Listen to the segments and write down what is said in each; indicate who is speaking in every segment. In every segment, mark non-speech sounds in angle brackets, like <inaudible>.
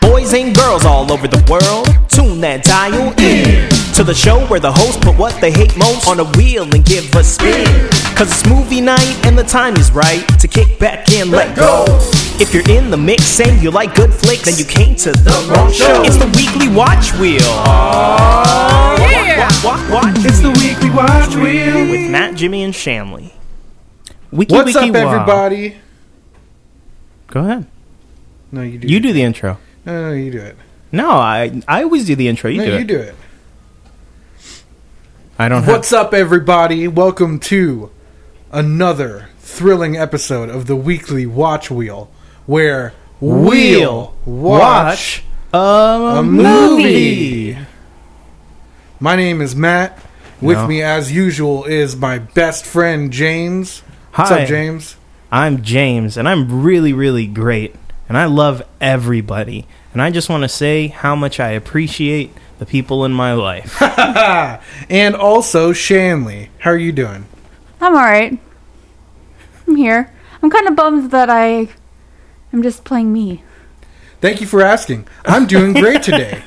Speaker 1: boys and girls all over the world. Tune that dial in to the show where the hosts put what they hate most on a wheel and give a spin. Cause it's movie night and the time is right to kick back and let go. If you're in the mix and you like good flicks, then you came to the wrong show. It's the weekly watch wheel. Oh,
Speaker 2: yeah.
Speaker 1: Watch, watch, watch,
Speaker 3: It's the weekly watch wheel.
Speaker 1: With Matt, Jimmy, and Shanley.
Speaker 4: Wiki,
Speaker 3: What's
Speaker 4: wiki,
Speaker 3: up,
Speaker 4: wow.
Speaker 3: everybody?
Speaker 4: Go ahead.
Speaker 3: No, you do.
Speaker 4: You do the intro.
Speaker 3: No, no, you do it.
Speaker 4: No, I I always do the intro. You
Speaker 3: no,
Speaker 4: do
Speaker 3: you
Speaker 4: it.
Speaker 3: do it.
Speaker 4: I don't have.
Speaker 3: What's up, everybody? Welcome to another thrilling episode of the weekly watch wheel, where
Speaker 4: We'll
Speaker 3: we'll watch, a
Speaker 4: Um,
Speaker 3: movie. My name is Matt. With
Speaker 4: No.
Speaker 3: me, as usual, is my best friend James. What's
Speaker 4: Hi.
Speaker 3: up, James?
Speaker 4: I'm James, and I'm really, really great, and I love everybody, and I just want to say how much I appreciate the people in my
Speaker 3: <laughs>
Speaker 4: life.
Speaker 3: And also Shanley. How are you doing?
Speaker 2: I'm alright. I'm here. I'm kind of bummed that I am just playing me.
Speaker 3: Thank you for asking. I'm doing
Speaker 4: <laughs>
Speaker 3: great today.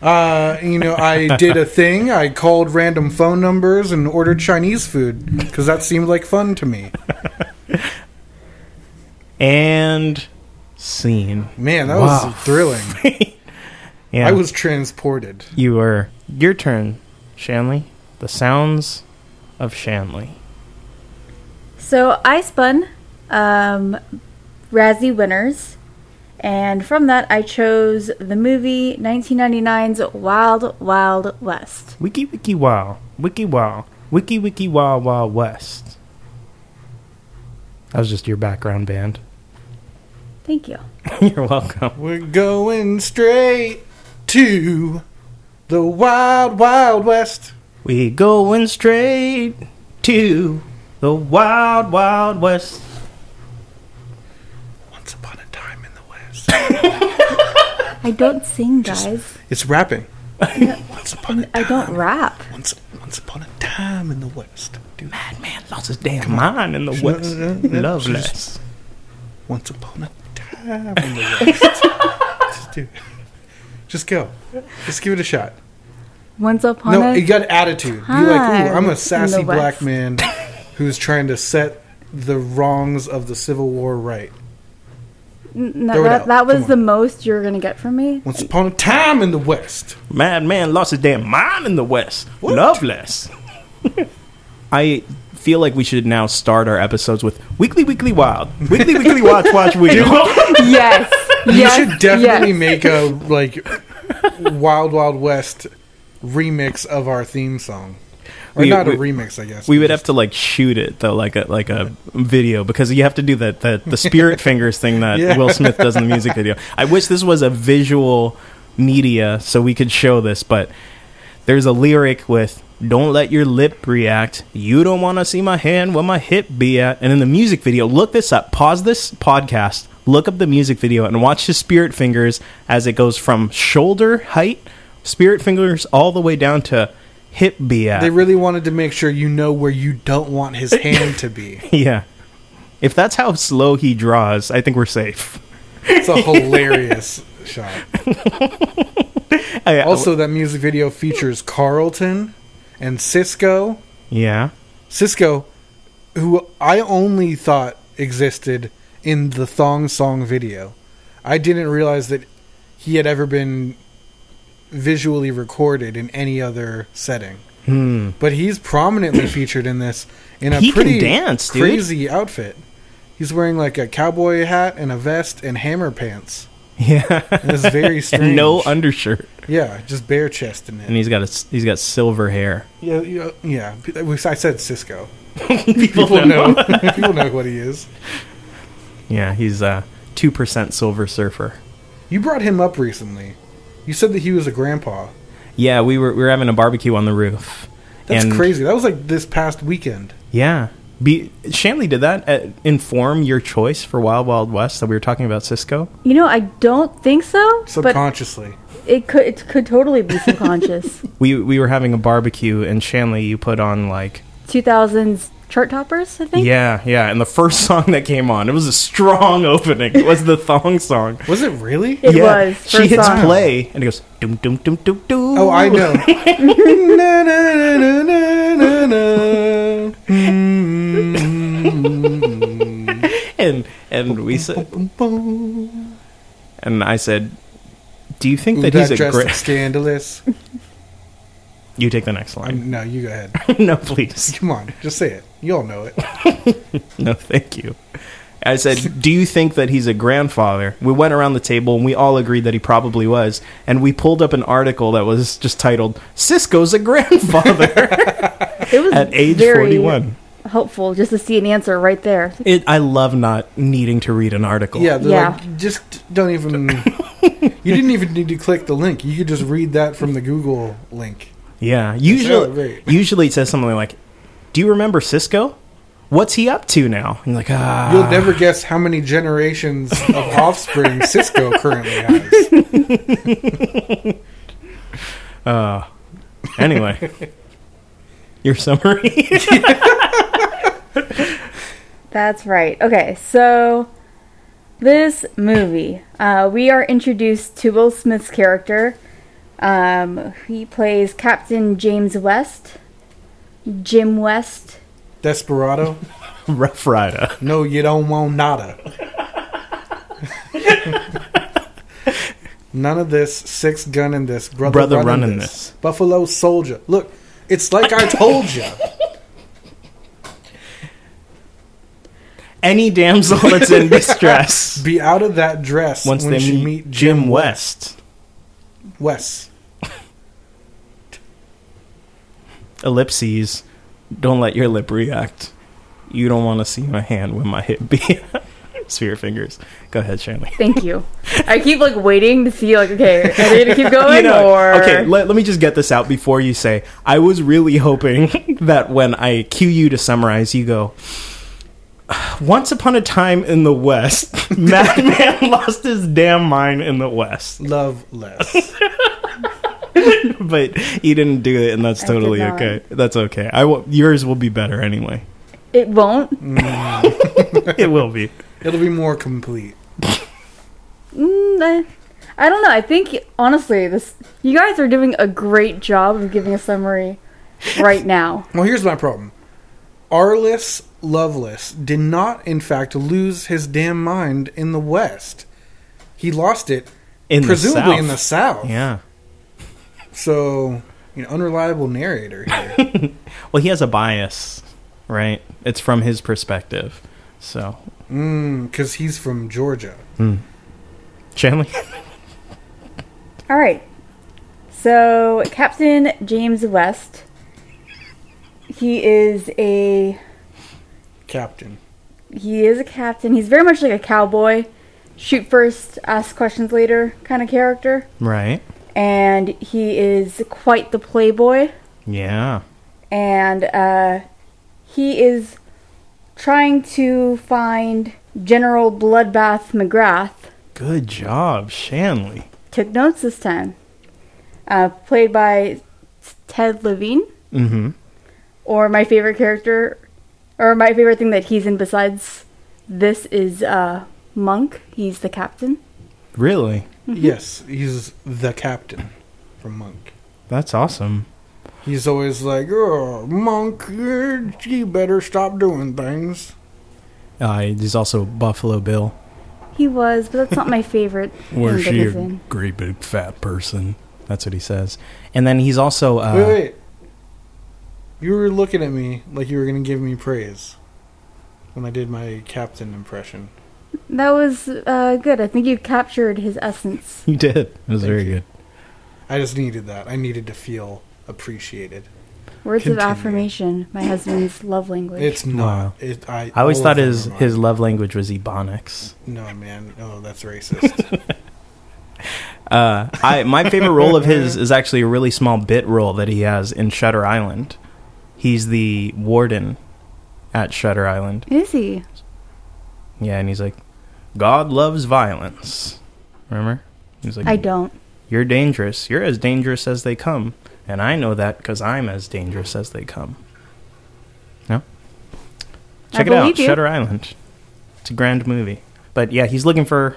Speaker 3: Uh, you know, I did a thing. I called random phone numbers and ordered Chinese food because that seemed like fun to me.
Speaker 4: and
Speaker 3: <laughs>
Speaker 4: scene.
Speaker 3: Man, that
Speaker 4: Wow.
Speaker 3: was thrilling.
Speaker 4: Yeah,
Speaker 3: I was transported.
Speaker 4: You were your turn, Shanley. The sounds of Shanley.
Speaker 2: So I spun um, Razzie winners, and from that I chose the movie 1999's Wild Wild West.
Speaker 4: Wiki, wiki, wow, wiki, wow, wiki, wiki, wow, wow, west. That was just your background band. <laughs>
Speaker 2: Thank you.
Speaker 4: You're welcome.
Speaker 3: We're going straight to the wild, wild west.
Speaker 4: We going straight to the wild, wild west.
Speaker 3: Once upon a time in the west.
Speaker 2: I don't sing, guys.
Speaker 4: <laughs>
Speaker 3: It's rapping. once upon a
Speaker 2: I don't rap.
Speaker 3: once, once upon a time in the west. Dude,
Speaker 4: Madman lost his damn mind in the west. Loveless.
Speaker 3: Once upon a time in the West.
Speaker 4: <laughs>
Speaker 3: just, do it. just go. Just give it a shot.
Speaker 2: Once upon
Speaker 3: No,
Speaker 2: a
Speaker 3: you got attitude. You're like, ooh,
Speaker 2: time
Speaker 3: I'm
Speaker 2: in
Speaker 3: a
Speaker 2: the
Speaker 3: sassy black
Speaker 2: West."
Speaker 3: man who's trying to set the wrongs of the Civil War right.
Speaker 2: n- no,
Speaker 3: throw it
Speaker 2: that,
Speaker 3: out.
Speaker 2: that
Speaker 3: Come
Speaker 2: was
Speaker 3: on.
Speaker 2: the most you're gonna get
Speaker 3: <laughs>
Speaker 2: from me.
Speaker 3: Once upon a time in the West.
Speaker 4: Madman lost his damn mind in the west.
Speaker 3: What?
Speaker 4: Loveless. <laughs> I feel like we should now start our episodes with weekly, weekly, wild, weekly, weekly, watch, watch, weekly.
Speaker 2: yes. yes.
Speaker 3: you should definitely
Speaker 2: yes.
Speaker 3: make a like Wild Wild West remix of our theme song. Or
Speaker 4: We-
Speaker 3: not
Speaker 4: we-
Speaker 3: a remix, I guess.
Speaker 4: We would have to like shoot it though, like a like a video, because you have to do that the, the spirit fingers thing that
Speaker 3: Yeah.
Speaker 4: Will Smith does in the music video. I wish this was a visual media so we could show this, but there's a lyric with "Don't let your lip react. You don't want to see my hand where my hip be at." And in the music video, look this up. Pause this podcast. Look up the music video and watch his spirit fingers as it goes from shoulder height, spirit fingers, all the way down to hip be at.
Speaker 3: They really wanted to make sure you know where you don't
Speaker 4: <laughs>
Speaker 3: want his hand to be.
Speaker 4: Yeah. If that's how slow he draws, I think we're safe. <laughs>
Speaker 3: It's a hilarious shot.
Speaker 4: I- I-
Speaker 3: Also, that music video features Carlton and Cisco.
Speaker 4: yeah. <laughs>
Speaker 3: Cisco, who I only thought existed in the Thong Song video. I didn't realize that he had ever been visually recorded in any other setting. But he's
Speaker 4: <clears throat>
Speaker 3: prominently featured in this in a
Speaker 4: Hmm. He can
Speaker 3: pretty
Speaker 4: dance, dude.
Speaker 3: crazy outfit. He's wearing like a cowboy hat and a vest and hammer pants.
Speaker 4: Yeah.
Speaker 3: And it's very
Speaker 4: <laughs>
Speaker 3: strange.
Speaker 4: and no undershirt.
Speaker 3: yeah, just bare chest in it.
Speaker 4: And he's got a, s- he's got silver hair.
Speaker 3: Yeah, yeah, yeah. P- I said Cisco.
Speaker 4: <laughs> People
Speaker 3: People know. <laughs> People know what he is.
Speaker 4: Yeah, he's a 2% silver surfer.
Speaker 3: You brought him up recently. You said that he was a grandpa.
Speaker 4: Yeah, we were we were having a barbecue on the roof.
Speaker 3: That's
Speaker 4: And-
Speaker 3: crazy. That was like this past weekend.
Speaker 4: Yeah. Be, Shanley, did that uh, inform your choice for Wild Wild West that we were talking about Cisco?
Speaker 2: You know, I don't think so. But
Speaker 3: Subconsciously,
Speaker 2: it could it could totally be
Speaker 3: <laughs>
Speaker 2: subconscious.
Speaker 4: We we were having a barbecue and Shanley, you put on like
Speaker 2: 2000s chart toppers, I think.
Speaker 4: Yeah, yeah. And the first <laughs> song that came on, it was a strong <laughs> opening. It was the thong song.
Speaker 3: Was it really?
Speaker 2: It
Speaker 4: yeah,
Speaker 2: was.
Speaker 4: She
Speaker 2: first
Speaker 4: hits
Speaker 2: song.
Speaker 4: play and it goes doom doom doom doom doom.
Speaker 3: <laughs> Oh, I
Speaker 2: <laughs>
Speaker 3: know. Na, na, na, na, na, na, na.
Speaker 4: And and we said
Speaker 3: Boom, boom.
Speaker 4: and I said, "Do you think
Speaker 3: Ooh,
Speaker 4: that,
Speaker 3: that
Speaker 4: he's a
Speaker 3: dress is
Speaker 4: great?"
Speaker 3: scandalous.
Speaker 4: You take the next line.
Speaker 3: no, you
Speaker 4: <laughs>
Speaker 3: go ahead.
Speaker 4: no, please.
Speaker 3: Come on, just say it. You all know it.
Speaker 4: No, thank you. I said, "Do you think that he's a grandfather?" We went around the table and we all agreed that he probably was. And we pulled up an article that was just titled "Cisco's a <laughs>
Speaker 3: <laughs>
Speaker 4: grandfather"
Speaker 2: It was
Speaker 4: at age
Speaker 2: very
Speaker 4: forty-one.
Speaker 2: Helpful just to see an answer right there.
Speaker 4: It, I love not needing to read an article.
Speaker 3: Yeah, they're
Speaker 2: Yeah.
Speaker 3: like just don't even. you didn't even need to click the link. You could just read that from the Google link.
Speaker 4: Yeah,
Speaker 3: so
Speaker 4: usually
Speaker 3: great. <laughs>
Speaker 4: usually it says something like, "Do you remember Cisco? What's he up to now?" And you're like,
Speaker 3: <laughs>
Speaker 4: ah,
Speaker 3: You'll never guess how many generations
Speaker 4: <laughs>
Speaker 3: of offspring Cisco currently has.
Speaker 4: uh, anyway, your summary. <laughs>
Speaker 2: That's right. Okay, so this movie, uh, we are introduced to Will Smith's character. Um, he plays Captain James West, Jim West.
Speaker 3: Desperado?
Speaker 4: Rough Rider.
Speaker 3: No, you don't want
Speaker 4: <laughs>
Speaker 3: nada. None of this. Six gun in this. Brother,
Speaker 4: Brother
Speaker 3: running,
Speaker 4: running
Speaker 3: this.
Speaker 4: this.
Speaker 3: Buffalo soldier. Look, it's like I told you.
Speaker 4: Any
Speaker 3: <laughs>
Speaker 4: damsel that's in distress.
Speaker 3: Be out of that dress
Speaker 4: Once
Speaker 3: when
Speaker 4: they
Speaker 3: you
Speaker 4: meet,
Speaker 3: meet
Speaker 4: Jim,
Speaker 3: Jim
Speaker 4: West,
Speaker 3: Wes.
Speaker 4: ellipses. Don't let your lip react. You don't want to see my hand when my hip <laughs> be. Sphere fingers. Go ahead, Shanley. <laughs>
Speaker 2: Thank you. I keep like waiting to see like okay, are they gonna keep going
Speaker 4: You know,
Speaker 2: or
Speaker 4: okay let, let me just get this out before you say i was really hoping <laughs> that when i cue you to summarize you go <sighs> once upon a time in the west <laughs> madman lost his damn mind in the west <laughs>
Speaker 3: Love less.
Speaker 4: but you didn't do it and that's
Speaker 2: I did
Speaker 4: totally
Speaker 2: not.
Speaker 4: okay that's okay i will, yours will be better anyway
Speaker 2: it won't?
Speaker 4: it will be
Speaker 3: It'll be more complete.
Speaker 2: Mm, I, I don't know. I think honestly, this you guys are doing a great job of giving a summary right now.
Speaker 3: Well, here's my problem. Arliss Loveless did not, in fact, lose his damn mind in the West. He lost it
Speaker 4: in
Speaker 3: presumably
Speaker 4: the south.
Speaker 3: in the South.
Speaker 4: yeah
Speaker 3: So, you know, unreliable narrator
Speaker 4: <laughs>
Speaker 3: here.
Speaker 4: well he has a bias right it's from his perspective so
Speaker 3: Because he's from Georgia.
Speaker 4: shanley
Speaker 2: All right. So, Captain James West, he is a
Speaker 3: Captain.
Speaker 2: he is a captain. He's very much like a cowboy, shoot first, ask questions later kind of character,
Speaker 4: <laughs> right
Speaker 2: and he is quite the playboy
Speaker 4: yeah
Speaker 2: and uh he is trying to find General Bloodbath McGrath
Speaker 4: Good job, Shanley.
Speaker 2: took notes this time. Uh, played by Ted Levine,
Speaker 4: Mm-hmm.
Speaker 2: or my favorite character, or my favorite thing that he's in besides this is uh, Monk. He's the captain.
Speaker 4: Really?
Speaker 3: Yes, he's the captain from Monk.
Speaker 4: That's awesome.
Speaker 3: He's always like, oh, Monk, eh, you better stop doing things.
Speaker 4: Uh, he's also Buffalo Bill.
Speaker 2: He was, but that's not my
Speaker 3: <laughs>
Speaker 2: favorite. thing that he's in.
Speaker 4: great big fat person. That's what he says. And then he's also. Uh, <laughs>
Speaker 3: wait, wait. You were looking at me like you were going to give me praise when I did my captain impression.
Speaker 2: That was uh, good. I think you captured his essence.
Speaker 4: You did. It was very good.
Speaker 3: I just needed that. I needed to feel appreciated.
Speaker 2: Words
Speaker 3: Continue.
Speaker 2: of affirmation, my husband's love language.
Speaker 3: It's not.
Speaker 4: Wow.
Speaker 3: It, I,
Speaker 4: I always
Speaker 3: all
Speaker 4: thought
Speaker 3: of them
Speaker 4: his,
Speaker 3: are mine.
Speaker 4: his love language was ebonics.
Speaker 3: No, man. Oh,
Speaker 4: <laughs>
Speaker 3: that's racist.
Speaker 4: Uh, I my favorite role of his is actually a really small bit role that he has in Shutter Island. He's the warden at Shutter Island.
Speaker 2: is he?
Speaker 4: Yeah, and he's like, God loves violence. Remember? He's like,
Speaker 2: I don't.
Speaker 4: You're dangerous. You're as dangerous as they come. And I know that because I'm as dangerous as they come. No? Check it
Speaker 2: believe
Speaker 4: out,
Speaker 2: you.
Speaker 4: Shutter Island. It's a grand movie. But yeah, he's looking for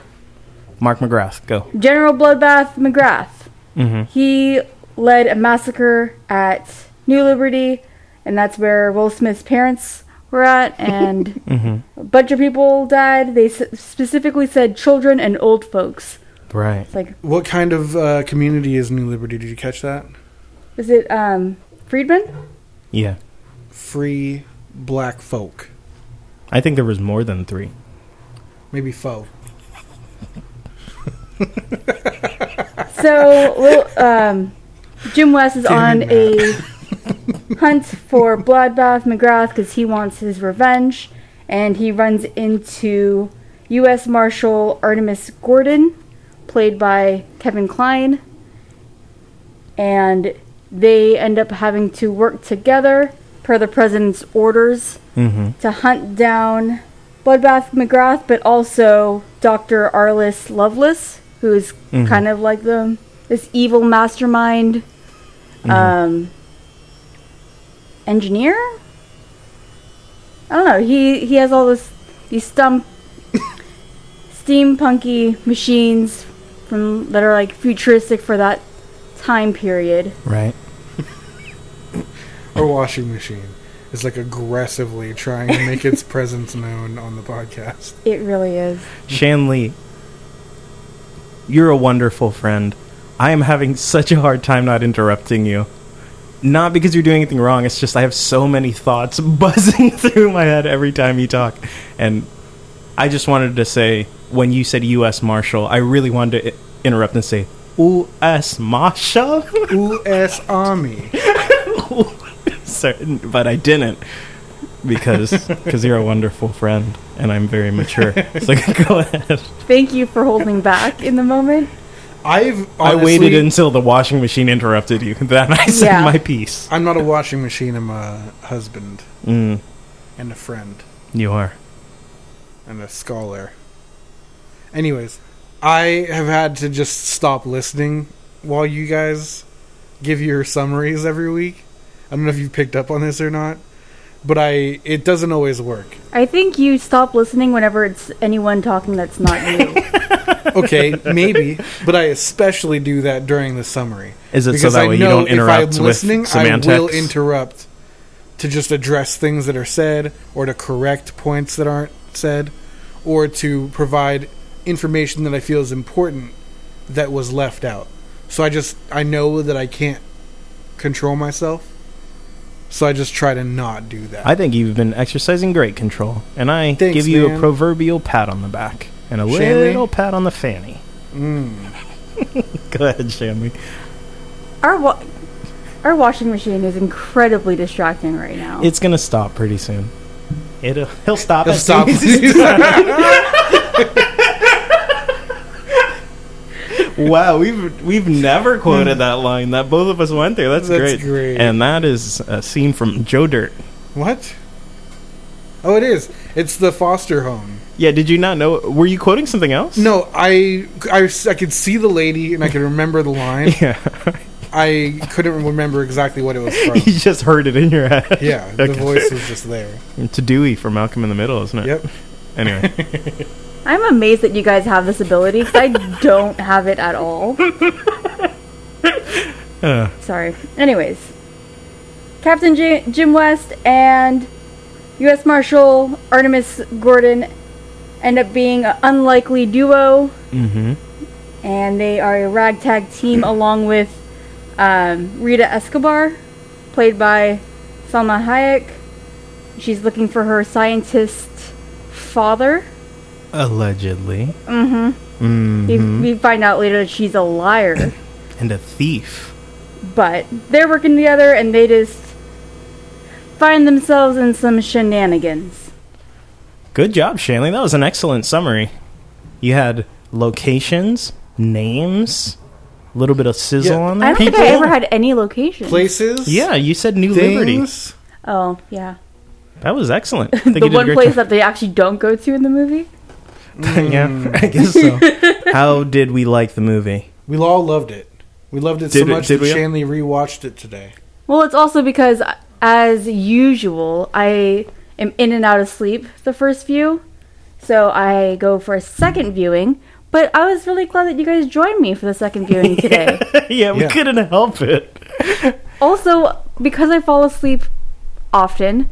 Speaker 4: Mark McGrath. Go.
Speaker 2: General Bloodbath McGrath. He led a massacre at New Liberty, and that's where Will Smith's parents were at, and a bunch of people died. They s- specifically said children and old folks.
Speaker 4: Right.
Speaker 2: It's like,
Speaker 3: What kind of uh, community is New Liberty? Did you catch that?
Speaker 2: is it um, Friedman?
Speaker 4: Yeah.
Speaker 3: Free black folk,
Speaker 4: I think there was more than three.
Speaker 3: maybe foe.
Speaker 2: So, well, um, Jim West is on a <laughs> hunt for Bloodbath McGrath because he wants his revenge, and he runs into U.S. Marshal Artemis Gordon, played by Kevin Kline, and they end up having to work together per the president's orders
Speaker 4: Mm-hmm.
Speaker 2: to hunt down Bloodbath McGrath, but also Dr. Arliss Lovelace, who is kind of like the this evil mastermind um, engineer. I don't know. He he has all this these stump <coughs> steampunky machines from that are like futuristic for that time period.
Speaker 4: Right.
Speaker 3: Our washing machine is like aggressively trying to
Speaker 4: <laughs>
Speaker 3: make its presence known on the podcast.
Speaker 2: It really is.
Speaker 4: Shan Lee, you're a wonderful friend. I am having such a hard time not interrupting you. Not because you're doing anything wrong, it's just I have so many thoughts <laughs> buzzing through my head every time you talk. And I just wanted to say, when you said U.S. Marshal, I really wanted to i- interrupt and say, U.S. Marshal? <laughs>
Speaker 3: U.S. Army.
Speaker 4: Certain, but I didn't because cause you're a wonderful friend and I'm very mature. So <laughs> go ahead.
Speaker 2: Thank you for holding back in the moment.
Speaker 3: I've
Speaker 4: I waited
Speaker 3: honestly-
Speaker 4: until the washing machine interrupted you. <laughs> Then I said
Speaker 2: Yeah.
Speaker 4: my piece.
Speaker 3: I'm not a washing machine. I'm a husband
Speaker 4: Mm,
Speaker 3: and a friend
Speaker 4: you are.
Speaker 3: and a scholar. Anyways, I have had to just stop listening while you guys give your summaries every week. I don't know if you picked up on this or not, but I it doesn't always work.
Speaker 2: I think you stop listening whenever it's anyone talking that's not you.
Speaker 3: Okay, maybe, but I especially do that during the summary.
Speaker 4: Is it so
Speaker 3: because
Speaker 4: that
Speaker 3: I
Speaker 4: way you
Speaker 3: know
Speaker 4: don't interrupt
Speaker 3: if
Speaker 4: with
Speaker 3: I'm listening, I will
Speaker 4: semantics?
Speaker 3: interrupt to just address things that are said, or to correct points that aren't said, or to provide information that I feel is important that was left out. So I just I know that I can't control myself, so I just try to not do that.
Speaker 4: I think you've been exercising great control, and I
Speaker 3: Thanks,
Speaker 4: give you a
Speaker 3: man.
Speaker 4: proverbial pat on the back and a
Speaker 3: Shanley?
Speaker 4: little pat on the fanny. <laughs>
Speaker 3: Mm.
Speaker 4: Go ahead, Shanley.
Speaker 2: Our wa- our washing machine is incredibly distracting right now.
Speaker 4: It's gonna stop pretty soon. It'll he'll stop.
Speaker 3: He'll
Speaker 4: as
Speaker 3: stop.
Speaker 4: soon as- <laughs> wow, we've we've never quoted that line that both of us went through. That's,
Speaker 3: That's
Speaker 4: great.
Speaker 3: great.
Speaker 4: And that is a scene from Joe Dirt.
Speaker 3: what? Oh, it is. It's the foster home.
Speaker 4: Yeah, did you not know? Were you quoting something else?
Speaker 3: No, I, I, I could see the lady and I could remember the line.
Speaker 4: Yeah,
Speaker 3: I couldn't remember exactly what it was
Speaker 4: <laughs>
Speaker 3: from.
Speaker 4: you just heard it in your head.
Speaker 3: Yeah, the
Speaker 4: Okay.
Speaker 3: voice was just there.
Speaker 4: To Dewey from Malcolm in the Middle, isn't it?
Speaker 3: Yep.
Speaker 4: Anyway,
Speaker 3: <laughs>
Speaker 2: I'm amazed that you guys have this ability because I don't have it at all.
Speaker 4: Uh.
Speaker 2: Sorry. Anyways, Captain J- Jim West and U.S. Marshal Artemis Gordon end up being an unlikely duo,
Speaker 4: mm-hmm.
Speaker 2: and they are a ragtag team along with um, Rita Escobar, played by Salma Hayek. She's looking for her scientist father.
Speaker 4: allegedly,
Speaker 2: Mm-hmm.
Speaker 4: Mm.
Speaker 2: We, we find out later that she's a liar,
Speaker 4: and a thief.
Speaker 2: but they're working together and they just find themselves in some shenanigans.
Speaker 4: Good job, Shanley. That was an excellent summary. You had locations, names, a little bit of sizzle
Speaker 3: Yeah.
Speaker 4: on
Speaker 2: I
Speaker 4: there.
Speaker 2: don't think I ever had any location.
Speaker 3: Places.
Speaker 4: Yeah, you said New Liberty.
Speaker 3: Things.
Speaker 2: Oh, yeah.
Speaker 4: That was
Speaker 2: <laughs>
Speaker 4: excellent. I think you
Speaker 2: the
Speaker 4: did a
Speaker 2: one
Speaker 4: great
Speaker 2: place
Speaker 4: job.
Speaker 2: that they actually don't go to in the movie.
Speaker 4: <laughs> yeah,
Speaker 3: Mm.
Speaker 4: I guess so.
Speaker 2: <laughs>
Speaker 4: How did we like the movie?
Speaker 3: We all loved it. We loved it
Speaker 4: Did
Speaker 3: so
Speaker 4: we-
Speaker 3: much
Speaker 4: did
Speaker 3: that
Speaker 4: we?
Speaker 3: Shanley rewatched it today.
Speaker 2: Well, it's also because, as usual, I am in and out of sleep the first view. So I go for a second viewing. But I was really glad that you guys joined me for the second viewing today.
Speaker 4: <laughs> yeah, we
Speaker 3: Yeah.
Speaker 4: couldn't help it.
Speaker 2: also because i fall asleep often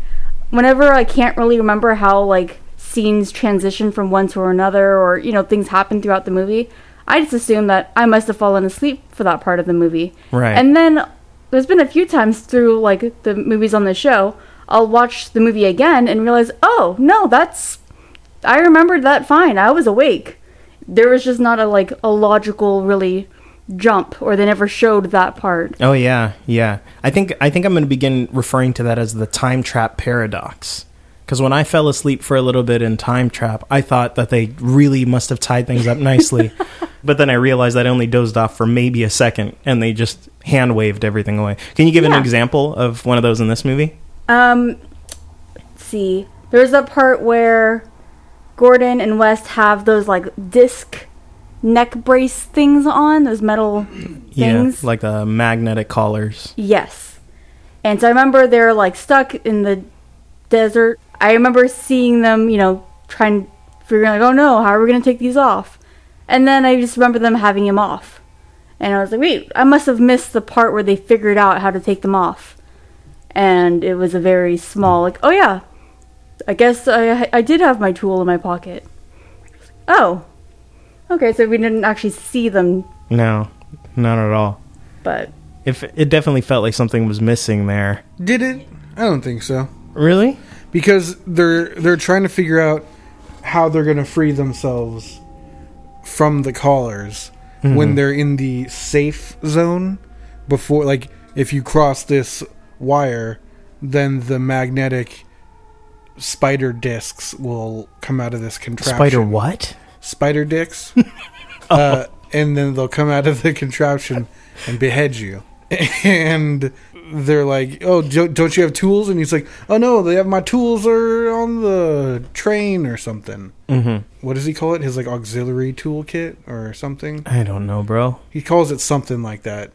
Speaker 2: whenever i can't really remember how like scenes transition from one to another or you know things happen throughout the movie i just assume that i must have fallen asleep for that part of the movie
Speaker 4: Right.
Speaker 2: and then there's been a few times through like the movies on the show i'll watch the movie again and realize oh no that's i remembered that fine i was awake there was just not a like a logical really jump or they never showed that part
Speaker 4: Oh yeah, yeah. I think I think I'm going to begin referring to that as the time trap paradox. Because when I fell asleep for a little bit in Time Trap, I thought that they really must have tied things up
Speaker 2: <laughs>
Speaker 4: nicely. but then I realized that I only dozed off for maybe a second, and they just hand waved everything away. Can you give an
Speaker 2: Yeah.
Speaker 4: example of one of those in this movie?
Speaker 2: Um, let's see. There's a part where Gordon and West have those like disc neck brace things on, those metal things.
Speaker 4: Yeah, like the magnetic collars.
Speaker 2: yes. And so I remember they're like stuck in the desert. I remember seeing them, you know, trying figuring like, oh no, how are we gonna take these off? And then I just remember them having him off. And I was like, wait, I must have missed the part where they figured out how to take them off. And it was a very small, like, oh yeah, I guess I I did have my tool in my pocket. Oh, okay, so we didn't actually see them,
Speaker 4: No, not at all.
Speaker 2: but
Speaker 4: If it definitely felt like something was missing there.
Speaker 3: Did it? I don't think so.
Speaker 4: Really?
Speaker 3: because they're they're trying to figure out how they're going to free themselves from the collars when they're in the safe zone before like if you cross this wire then the magnetic spider discs will come out of this contraption
Speaker 4: Spider what?
Speaker 3: spider dicks uh, and then they'll come out of the contraption and behead you and they're like oh jo- don't you have tools and he's like oh no they have my tools are on the train or something
Speaker 2: Mm-hmm.
Speaker 4: Mhm.
Speaker 3: what does he call it his like auxiliary toolkit or something
Speaker 4: I don't know, bro.
Speaker 3: he calls it something like that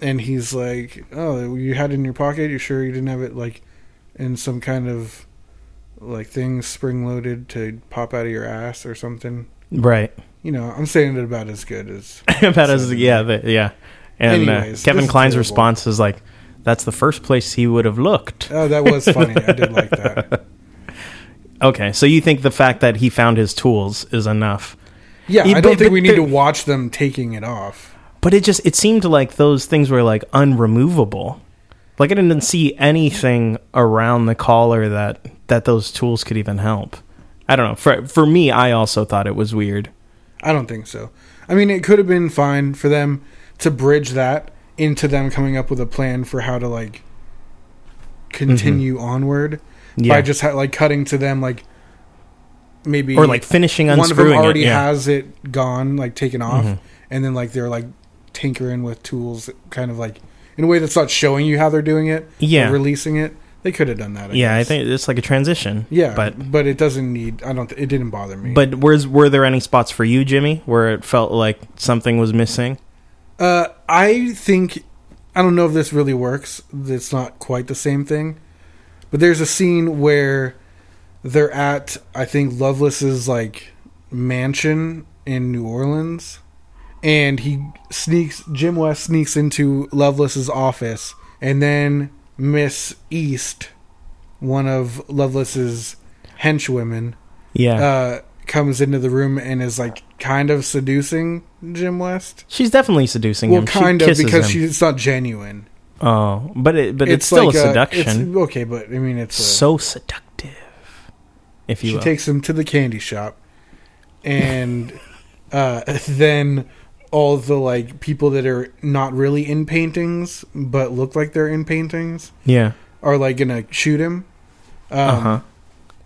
Speaker 3: and he's like oh you had it in your pocket you sure you didn't have it like in some kind of like thing spring loaded to pop out of your ass or something
Speaker 4: Right.
Speaker 3: you know, I'm saying it about as good as
Speaker 4: <laughs> about as yeah, the, yeah. And uh,
Speaker 3: Anyways,
Speaker 4: Kevin
Speaker 3: this is
Speaker 4: Klein's
Speaker 3: terrible.
Speaker 4: response is like, "That's the first place he would have looked."
Speaker 3: oh, that was funny. I did like
Speaker 4: <laughs>
Speaker 3: that.
Speaker 4: Okay, so you think the fact that he found his tools is enough,
Speaker 3: Yeah,
Speaker 4: Yeah,
Speaker 3: I
Speaker 4: but-
Speaker 3: don't think
Speaker 4: but
Speaker 3: we need
Speaker 4: the-
Speaker 3: to watch them taking it off.
Speaker 4: but it just it seemed like those things were like unremovable. Like I didn't see anything around the collar that that those tools could even help. I don't know. For for me, I also thought it was weird.
Speaker 3: I don't think so. I mean, it could have been fine for them to bridge that into them coming up with a plan for how to like continue onward
Speaker 4: Mm-hmm. Yeah.
Speaker 3: by just ha- like cutting to them like maybe
Speaker 4: Or like finishing
Speaker 3: one of them
Speaker 4: unscrewing
Speaker 3: already
Speaker 4: it. Yeah. Mm-hmm.
Speaker 3: has it gone like taken off and then like they're like tinkering with tools kind of like in a way that's not showing you how they're doing it or
Speaker 4: Yeah.
Speaker 3: releasing it they could have done that I
Speaker 4: yeah, I
Speaker 3: guess.
Speaker 4: think it's like a transition.
Speaker 3: yeah
Speaker 4: but
Speaker 3: but but it doesn't need i don't th- it didn't bother me
Speaker 4: But where's were there any spots for you, Jimmy, where it felt like something was missing?
Speaker 3: uh i think i don't know if this really works it's not quite the same thing but there's a scene where they're at i think lovelace's like mansion in new orleans and he sneaks Jim West sneaks into Lovelace's office and then Miss East, one of Lovelace's henchwomen,
Speaker 4: Yeah,
Speaker 3: uh comes into the room and is like kind of seducing Jim West.
Speaker 4: she's definitely seducing
Speaker 3: Well,
Speaker 4: him.
Speaker 3: kind
Speaker 4: she
Speaker 3: of
Speaker 4: kisses
Speaker 3: because
Speaker 4: him.
Speaker 3: she's not genuine.
Speaker 4: Oh, but it, but it's, still
Speaker 3: like
Speaker 4: a
Speaker 3: it's-
Speaker 4: seduction.
Speaker 3: okay, but I mean it's a,
Speaker 4: so seductive, if you
Speaker 3: she
Speaker 4: will.
Speaker 3: takes him to the candy shop and <laughs> uh, then all the like people that are not really in paintings but look like they're in paintings
Speaker 4: yeah.
Speaker 3: are like gonna shoot him um,
Speaker 4: Uh huh.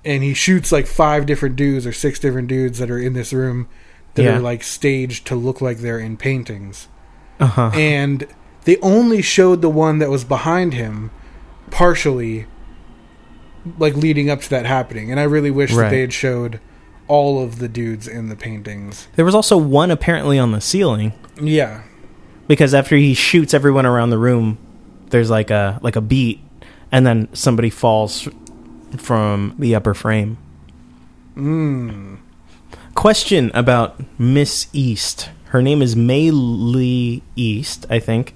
Speaker 3: and he shoots like five different dudes or six different dudes that are in this room that
Speaker 4: Yeah.
Speaker 3: are like staged to look like they're in paintings
Speaker 4: Uh huh.
Speaker 3: and they only showed the one that was behind him partially like leading up to that happening and i really wish
Speaker 4: Right.
Speaker 3: that they had showed all of the dudes in the paintings
Speaker 4: There was also one apparently on the ceiling
Speaker 3: yeah
Speaker 4: because after he shoots everyone around the room, there's like a like a beat, and then somebody falls from the upper frame. Question about Miss East. Her name is May Lee East, I think.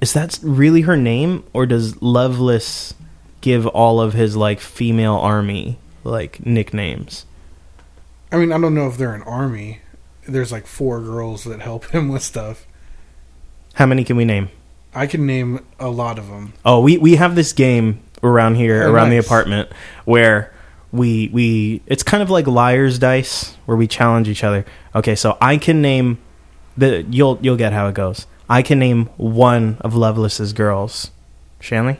Speaker 4: Is that really her name, or does Loveless give all of his like female army like nicknames?
Speaker 3: I mean, I don't know if they're an army. There's like four girls that help <laughs> him with stuff.
Speaker 4: How many can we name?
Speaker 3: I can name a lot of them.
Speaker 4: Oh, we we have this game around here,
Speaker 3: Oh,
Speaker 4: around
Speaker 3: nice.
Speaker 4: the apartment, where we we it's kind of like liars dice, where we challenge each other. Okay, so I can name the you'll you'll get how it goes. I can name one of Lovelace's girls. Shanley?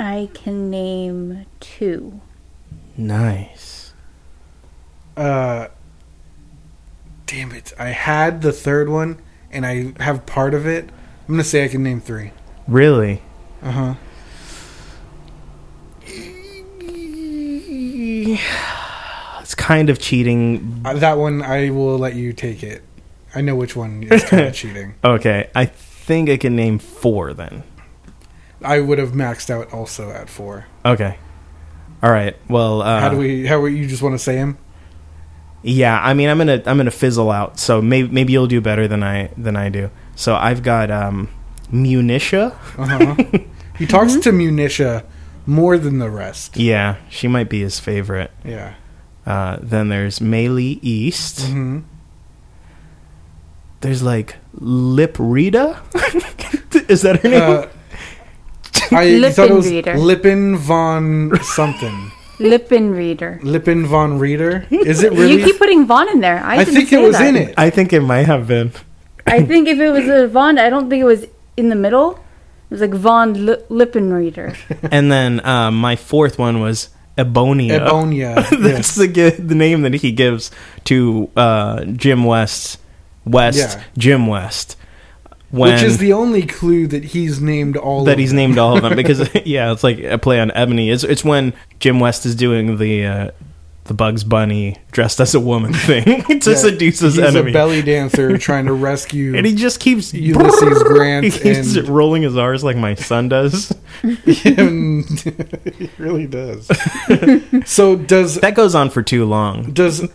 Speaker 2: I can name two.
Speaker 4: Nice.
Speaker 3: Uh, damn it! I had the third one, and I have part of it. I'm gonna say I can name three.
Speaker 4: Really?
Speaker 3: Uh huh.
Speaker 4: It's kind of cheating.
Speaker 3: Uh, That one I will let you take it. I know which one
Speaker 4: <laughs>
Speaker 3: is kind of cheating.
Speaker 4: Okay, I think I can name four then.
Speaker 3: I would have maxed out also at four.
Speaker 4: Okay. All right. Well, uh,
Speaker 3: how do we? How you just want to
Speaker 4: <laughs>
Speaker 3: say him?
Speaker 4: Yeah, I mean, I'm gonna I'm gonna fizzle out. So maybe maybe you'll do better than I than I do. So I've got um, Munitia.
Speaker 3: Uh-huh. he talks
Speaker 4: Mm-hmm.
Speaker 3: to Munitia more than the rest.
Speaker 4: Yeah, she might be his favorite.
Speaker 3: Yeah.
Speaker 4: Uh, then there's Melee East. <laughs>
Speaker 3: Mhm.
Speaker 4: There's like Lip Rita. <laughs> Is that her name?
Speaker 3: Uh, I
Speaker 2: Lippen
Speaker 3: thought it was
Speaker 2: Reader.
Speaker 3: Lippin von something.
Speaker 2: Lippen reader.
Speaker 3: Lippin von Reader. Is it really?
Speaker 2: You keep putting Vaughn in there. I,
Speaker 3: I
Speaker 2: didn't
Speaker 3: think it
Speaker 2: say
Speaker 3: was
Speaker 2: that.
Speaker 3: in it.
Speaker 4: I think it might have been. <laughs>
Speaker 2: I think if it was a Vaughn, I don't think it was in the middle. It was like Vaughn Li- Lippen reader.
Speaker 4: And then uh, my fourth one was Ebonia.
Speaker 3: Ebonia.
Speaker 4: <laughs> That's the the the name that he gives to uh, Jim West. West
Speaker 3: Yeah.
Speaker 4: Jim West. When,
Speaker 3: Which is the only clue that he's named all
Speaker 4: that
Speaker 3: of
Speaker 4: he's
Speaker 3: them.
Speaker 4: named all of them
Speaker 3: <laughs>
Speaker 4: because yeah, it's like a play on Ebony. It's it's when Jim West is doing the uh, the Bugs Bunny dressed as a woman thing <laughs> to
Speaker 3: Yeah,
Speaker 4: seduce his
Speaker 3: he's
Speaker 4: enemy,
Speaker 3: a belly dancer trying
Speaker 4: <laughs>
Speaker 3: to rescue.
Speaker 4: and he just keeps
Speaker 3: Ulysses Grant
Speaker 4: <laughs> He's
Speaker 3: and-
Speaker 4: rolling his R's like my son does.
Speaker 3: <laughs>
Speaker 4: <laughs>
Speaker 3: him. <laughs> he really does. so does
Speaker 4: That goes on for too long.
Speaker 3: does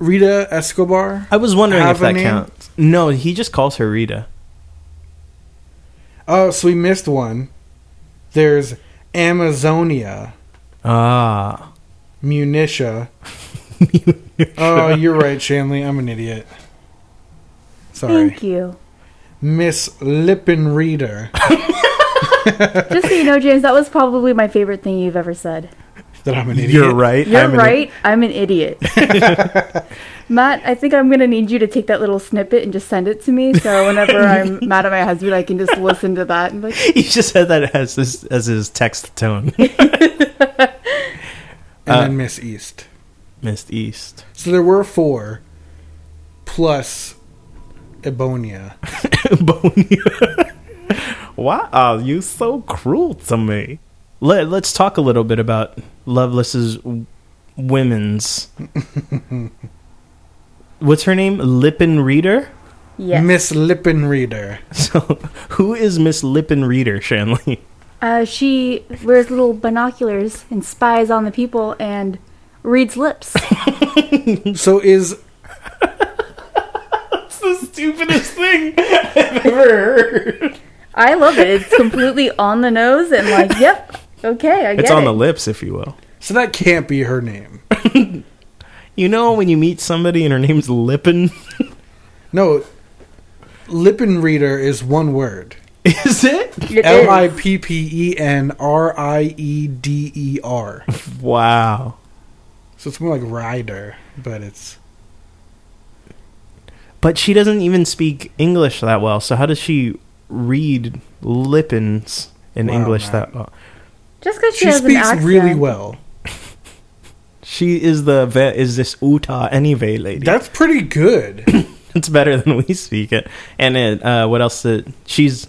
Speaker 3: Rita Escobar?
Speaker 4: I was wondering
Speaker 3: Have
Speaker 4: if
Speaker 3: a
Speaker 4: that
Speaker 3: name?
Speaker 4: counts. No, he just calls her Rita.
Speaker 3: Oh, so we missed one. There's Amazonia, <laughs>
Speaker 4: Ah,
Speaker 3: Munitia. Oh,
Speaker 4: <laughs>
Speaker 3: you're right, Shanley. I'm an idiot. Sorry.
Speaker 2: Thank you.
Speaker 3: Miss Lippenreader.
Speaker 2: Just so you know, James, that was probably my favorite thing you've ever said.
Speaker 3: That I'm an idiot.
Speaker 4: you're right.
Speaker 2: You're
Speaker 4: I'm an-
Speaker 2: right. I'm
Speaker 3: <laughs>
Speaker 2: an idiot. Matt, I think I'm going to need you to take that little snippet and just send it to me.
Speaker 3: <laughs>
Speaker 2: So whenever I'm mad at my husband, I can just listen to that. And be
Speaker 4: <laughs>
Speaker 2: like,
Speaker 4: He just had that as his, as his text tone. <laughs>
Speaker 3: And then Miss East.
Speaker 4: Missed East.
Speaker 3: So there were four plus Ebonia.
Speaker 4: <laughs> Boney. Why are you so cruel to me? Let, let's talk a little bit about Lovelace's w- <laughs> women's. What's her name? Lippin Reader?
Speaker 2: yes.
Speaker 3: Miss Lippenreader.
Speaker 4: <laughs> So, who is Miss Lippin Reader, Shanley?
Speaker 2: Uh, she wears little binoculars and spies on the people and reads lips.
Speaker 3: So is
Speaker 4: That's the <laughs> stupidest thing I've ever heard.
Speaker 2: I love it. It's completely <laughs> on the nose and like, yep, okay, I get
Speaker 4: It's on
Speaker 2: it.
Speaker 4: the lips, if you will.
Speaker 3: so that can't be her name.
Speaker 4: You know when you meet somebody and her name's Lippin?
Speaker 3: No. Lippenreader is one word.
Speaker 4: Is it?
Speaker 2: It
Speaker 3: L
Speaker 2: is.
Speaker 3: I P P E N R I E D E R.
Speaker 4: Wow.
Speaker 3: So it's more like rider, but it's
Speaker 4: But she doesn't even speak English that well, so how does she read Lippins in
Speaker 3: Wow,
Speaker 4: English
Speaker 3: man.
Speaker 4: that well?
Speaker 2: Just because she,
Speaker 3: she
Speaker 2: has an
Speaker 3: speaks
Speaker 2: accent.
Speaker 3: really well.
Speaker 4: She is the ve- is this Utah anyway lady.
Speaker 3: That's pretty good.
Speaker 4: It's better than we speak it. And it, uh, what else? Did, she's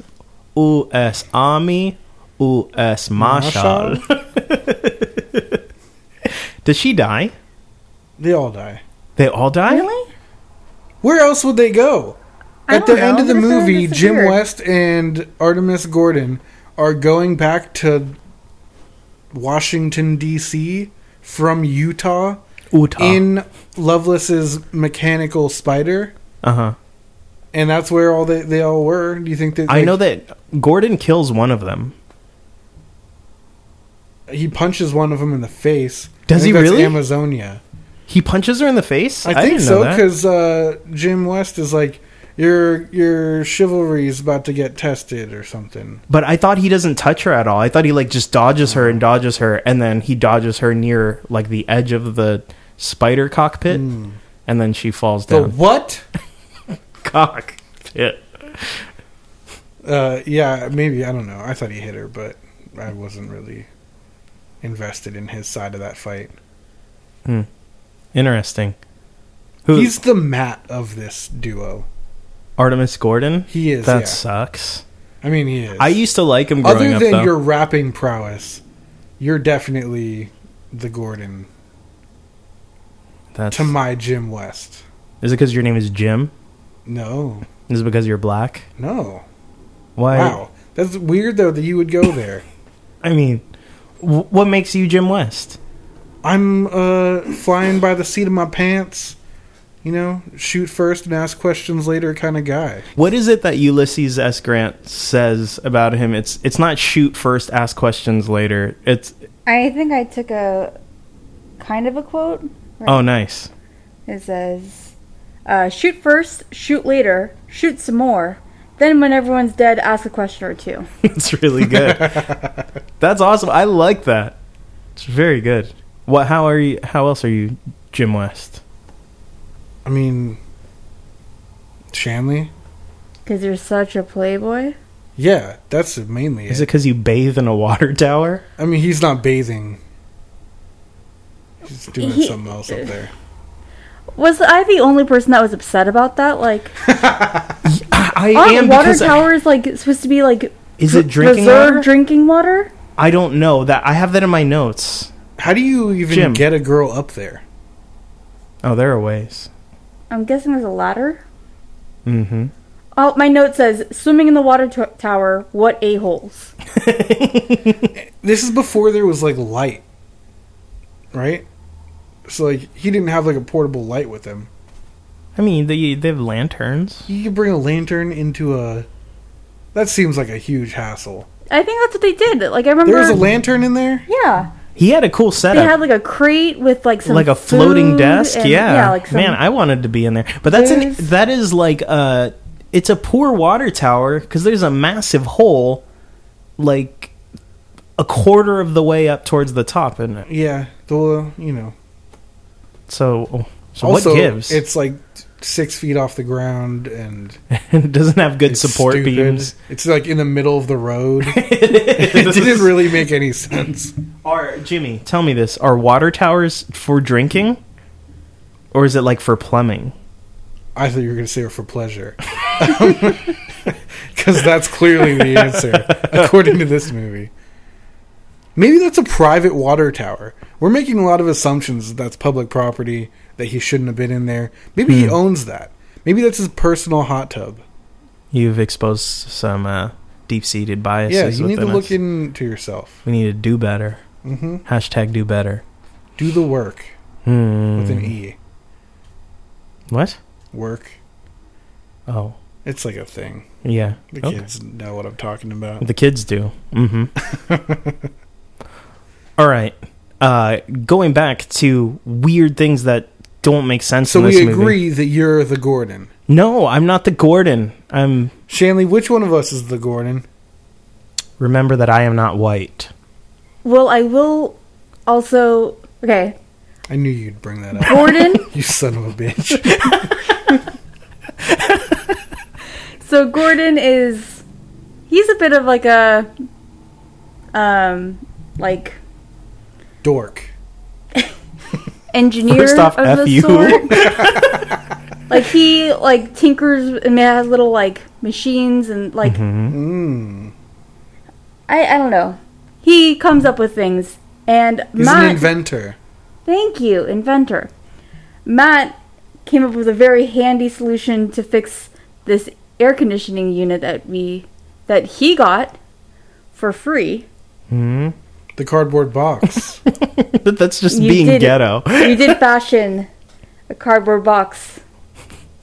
Speaker 4: U.S. Army, U.S. Marshal. <laughs> does she die?
Speaker 3: they all die.
Speaker 4: They all die.
Speaker 2: Really?
Speaker 3: Where else would they go?
Speaker 2: I
Speaker 3: At the
Speaker 2: don't
Speaker 3: end
Speaker 2: know.
Speaker 3: of the
Speaker 2: They just kinda
Speaker 3: movie, Jim
Speaker 2: disappeared.
Speaker 3: West and Artemis Gordon are going back to Washington D.C. from Utah
Speaker 4: Utah.
Speaker 3: in Lovelace's mechanical spider,
Speaker 4: uh huh.
Speaker 3: and that's where all they they all were. Do you think that
Speaker 4: I
Speaker 3: like,
Speaker 4: know that Gordon kills one of them.
Speaker 3: he punches one of them in the face?
Speaker 4: Does
Speaker 3: I think
Speaker 4: he
Speaker 3: that's
Speaker 4: really?
Speaker 3: Amazonia.
Speaker 4: He punches her in the face.
Speaker 3: I think
Speaker 4: didn't
Speaker 3: so
Speaker 4: know that.
Speaker 3: because uh, Jim West is like your your chivalry is about to get tested or something.
Speaker 4: But I thought he doesn't touch her at all. I thought he like just dodges her and dodges her, and then he dodges her near like the edge of the spider cockpit,
Speaker 3: Hmm.
Speaker 4: and then she falls
Speaker 3: The
Speaker 4: down.
Speaker 3: what? <laughs>
Speaker 4: cockpit.
Speaker 3: Uh, yeah, maybe I don't know. I thought he hit her, but I wasn't really invested in his side of that fight.
Speaker 4: Interesting. Who's
Speaker 3: He's the Matt of this duo.
Speaker 4: Artemis Gordon?
Speaker 3: He is.
Speaker 4: that
Speaker 3: yeah.
Speaker 4: sucks.
Speaker 3: I mean, he is.
Speaker 4: I used to like him growing
Speaker 3: Other
Speaker 4: up.
Speaker 3: than
Speaker 4: though.
Speaker 3: your rapping prowess, you're definitely the Gordon
Speaker 4: That's,
Speaker 3: to my Jim West.
Speaker 4: is it because your name is Jim?
Speaker 3: No,
Speaker 4: Is it because you're black?
Speaker 3: no.
Speaker 4: Why?
Speaker 3: Wow, that's weird though that you would go there.
Speaker 4: I mean, wh- what makes you Jim West?
Speaker 3: I'm uh, flying by the seat of my pants. You know, shoot first and ask questions later kind of guy. <laughs>
Speaker 4: What is it that Ulysses S. Grant says about him? It's it's not shoot first, ask questions later. It's
Speaker 2: I think I took a kind of a quote.
Speaker 4: oh nice.
Speaker 2: It says, uh, "Shoot first, shoot later, shoot some more. Then, when everyone's dead, ask a question or two.
Speaker 4: <laughs> It's really good. <laughs> That's awesome. I like that. It's very good. What? How are you? How else are you Jim West?
Speaker 3: I mean, Shanley?
Speaker 2: Because you're such a playboy."
Speaker 3: Yeah, that's mainly
Speaker 4: Is
Speaker 3: it.
Speaker 4: it because you bathe in a water <laughs> tower?
Speaker 3: I mean, he's not bathing. He's doing
Speaker 2: He-
Speaker 3: something else up there.
Speaker 2: Was I the only person that was upset about that? Like,
Speaker 4: I
Speaker 2: aren't oh, water
Speaker 4: because I-
Speaker 2: towers like supposed to be like
Speaker 4: Is
Speaker 2: dr-
Speaker 4: it drinking
Speaker 2: reserved
Speaker 4: water?
Speaker 2: drinking water?
Speaker 4: I don't know that. I have that in my notes.
Speaker 3: How do you even
Speaker 4: Jim.
Speaker 3: get a girl up there?
Speaker 4: Oh, there are ways.
Speaker 2: I'm guessing there's a ladder.
Speaker 4: Mm-hmm.
Speaker 2: Oh, my note says swimming in the water to tower. What a holes!
Speaker 3: This is before there was like light, right? So like he didn't have like a portable light with him.
Speaker 4: <laughs> I mean, they they have lanterns.
Speaker 3: You could bring a lantern into a. That seems like a huge hassle.
Speaker 2: I think that's what they did. Like I remember.
Speaker 3: There was a lantern in there.
Speaker 2: yeah,
Speaker 4: He had a cool
Speaker 2: they
Speaker 4: setup.
Speaker 2: had like a crate with like some
Speaker 4: like a floating
Speaker 2: food
Speaker 4: desk.
Speaker 2: and-
Speaker 4: yeah,
Speaker 2: yeah, like some,
Speaker 4: man, I wanted to be in there. But that's an,
Speaker 2: There's-
Speaker 4: that is like uh it's a poor water tower because there's a massive hole, like a quarter of the way up towards the top, isn't it?
Speaker 3: Yeah, the well, you know.
Speaker 4: So, so
Speaker 3: also,
Speaker 4: what gives? <laughs> It
Speaker 3: it's like six feet off the ground and
Speaker 4: doesn't have good
Speaker 3: it's
Speaker 4: support
Speaker 3: stupid.
Speaker 4: beams.
Speaker 3: <laughs> It's like in the middle of the road.
Speaker 4: <laughs>
Speaker 3: it didn't really make any sense.
Speaker 4: Are Jimmy, tell me this: Are water towers for drinking, or is it like for plumbing?
Speaker 3: I thought you were going to say it for pleasure. <laughs> Because that's clearly the answer, according to this movie. Maybe that's a private water tower. We're making a lot of assumptions that that's public property, that he shouldn't have been in there. Maybe he
Speaker 4: Hmm.
Speaker 3: owns that. Maybe that's his personal hot tub.
Speaker 4: You've exposed some uh, deep-seated biases.
Speaker 3: Yeah, you need to
Speaker 4: within
Speaker 3: look
Speaker 4: us.
Speaker 3: into yourself.
Speaker 4: We need to do better.
Speaker 3: hmm
Speaker 4: Hashtag do better.
Speaker 3: Do the work
Speaker 4: Hmm.
Speaker 3: with an E.
Speaker 4: What?
Speaker 3: Work.
Speaker 4: Oh,
Speaker 3: It's like a thing.
Speaker 4: yeah.
Speaker 3: The
Speaker 4: Okay.
Speaker 3: kids know what I'm talking about.
Speaker 4: The kids do. Mm-hmm.
Speaker 3: <laughs>
Speaker 4: All right. Uh, going back to weird things that don't make sense.
Speaker 3: So
Speaker 4: in this
Speaker 3: we
Speaker 4: movie.
Speaker 3: agree that you're the Gordon.
Speaker 4: No, I'm not the Gordon. I'm.
Speaker 3: Shanley, which one of us is the Gordon?
Speaker 4: Remember that I am not white.
Speaker 2: Well, I will also okay,
Speaker 3: I knew you'd bring that up.
Speaker 4: <laughs>
Speaker 2: Gordon.
Speaker 3: you <laughs> son of a bitch.
Speaker 2: So Gordon is he's a bit of like a um like
Speaker 3: Dork.
Speaker 2: engineer
Speaker 4: First off,
Speaker 2: of
Speaker 4: F
Speaker 2: the
Speaker 4: you.
Speaker 2: sort.
Speaker 4: <laughs>
Speaker 2: like he like tinkers and has little like machines and like
Speaker 4: Hmm.
Speaker 3: Mm.
Speaker 2: I I don't know. He comes up with things and
Speaker 3: He's
Speaker 2: Matt
Speaker 3: an inventor.
Speaker 2: Thank you, inventor. Matt came up with a very handy solution to fix this air conditioning unit that we that he got for free.
Speaker 4: Hmm.
Speaker 3: the cardboard box.
Speaker 4: That- <laughs> That's just
Speaker 2: You
Speaker 4: being
Speaker 2: did-
Speaker 4: ghetto. <laughs>
Speaker 2: you did fashion a cardboard box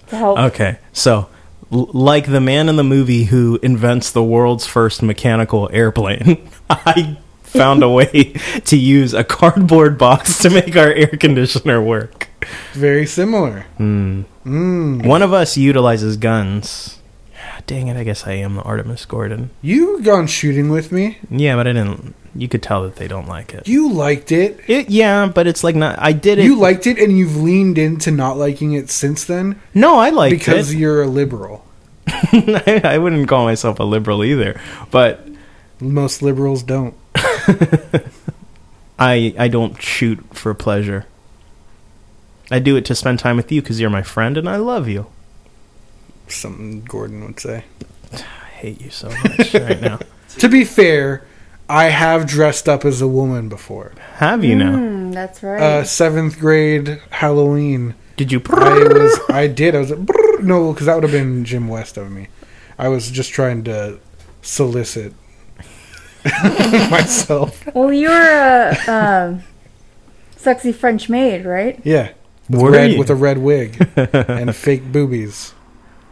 Speaker 2: to help.
Speaker 4: Okay, so l- like the man in the movie who invents the world's first mechanical airplane, <laughs> I found a way to use a cardboard box to make our air conditioner work.
Speaker 3: Very similar.
Speaker 4: Hmm.
Speaker 3: Hmm.
Speaker 4: One of us utilizes guns. Ah, Dang it, I guess I am the Artemis Gordon.
Speaker 3: You gone shooting with me?
Speaker 4: Yeah, but I didn't. You could tell that they don't like it.
Speaker 3: You liked it.
Speaker 4: It- yeah, but it's like not. I did it.
Speaker 3: You liked it, and you've leaned into not liking it since then
Speaker 4: no, I liked it.
Speaker 3: because you're a liberal.
Speaker 4: <laughs> I, I wouldn't call myself a liberal either, but
Speaker 3: Most liberals don't.
Speaker 4: I I don't shoot for pleasure. I do it to spend time with you because you're my friend and I love you.
Speaker 3: Something Gordon would say.
Speaker 4: I hate you so much right
Speaker 3: <laughs>
Speaker 4: now.
Speaker 3: To be fair, I have dressed up as a woman before.
Speaker 4: Have you now?
Speaker 2: Mm, that's right.
Speaker 3: Uh, seventh grade Halloween.
Speaker 4: Did you?
Speaker 3: I was. I did. I was. Like, "Brrr." no, because that would have been Jim West of me. I was just trying to solicit
Speaker 4: <laughs>
Speaker 3: myself.
Speaker 2: well, you were a um, sexy French maid, right?
Speaker 3: Yeah,
Speaker 4: Were
Speaker 3: red
Speaker 4: you?
Speaker 3: with a
Speaker 4: <laughs>
Speaker 3: red wig and fake boobies.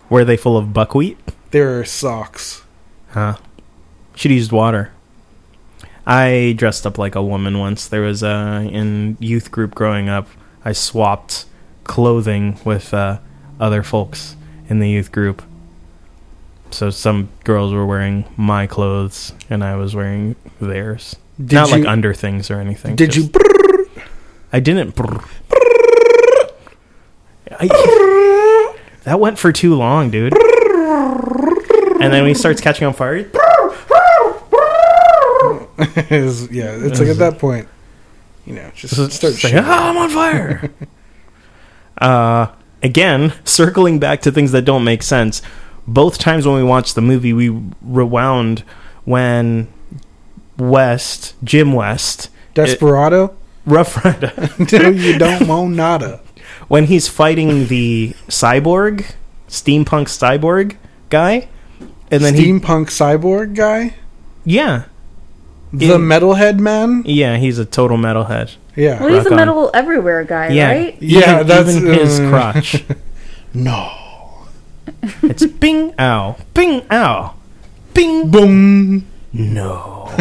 Speaker 4: Were they full of buckwheat?
Speaker 3: There are socks.
Speaker 4: Huh. Should have used water. I dressed up like a woman once. There was uh, in youth group growing up. I swapped clothing with uh, other folks in the youth group. So some girls were wearing my clothes and I was wearing theirs.
Speaker 3: Did
Speaker 4: Not like
Speaker 3: you-
Speaker 4: under things or anything.
Speaker 3: Did
Speaker 4: just-
Speaker 3: you? brrr?
Speaker 4: I didn't. brr. I- that went for too long, dude. And then when he starts catching on fire,
Speaker 3: Is- yeah, <laughs> it's like at that point, you know, just start
Speaker 4: It's like,
Speaker 3: shooting.
Speaker 4: "Ah, I'm on
Speaker 3: <laughs>
Speaker 4: fire. uh, again, circling back to things that don't make sense. Both times when we watched the movie, we rewound when West, Jim West,
Speaker 3: Desperado. <laughs>
Speaker 4: Rough Rider, <laughs>
Speaker 3: no, you don't moan nada.
Speaker 4: when he's fighting the cyborg, steampunk cyborg guy, and then
Speaker 3: Steampunk cyborg guy,
Speaker 4: he, yeah,
Speaker 3: the
Speaker 4: In-
Speaker 3: metalhead man.
Speaker 4: yeah, he's a total metalhead.
Speaker 3: Yeah.
Speaker 2: Well, he's
Speaker 4: Rock
Speaker 2: a
Speaker 4: on.
Speaker 2: metal everywhere guy,
Speaker 4: Yeah,
Speaker 2: right?
Speaker 3: Yeah,
Speaker 4: even,
Speaker 3: that's-
Speaker 4: even his
Speaker 3: uh, <laughs>
Speaker 4: crotch.
Speaker 3: No.
Speaker 4: it's bing ow, bing ow, bing
Speaker 3: Boom.
Speaker 4: No.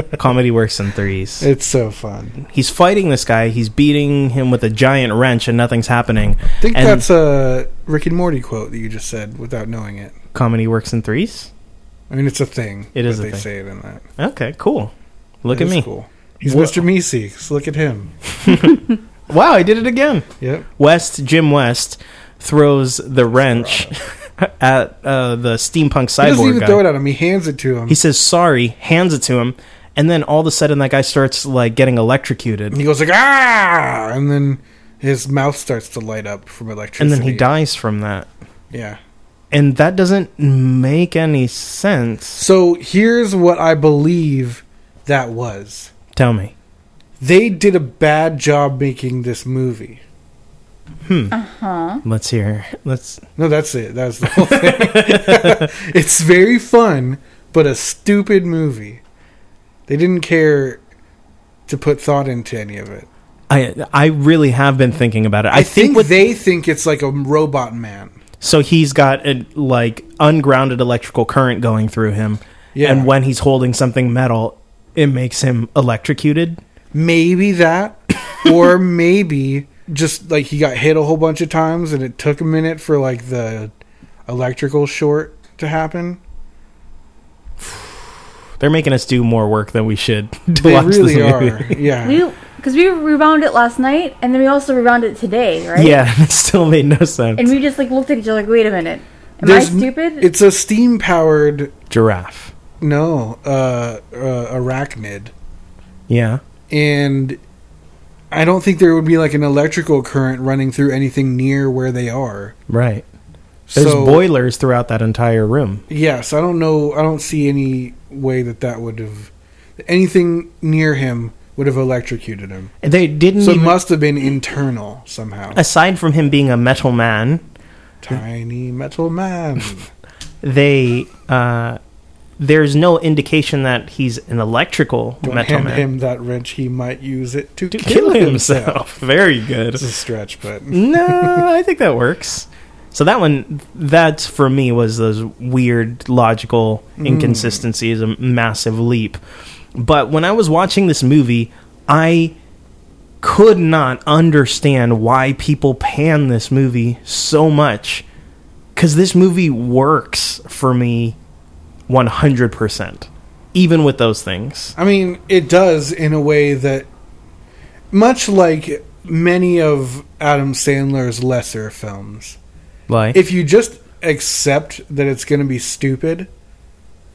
Speaker 4: <laughs> Comedy works in threes.
Speaker 3: It's so fun.
Speaker 4: He's fighting this guy. He's beating him with a giant wrench, and nothing's happening.
Speaker 3: I think
Speaker 4: and
Speaker 3: that's a Rick and Morty quote that you just said without knowing it.
Speaker 4: comedy works in threes.
Speaker 3: I mean, it's a thing.
Speaker 4: It
Speaker 3: but
Speaker 4: is a
Speaker 3: they
Speaker 4: thing.
Speaker 3: say it in that.
Speaker 4: Okay, cool. Look at
Speaker 3: It's
Speaker 4: me.
Speaker 3: Cool. He's
Speaker 4: Wha-
Speaker 3: Mr. Meeseeks. Look at him.
Speaker 4: Wow, I did it again.
Speaker 3: Yep.
Speaker 4: West Jim West throws the wrench <laughs> at uh, the steampunk
Speaker 3: He doesn't
Speaker 4: cyborg
Speaker 3: even
Speaker 4: guy.
Speaker 3: throw it at him. He hands it to him.
Speaker 4: He says sorry, hands it to him, and then all of a sudden that guy starts like getting electrocuted,
Speaker 3: and he goes like ah, and then his mouth starts to light up from
Speaker 4: and
Speaker 3: electricity.
Speaker 4: then he dies from that.
Speaker 3: Yeah.
Speaker 4: And that doesn't make any sense.
Speaker 3: So here's what I believe that was.
Speaker 4: Tell me.
Speaker 3: They did a bad job making this movie.
Speaker 4: Let's hear. Let's.
Speaker 3: No, that's it. That's the whole thing. <laughs> it's very fun, but a stupid movie. They didn't care to put thought into any of it.
Speaker 4: I I really have been thinking about it. I,
Speaker 3: I,
Speaker 4: think,
Speaker 3: think,
Speaker 4: with
Speaker 3: they think it's like a robot man.
Speaker 4: so he's got a, like ungrounded electrical current going through him,
Speaker 3: Yeah.
Speaker 4: and when he's holding something metal, it makes him electrocuted.
Speaker 3: Maybe that, <coughs> or maybe just like he got hit a whole bunch of times, and it took a minute for like the electrical short to happen.
Speaker 4: They're making us do more work than we should. <laughs> To
Speaker 3: They
Speaker 4: watch this
Speaker 3: really
Speaker 4: movie.
Speaker 3: are. Yeah.
Speaker 2: We because we rewound it last night, and then we also rewound it today,
Speaker 4: <laughs>
Speaker 2: right?
Speaker 4: Yeah, <laughs> it still made no sense.
Speaker 2: And we just like looked at each other like, wait a minute, am
Speaker 3: There's
Speaker 2: I
Speaker 3: n-
Speaker 2: stupid?
Speaker 3: It's a steam powered
Speaker 4: Giraffe.
Speaker 3: no uh, uh, arachnid.
Speaker 4: Yeah.
Speaker 3: and I don't think there would be like an electrical current running through anything near where they are.
Speaker 4: Right. There's
Speaker 3: so,
Speaker 4: boilers throughout that entire room.
Speaker 3: Yes, I don't know. I don't see any way that that would have anything near him would have electrocuted him.
Speaker 4: And They didn't.
Speaker 3: So it
Speaker 4: even-
Speaker 3: must have been internal somehow.
Speaker 4: aside from him being a metal man,
Speaker 3: Tiny metal man.
Speaker 4: they uh, there's no indication that he's an electrical
Speaker 3: Don't
Speaker 4: metal
Speaker 3: hand
Speaker 4: man.
Speaker 3: him that wrench. He might use it to,
Speaker 4: to kill himself. <laughs> Very good.
Speaker 3: It's a stretch, but
Speaker 4: no, I think that works. So that one, that for me was those weird logical inconsistencies, a massive leap. But when I was watching this movie, I could not understand why people pan this movie so much because this movie works for me 100%, even with those things.
Speaker 3: I mean, it does in a way that, much like many of Adam Sandler's lesser films,
Speaker 4: Like,
Speaker 3: if you just accept that it's going to be stupid,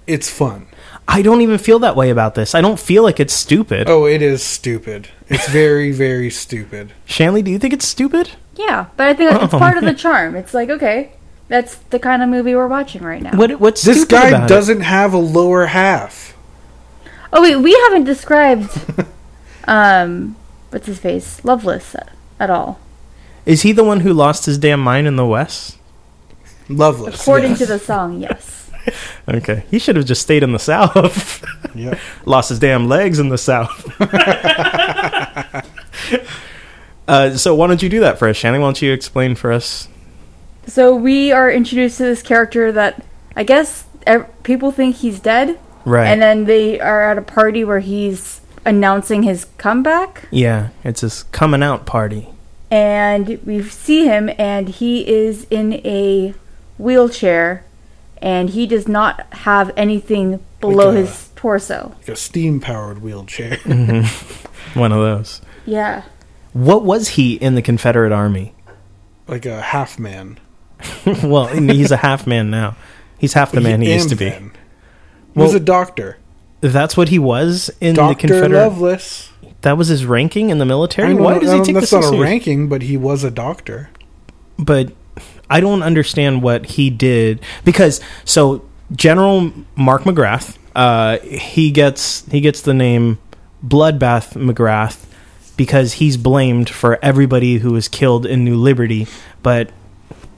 Speaker 3: it's fun.
Speaker 4: I don't even feel that way about this. I don't feel like it's stupid.
Speaker 3: Oh, it is stupid. It's very, <laughs> very stupid.
Speaker 4: Shanley, do you think it's stupid?
Speaker 2: Yeah, but I think it's part of the charm. It's like, okay, that's the kind of movie we're watching right now.
Speaker 4: What what's
Speaker 3: This
Speaker 4: stupid
Speaker 3: guy
Speaker 4: about it?
Speaker 3: doesn't have a lower half.
Speaker 2: Oh wait, we haven't described <laughs> um what's his face? Loveless at, at all.
Speaker 4: Is he the one who lost his damn mind in the West?
Speaker 3: Loveless.
Speaker 2: According
Speaker 3: yes.
Speaker 2: to the song, yes.
Speaker 4: Okay, he should have just stayed in the South. <laughs>
Speaker 3: Yep.
Speaker 4: lost his damn legs in the South. <laughs> uh, so why don't you do that for us, Shanley? Why don't you explain for us?
Speaker 2: So we are introduced to this character that I guess ev- people think he's dead,
Speaker 4: Right.
Speaker 2: and then they are at a party where he's announcing his comeback,
Speaker 4: yeah, it's his coming out party.
Speaker 2: and we see him, and he is in a wheelchair, and he does not have anything below
Speaker 3: Like a-
Speaker 2: his torso.
Speaker 3: Like a steam powered
Speaker 4: <laughs>
Speaker 3: wheelchair.
Speaker 4: Mm-hmm. One of those.
Speaker 2: Yeah.
Speaker 4: What was he in the Confederate Army?
Speaker 3: <laughs> like a half man.
Speaker 4: well, he's a half man now. He's half the man he used to
Speaker 3: And
Speaker 4: be.
Speaker 3: then He was
Speaker 4: Well-
Speaker 3: a doctor.
Speaker 4: That's what he was in the
Speaker 3: Doctor
Speaker 4: Confederate.
Speaker 3: Lovelace.
Speaker 4: That was his ranking in the military.
Speaker 3: I know-
Speaker 4: Why
Speaker 3: I
Speaker 4: does he
Speaker 3: don't-
Speaker 4: take this
Speaker 3: that's
Speaker 4: so
Speaker 3: not a
Speaker 4: serious?
Speaker 3: ranking, but he was a doctor.
Speaker 4: but I don't understand what he did because so General Mark McGrath, uh, he gets he gets the name Bloodbath McGrath because he's blamed for everybody who was killed in New Liberty, but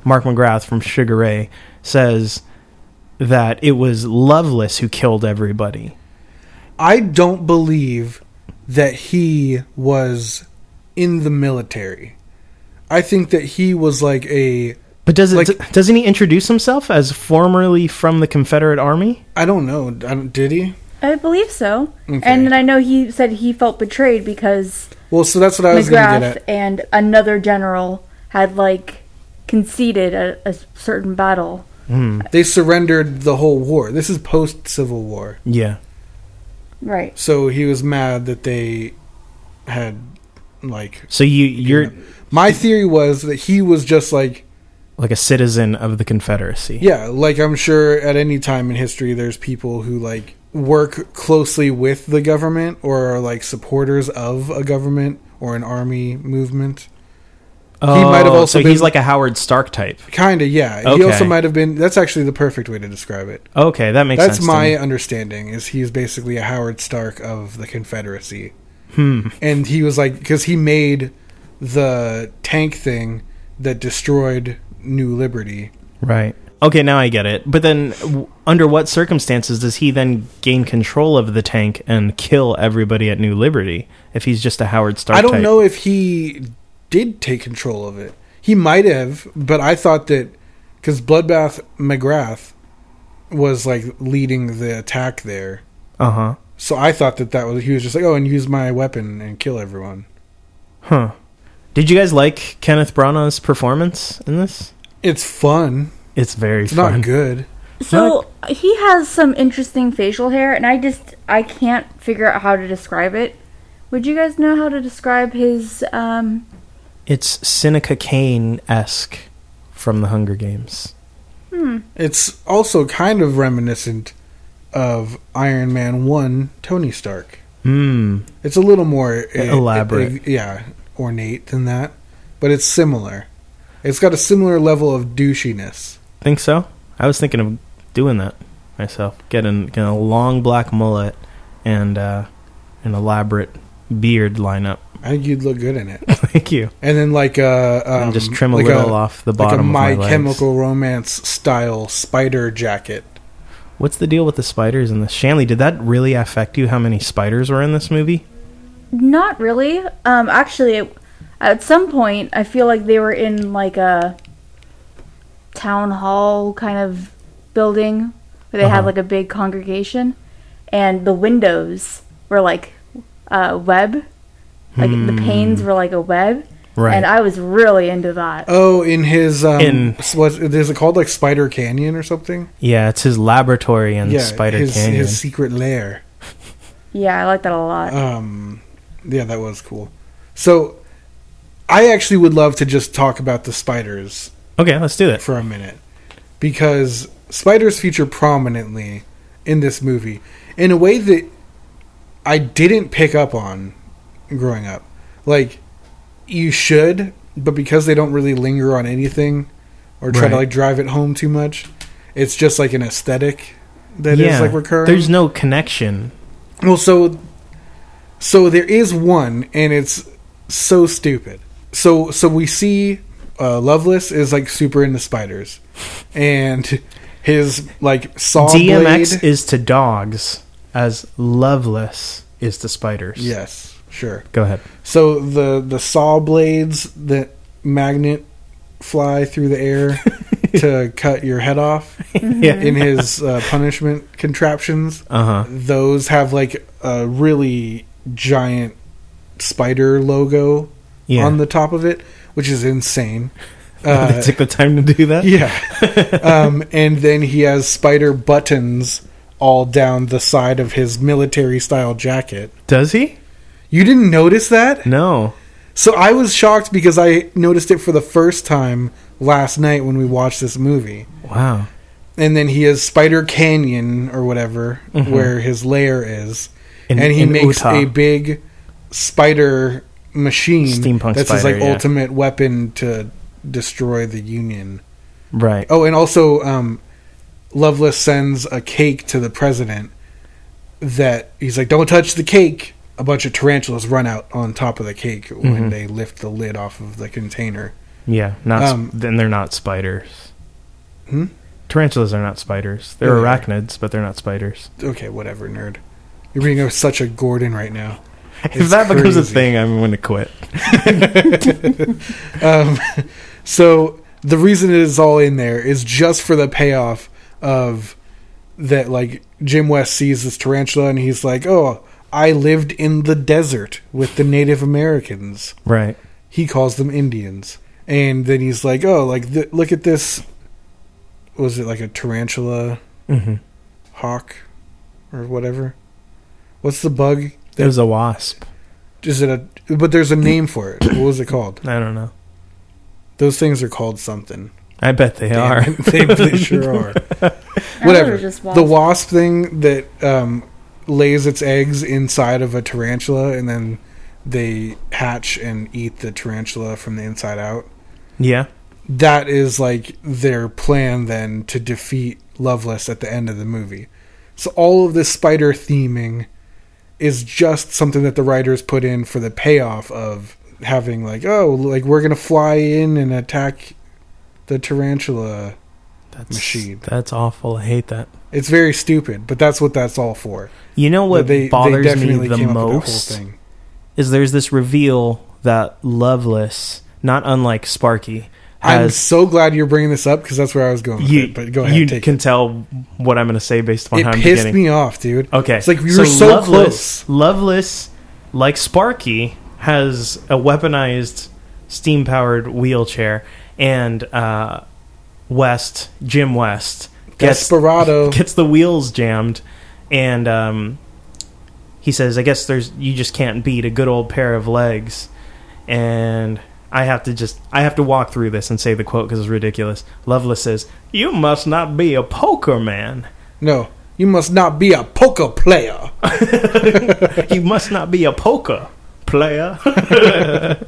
Speaker 4: Mark McGrath from Sugar Ray says that it was Lovelace who killed everybody.
Speaker 3: I don't believe that he was in the military. I think that he was like a
Speaker 4: But does it,
Speaker 3: Like-
Speaker 4: doesn't he introduce himself as formerly from the Confederate Army?
Speaker 3: I don't know. I don't, did he?
Speaker 2: I believe so.
Speaker 3: Okay.
Speaker 2: And then I know he said he felt betrayed because
Speaker 3: Well, so that's what I was going to get
Speaker 2: McGrath
Speaker 3: at.
Speaker 2: and another general had like conceded a, a certain battle.
Speaker 3: They surrendered the whole war. This is post Civil War,
Speaker 4: Yeah.
Speaker 2: Right.
Speaker 3: so he was mad that they had like.
Speaker 4: So you you're
Speaker 3: My theory was that he was just like
Speaker 4: like a citizen of the Confederacy.
Speaker 3: Yeah, like I'm sure at any time in history, there's people who like work closely with the government or are like supporters of a government or an army movement. He might have
Speaker 4: Oh,
Speaker 3: also
Speaker 4: so he's
Speaker 3: been-
Speaker 4: like a Howard Stark type.
Speaker 3: Kinda, yeah.
Speaker 4: Okay.
Speaker 3: He also might have been. That's actually the perfect way to describe it.
Speaker 4: Okay, that makes
Speaker 3: That's
Speaker 4: sense. to
Speaker 3: my
Speaker 4: me.
Speaker 3: understanding. Is he's basically a Howard Stark of the Confederacy, hmm. and he was like because he made the tank thing that destroyed New Liberty.
Speaker 4: right. Okay, now I get it. But then, w- under what circumstances does he then gain control of the tank and kill everybody at New Liberty if he's just a Howard Stark?
Speaker 3: I don't
Speaker 4: type?
Speaker 3: know if he did take control of it. He might have, but I thought that because Bloodbath McGrath was like leading the attack there,
Speaker 4: Uh huh.
Speaker 3: so I thought that that was he was just like, oh, and use my weapon and kill everyone.
Speaker 4: Huh. Did you guys like Kenneth Branagh's performance in this?
Speaker 3: It's fun.
Speaker 4: It's very
Speaker 3: It's
Speaker 4: fun.
Speaker 3: not good.
Speaker 2: So he has some interesting facial hair, and I just I can't figure out how to describe it. Would you guys know how to describe his? um
Speaker 4: It's Seneca Kane esque from the Hunger Games.
Speaker 3: It's also kind of reminiscent of Iron Man One, Tony Stark.
Speaker 4: Hmm.
Speaker 3: It's a little more eh,
Speaker 4: Elaborate.
Speaker 3: eh, yeah, ornate than that, but it's similar. It's got a similar level of douchiness.
Speaker 4: Think so? I was thinking of doing that myself. Getting, getting a long black mullet and uh, an elaborate beard lineup. <laughs>
Speaker 3: I think you'd look good in it.
Speaker 4: Thank you.
Speaker 3: And then like a um,
Speaker 4: and just trim a
Speaker 3: like
Speaker 4: little off the
Speaker 3: like a
Speaker 4: bottom
Speaker 3: My,
Speaker 4: of my legs.
Speaker 3: Chemical Romance style spider jacket.
Speaker 4: What's the deal with the spiders in this? Shanley, did that really affect you how many spiders were in this movie?
Speaker 2: Not really. Um, actually, it, at some point, I feel like they were in like a town hall kind of building where they had
Speaker 4: Uh-huh.
Speaker 2: like a big congregation, and the windows were like uh, web, like the panes were like a web,
Speaker 4: Right.
Speaker 2: and uh, I was really into that.
Speaker 3: Oh, in his um,
Speaker 4: In-
Speaker 3: s- what is it called like Spider Canyon or something?
Speaker 4: yeah, it's his laboratory in Spider
Speaker 3: his,
Speaker 4: Canyon.
Speaker 3: his secret lair.
Speaker 2: Yeah, I like that a lot.
Speaker 3: Um, yeah, that was cool. So, I actually would love to just talk about the spiders
Speaker 4: okay, let's do it.
Speaker 3: for a minute because spiders feature prominently in this movie in a way that I didn't pick up on growing up. Like you should, but because they don't really linger on anything or try to
Speaker 4: Right.
Speaker 3: like drive it home too much, it's just like an aesthetic that is like recurring.
Speaker 4: There's no connection.
Speaker 3: Well, so so there is one, and it's so stupid. So so we see uh, Loveless is like super into spiders, and his like saw
Speaker 4: DMX
Speaker 3: blade.
Speaker 4: is to dogs as Loveless is to spiders.
Speaker 3: yes, sure.
Speaker 4: Go ahead.
Speaker 3: So the the saw blades that magnet fly through the air to cut your head off
Speaker 4: Yeah.
Speaker 3: in his uh, punishment contraptions.
Speaker 4: Uh huh.
Speaker 3: Those have like a really giant spider logo
Speaker 4: Yeah.
Speaker 3: on the top of it, which is insane.
Speaker 4: <laughs>
Speaker 3: Uh,
Speaker 4: they took the time to do that.
Speaker 3: <laughs> yeah. um, and then he has spider buttons all down the side of his military style jacket.
Speaker 4: Does he?
Speaker 3: You didn't notice that?
Speaker 4: No.
Speaker 3: So I was shocked because I noticed it for the first time last night when we watched this movie.
Speaker 4: Wow.
Speaker 3: And then he has Spider Canyon or whatever, where his lair is.
Speaker 4: Mm-hmm. In-
Speaker 3: and he
Speaker 4: in
Speaker 3: makes
Speaker 4: Utah.
Speaker 3: a big spider machine
Speaker 4: Steampunk
Speaker 3: that's his
Speaker 4: spider,
Speaker 3: like
Speaker 4: yeah.
Speaker 3: ultimate weapon to destroy the Union.
Speaker 4: Right.
Speaker 3: Oh, and also, um, Loveless sends a cake to the president that he's like, don't touch the cake. A bunch of tarantulas run out on top of the cake when they lift the lid off of the container.
Speaker 4: Yeah. Not. sp-
Speaker 3: Um,
Speaker 4: then they're not spiders.
Speaker 3: Hmm?
Speaker 4: Tarantulas are not spiders. They're
Speaker 3: Yeah, they are.
Speaker 4: arachnids, but they're not spiders.
Speaker 3: Okay, whatever, nerd. You're being such a Gordon right now.
Speaker 4: if
Speaker 3: It's
Speaker 4: that becomes a
Speaker 3: crazy.
Speaker 4: thing, I'm going to quit.
Speaker 3: So the reason it is all in there is just for the payoff of that. Like Jim West sees this tarantula and he's like, "Oh, I lived in the desert with the Native Americans."
Speaker 4: Right.
Speaker 3: he calls them Indians. And then he's like, "Oh, like th- look at this. Was it like a tarantula
Speaker 4: Mm-hmm.
Speaker 3: hawk or whatever? What's the bug?
Speaker 4: It was a wasp.
Speaker 3: Is it a? But there's a name for it. What was it called?
Speaker 4: I don't know.
Speaker 3: Those things are called something.
Speaker 4: I bet they
Speaker 3: Damn
Speaker 4: are.
Speaker 3: it, <laughs> they, they sure are.
Speaker 2: I thought it
Speaker 3: Whatever.
Speaker 2: was just
Speaker 3: The
Speaker 2: wasp.
Speaker 3: wasp thing that um, lays its eggs inside of a tarantula and then they hatch and eat the tarantula from the inside out.
Speaker 4: <laughs> yeah.
Speaker 3: that is like their plan then to defeat Loveless at the end of the movie. So all of this spider theming is just something that the writers put in for the payoff of having like oh like we're gonna fly in and attack the tarantula.
Speaker 4: That's,
Speaker 3: Machine.
Speaker 4: That's awful. I hate that.
Speaker 3: It's very stupid, but that's what that's all for.
Speaker 4: You know what bothers me the
Speaker 3: with
Speaker 4: most is there's this reveal that Loveless, not unlike Sparky,
Speaker 3: I'm
Speaker 4: has
Speaker 3: so glad you're bringing this up because that's where I was going. With
Speaker 4: you.
Speaker 3: it, but go ahead,
Speaker 4: you
Speaker 3: take
Speaker 4: can
Speaker 3: it.
Speaker 4: tell what I'm going to say based upon
Speaker 3: It
Speaker 4: how I'm Oh.
Speaker 3: pissed
Speaker 4: beginning.
Speaker 3: me off, dude.
Speaker 4: Okay,
Speaker 3: it's like we were so close.
Speaker 4: Loveless, like Sparky, has a weaponized steam-powered wheelchair, and uh, West Jim West gets <laughs>
Speaker 3: Desperado.
Speaker 4: gets the wheels jammed, and um, he says, "I guess there's you just can't beat a good old pair of legs." And I have to just I have to walk through this and say the quote because it's ridiculous. Loveless says, "You must not be a poker man.
Speaker 3: No, you must not be a poker player.
Speaker 4: You must not be a poker player <laughs>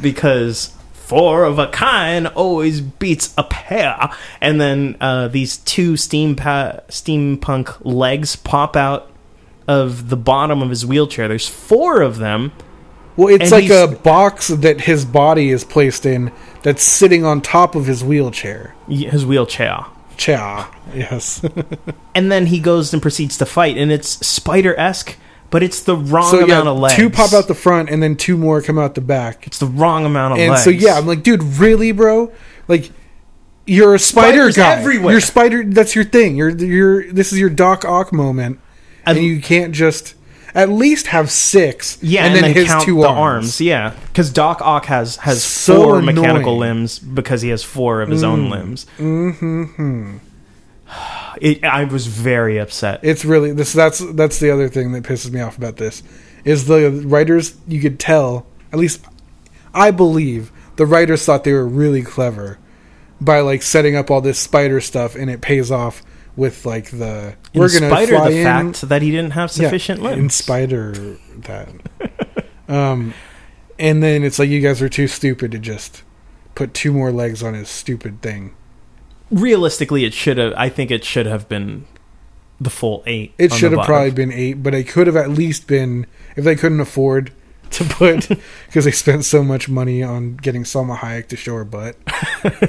Speaker 4: because." Four of a kind always beats a pair, and then uh, these two steam pa- steampunk legs pop out of the bottom of his wheelchair. There's four of them,
Speaker 3: Well,
Speaker 4: And
Speaker 3: it's like a
Speaker 4: he's-
Speaker 3: box that his body is placed in that's sitting on top of his wheelchair.
Speaker 4: his wheelchair.
Speaker 3: Cha. Yes. <laughs>
Speaker 4: and then he goes and proceeds to fight, and it's spider esque, but it's the wrong
Speaker 3: so
Speaker 4: amount
Speaker 3: yeah,
Speaker 4: of legs.
Speaker 3: two pop out the front, and then two more come out the back.
Speaker 4: It's the wrong amount of
Speaker 3: And
Speaker 4: legs.
Speaker 3: so yeah, I'm like, dude, really, bro? Like, you're a spider
Speaker 4: Spiders
Speaker 3: guy.
Speaker 4: everywhere.
Speaker 3: You're spider. That's your thing. You're you're. This is your Doc Ock moment,
Speaker 4: At-
Speaker 3: and you can't just at least have six.
Speaker 4: yeah, and, then, count the arms. Yeah, because Doc Ock has has
Speaker 3: So
Speaker 4: four
Speaker 3: annoying. Mm.
Speaker 4: mechanical limbs because he has four of his own limbs. Mm-hmm. It, I was very upset.
Speaker 3: It's really this. That's that's the other thing that pisses me off about this is the writers. You could tell at least I believe the writers thought they were really clever by like setting up all this spider stuff, and it pays off with like the
Speaker 4: in spite of
Speaker 3: fly
Speaker 4: the
Speaker 3: in-
Speaker 4: fact that he didn't have
Speaker 3: Yeah,
Speaker 4: sufficient limbs.
Speaker 3: in spite of
Speaker 4: <laughs>
Speaker 3: that. um, and then it's like you guys were too stupid to just put two more legs on his stupid thing.
Speaker 4: Realistically, it should have. I think it should have been the full eight.
Speaker 3: It
Speaker 4: on
Speaker 3: should
Speaker 4: the bottom.
Speaker 3: have probably been eight, but it could have at least been if they couldn't afford <laughs>
Speaker 4: <laughs>
Speaker 3: to put because they spent so much money on getting Salma Hayek to show
Speaker 4: <laughs>
Speaker 3: her butt.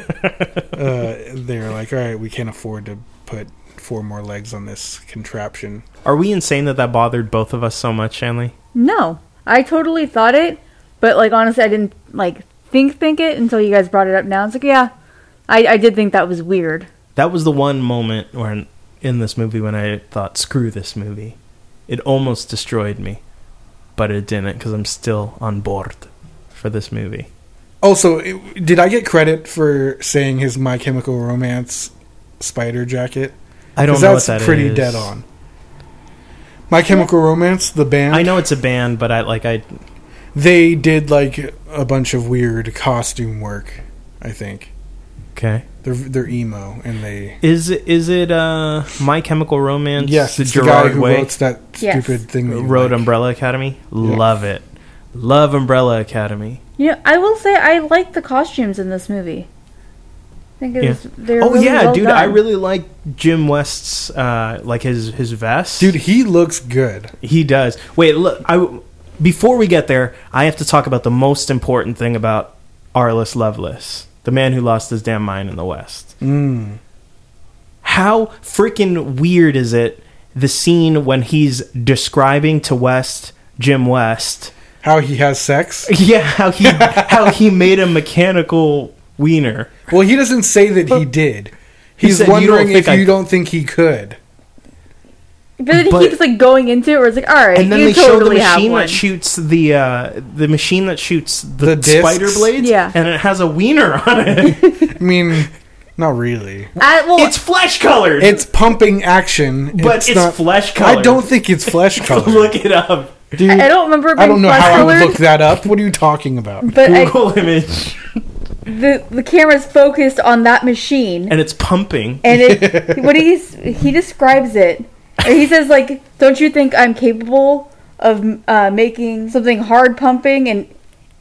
Speaker 3: uh, they were like, all right, we can't afford to put four more legs on this contraption.
Speaker 4: Are we insane that that bothered both of us so much, Shanley?
Speaker 2: No, I totally thought it, but like honestly, I didn't like think think it until you guys brought it up. Now it's like, yeah, I I did think that was weird.
Speaker 4: that was the one moment where in, in this movie when I thought, "Screw this movie," it almost destroyed me, but it didn't because I'm still on board for this movie.
Speaker 3: Also, it- did I get credit for saying his My Chemical Romance spider jacket?
Speaker 4: I don't
Speaker 3: 'Cause
Speaker 4: know what
Speaker 3: that's
Speaker 4: that
Speaker 3: pretty
Speaker 4: is.
Speaker 3: dead on. My Chemical Romance, the band,
Speaker 4: I know it's a band, but I like I
Speaker 3: they did like a bunch of weird costume work. I think
Speaker 4: okay.
Speaker 3: they're they're emo and they
Speaker 4: Is it- is it uh My Chemical Romance?
Speaker 3: yes,
Speaker 4: the
Speaker 3: it's the guy
Speaker 4: Gerard
Speaker 3: who
Speaker 4: Way
Speaker 3: wrote that
Speaker 2: Yes.
Speaker 3: stupid thing. That you
Speaker 4: wrote
Speaker 3: like.
Speaker 4: Umbrella Academy. Love it, love Umbrella Academy.
Speaker 2: You know, I will say I like the costumes in this movie. I think it
Speaker 4: Yeah.
Speaker 2: was, they're
Speaker 4: oh
Speaker 2: really
Speaker 4: yeah,
Speaker 2: well
Speaker 4: dude,
Speaker 2: done.
Speaker 4: I really like Jim West's uh like his his vest,
Speaker 3: Dude, he looks good.
Speaker 4: He does. Wait, look. I w- before we get there, I have to talk about the most important thing about Arliss Loveless, the man who lost his damn mind in the West.
Speaker 2: Mm.
Speaker 4: How freaking weird is it? The scene when he's describing to West Jim
Speaker 2: <laughs>
Speaker 4: West,
Speaker 3: How he
Speaker 4: <laughs>
Speaker 3: has sex?
Speaker 4: yeah, how he how he made a mechanical wiener.
Speaker 3: Well, he doesn't say that he did.
Speaker 4: He
Speaker 3: He's
Speaker 4: said, "You don't
Speaker 3: wondering
Speaker 4: think
Speaker 3: if
Speaker 4: I
Speaker 3: you
Speaker 4: could."
Speaker 3: don't think he could.
Speaker 2: but then he
Speaker 4: but-
Speaker 2: keeps like going into it, where it's like, all right,
Speaker 4: and then
Speaker 2: you
Speaker 4: they show the
Speaker 2: totally have
Speaker 4: machine
Speaker 2: one.
Speaker 4: that shoots the uh, the machine that shoots the,
Speaker 3: The discs?
Speaker 4: spider blades,
Speaker 2: Yeah.
Speaker 4: and it has a wiener on it.
Speaker 2: <laughs>
Speaker 3: I mean, not really.
Speaker 2: I, well,
Speaker 4: it's flesh colored.
Speaker 3: It's pumping action,
Speaker 4: But it's flesh-colored.
Speaker 3: I don't think it's flesh colored.
Speaker 4: <laughs> look it up.
Speaker 3: Dude,
Speaker 2: I don't remember. It being
Speaker 3: I don't know how I would
Speaker 2: flesh-colored,
Speaker 3: look that up. What are you talking about?
Speaker 2: But I,
Speaker 4: Google image,
Speaker 2: the the camera's focused on that machine,
Speaker 4: and it's pumping.
Speaker 2: and
Speaker 3: <laughs>
Speaker 2: it what he's he describes it or he says like don't you think i'm capable of uh, making something hard pumping and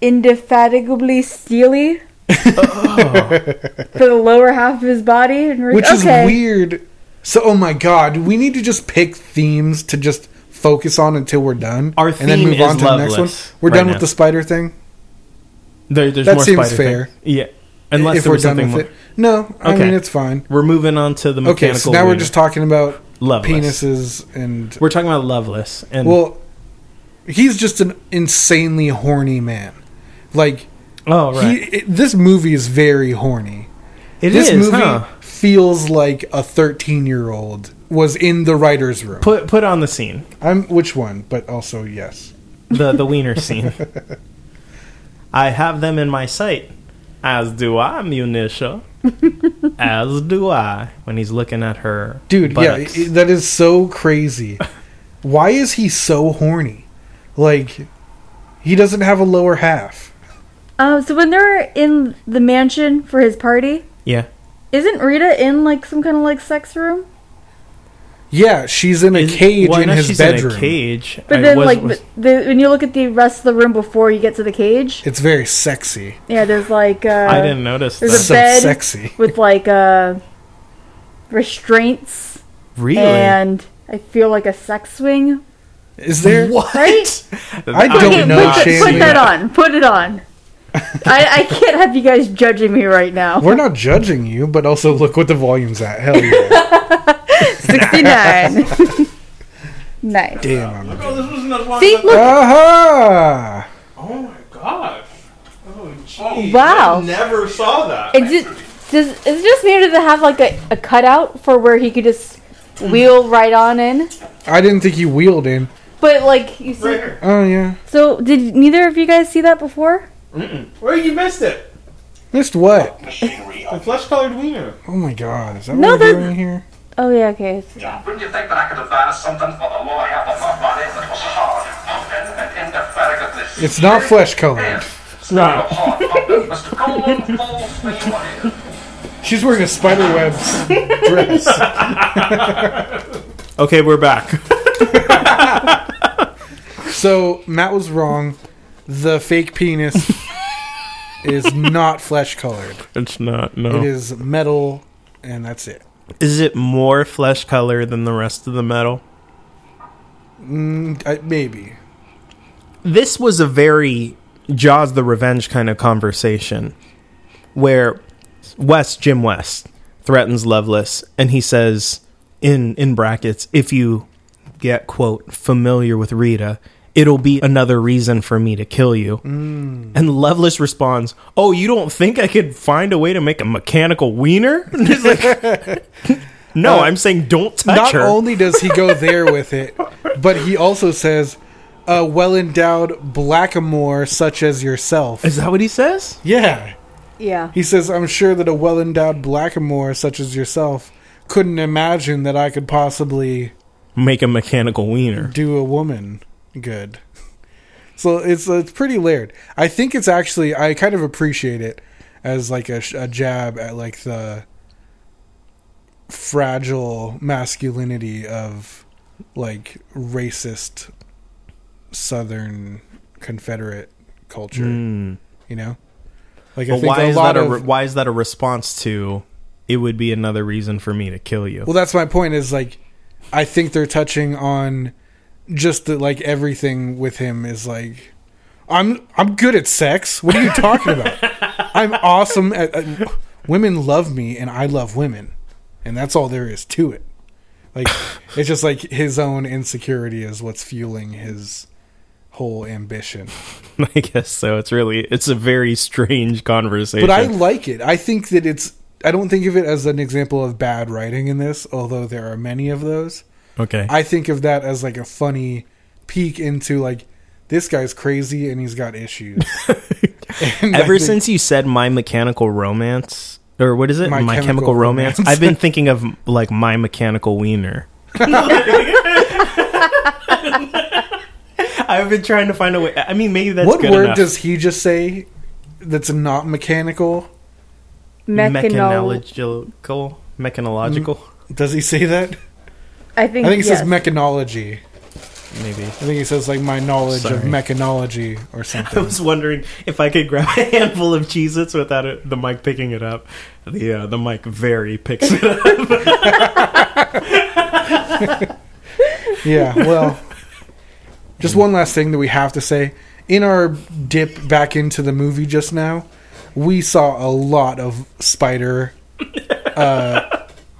Speaker 2: indefatigably
Speaker 3: <laughs>
Speaker 2: steely for the lower half of his body and we're,
Speaker 3: Which
Speaker 2: like, okay
Speaker 3: is weird. So, oh my god, we need to just pick themes to just focus on until we're done.
Speaker 4: Our theme is Loveless
Speaker 3: We're
Speaker 4: right
Speaker 3: done
Speaker 4: now.
Speaker 3: with the spider thing.
Speaker 4: There, there's
Speaker 3: That
Speaker 4: more
Speaker 3: seems
Speaker 4: spider
Speaker 3: fair.
Speaker 4: thing. Yeah, unless
Speaker 3: if
Speaker 4: there
Speaker 3: we're
Speaker 4: was
Speaker 3: done
Speaker 4: something
Speaker 3: with
Speaker 4: more.
Speaker 3: it, no. I
Speaker 4: Okay.
Speaker 3: mean, it's fine.
Speaker 4: We're moving on to the mechanical.
Speaker 3: Okay, so now we're
Speaker 4: wiener.
Speaker 3: just talking about
Speaker 4: Loveless.
Speaker 3: penises and
Speaker 4: We're talking about Loveless, and
Speaker 3: well, he's just an insanely horny man. Like
Speaker 4: oh right,
Speaker 3: he, it, this movie is very horny.
Speaker 4: it
Speaker 3: this
Speaker 4: is.
Speaker 3: movie
Speaker 4: huh?
Speaker 3: feels like a 13 year old was in the writer's room.
Speaker 4: Put put on the scene,
Speaker 3: I'm which one, but also yes.
Speaker 4: the the wiener
Speaker 3: <laughs>
Speaker 4: scene. I have them in my sight, as do I, Munisha. as do I. When he's looking at her,
Speaker 3: Dude,
Speaker 4: buttocks.
Speaker 3: yeah, i that is
Speaker 4: <laughs>
Speaker 3: so crazy. Why is he so horny? Like, he doesn't have a lower half.
Speaker 2: um, so when they're in the mansion for his party
Speaker 4: yeah.
Speaker 2: isn't rita in like some kind of like sex room
Speaker 3: Yeah, she's in a
Speaker 4: Is-
Speaker 3: cage
Speaker 4: well, I
Speaker 3: in
Speaker 4: know
Speaker 3: his
Speaker 4: she's
Speaker 3: bedroom.
Speaker 4: In a cage,
Speaker 2: but
Speaker 4: I
Speaker 2: then
Speaker 4: was-
Speaker 2: like
Speaker 4: was-
Speaker 2: the, when you look at the rest of the room before you get to the cage
Speaker 3: It's very sexy.
Speaker 2: yeah there's like uh,
Speaker 4: I didn't notice.
Speaker 2: there's
Speaker 4: That.
Speaker 2: a
Speaker 3: So
Speaker 2: bed
Speaker 3: sexy.
Speaker 2: with like uh restraints
Speaker 4: really?
Speaker 2: and I feel like a sex swing.
Speaker 3: Is there?
Speaker 4: <laughs> What?
Speaker 2: Right?
Speaker 3: I don't
Speaker 2: Okay,
Speaker 3: know,
Speaker 2: put, that, put
Speaker 3: Shanley.
Speaker 2: that on. Put it on. I, I can't have you guys judging me right <laughs> now.
Speaker 3: We're not judging you, but also look what the volume's at. Hell
Speaker 2: <laughs>
Speaker 3: yeah.
Speaker 2: 69. <laughs> nice.
Speaker 3: Damn. I'm-
Speaker 5: Oh, this was another one.
Speaker 2: See,
Speaker 5: that-
Speaker 2: look.
Speaker 3: Aha!
Speaker 5: oh my god. Oh, jeez.
Speaker 2: Wow.
Speaker 5: I never saw that.
Speaker 2: It ju- does, is it just me or does it have like a, a cutout for where he could just wheel right on in?
Speaker 3: I didn't think you wheeled in.
Speaker 2: But like, you see.
Speaker 5: right here.
Speaker 3: Oh, yeah.
Speaker 2: So, did neither of you guys see that before?
Speaker 5: Where you missed it?
Speaker 3: Missed what?
Speaker 5: The flesh colored wiener.
Speaker 3: Oh my god. Is that
Speaker 2: No,
Speaker 3: what we're
Speaker 2: that-
Speaker 3: doing here?
Speaker 2: Oh, yeah, okay. it's-
Speaker 6: Wouldn't you think that I could devise something for the lower half of my body that was hard, pumping, and indefatigably
Speaker 3: It's not flesh colored.
Speaker 6: It's not. Hard, pumping, must go on full steam ahead.
Speaker 3: She's wearing a spider
Speaker 2: <laughs>
Speaker 3: webs dress.
Speaker 4: Okay, we're back. <laughs>
Speaker 3: So Matt was wrong. The fake penis is not flesh colored.
Speaker 4: it's not. No.
Speaker 3: It is metal, and that's it.
Speaker 4: Is it more flesh color than the rest of the metal?
Speaker 3: Mm, I, maybe.
Speaker 4: This was a very Jaws the Revenge kind of conversation where West, Jim West, threatens Lovelace and he says, in, in brackets, if you get, quote, familiar with Rita, it'll be another reason for me to kill you.
Speaker 3: Mm.
Speaker 4: And Lovelace responds, Oh, you don't think I could find a way to make a mechanical wiener? <laughs> And it's like, <laughs> no, I'm saying don't touch
Speaker 3: Uh, Not
Speaker 4: her.
Speaker 3: only does he go there with it, but he also says, "A well-endowed blackamoor such as yourself."
Speaker 4: Is that what he says?
Speaker 3: Yeah,
Speaker 2: Yeah.
Speaker 3: he says, "I'm sure that a well-endowed blackamoor such as yourself couldn't imagine that I could possibly
Speaker 4: Make a mechanical wiener.
Speaker 3: do a woman good. So it's it's pretty layered. I think it's actually I kind of appreciate it as like a, sh- a jab at like the fragile masculinity of like racist Southern Confederate culture. You know, like I
Speaker 4: Hmm. But
Speaker 3: think
Speaker 4: why
Speaker 3: a
Speaker 4: is
Speaker 3: lot
Speaker 4: that a
Speaker 3: of
Speaker 4: re- why is that a response to? It would be another reason for me to kill you.
Speaker 3: Well, that's my point. Is like, I think they're touching on just that. Like everything with him is like, I'm I'm good at sex. What are you talking about? I'm awesome at. at- women love me, and I love women, and that's all there is to it. Like, it's just like his own insecurity is what's fueling his whole ambition.
Speaker 4: <laughs> I guess so. It's really it's a very strange <laughs> conversation.
Speaker 3: But I like it. I think that it's. I don't think of it as an example of bad writing in this, although there are many of those.
Speaker 4: okay.
Speaker 3: I think of that as like a funny peek into like this guy's crazy and he's
Speaker 4: <laughs>
Speaker 3: got issues. And I
Speaker 4: Ever
Speaker 3: think-
Speaker 4: since you said my mechanical romance or what is it?
Speaker 3: My
Speaker 4: My,
Speaker 3: Chemical
Speaker 4: chemical, romance.
Speaker 3: Romance.
Speaker 4: I've been thinking of like my mechanical wiener. <laughs> I've been trying to find a way. I mean, maybe that's
Speaker 3: what
Speaker 4: good
Speaker 3: word
Speaker 4: enough.
Speaker 3: does he just say that's not mechanical?
Speaker 2: Mechanol.
Speaker 4: mechanological mechanological
Speaker 3: Does he say that?
Speaker 2: I think,
Speaker 3: I think he
Speaker 2: yes.
Speaker 3: says mechanology.
Speaker 4: maybe.
Speaker 3: I think he says like my knowledge of
Speaker 4: Sorry.
Speaker 3: mechanology
Speaker 4: <laughs>
Speaker 3: or
Speaker 4: I
Speaker 3: something.
Speaker 4: was wondering if I could grab a handful of Cheez-Its without it, the mic picking it up. The uh, the mic very picks it up.
Speaker 3: yeah, well. Just one last thing that we have to say. In our dip back into the movie just now, we saw a lot of spider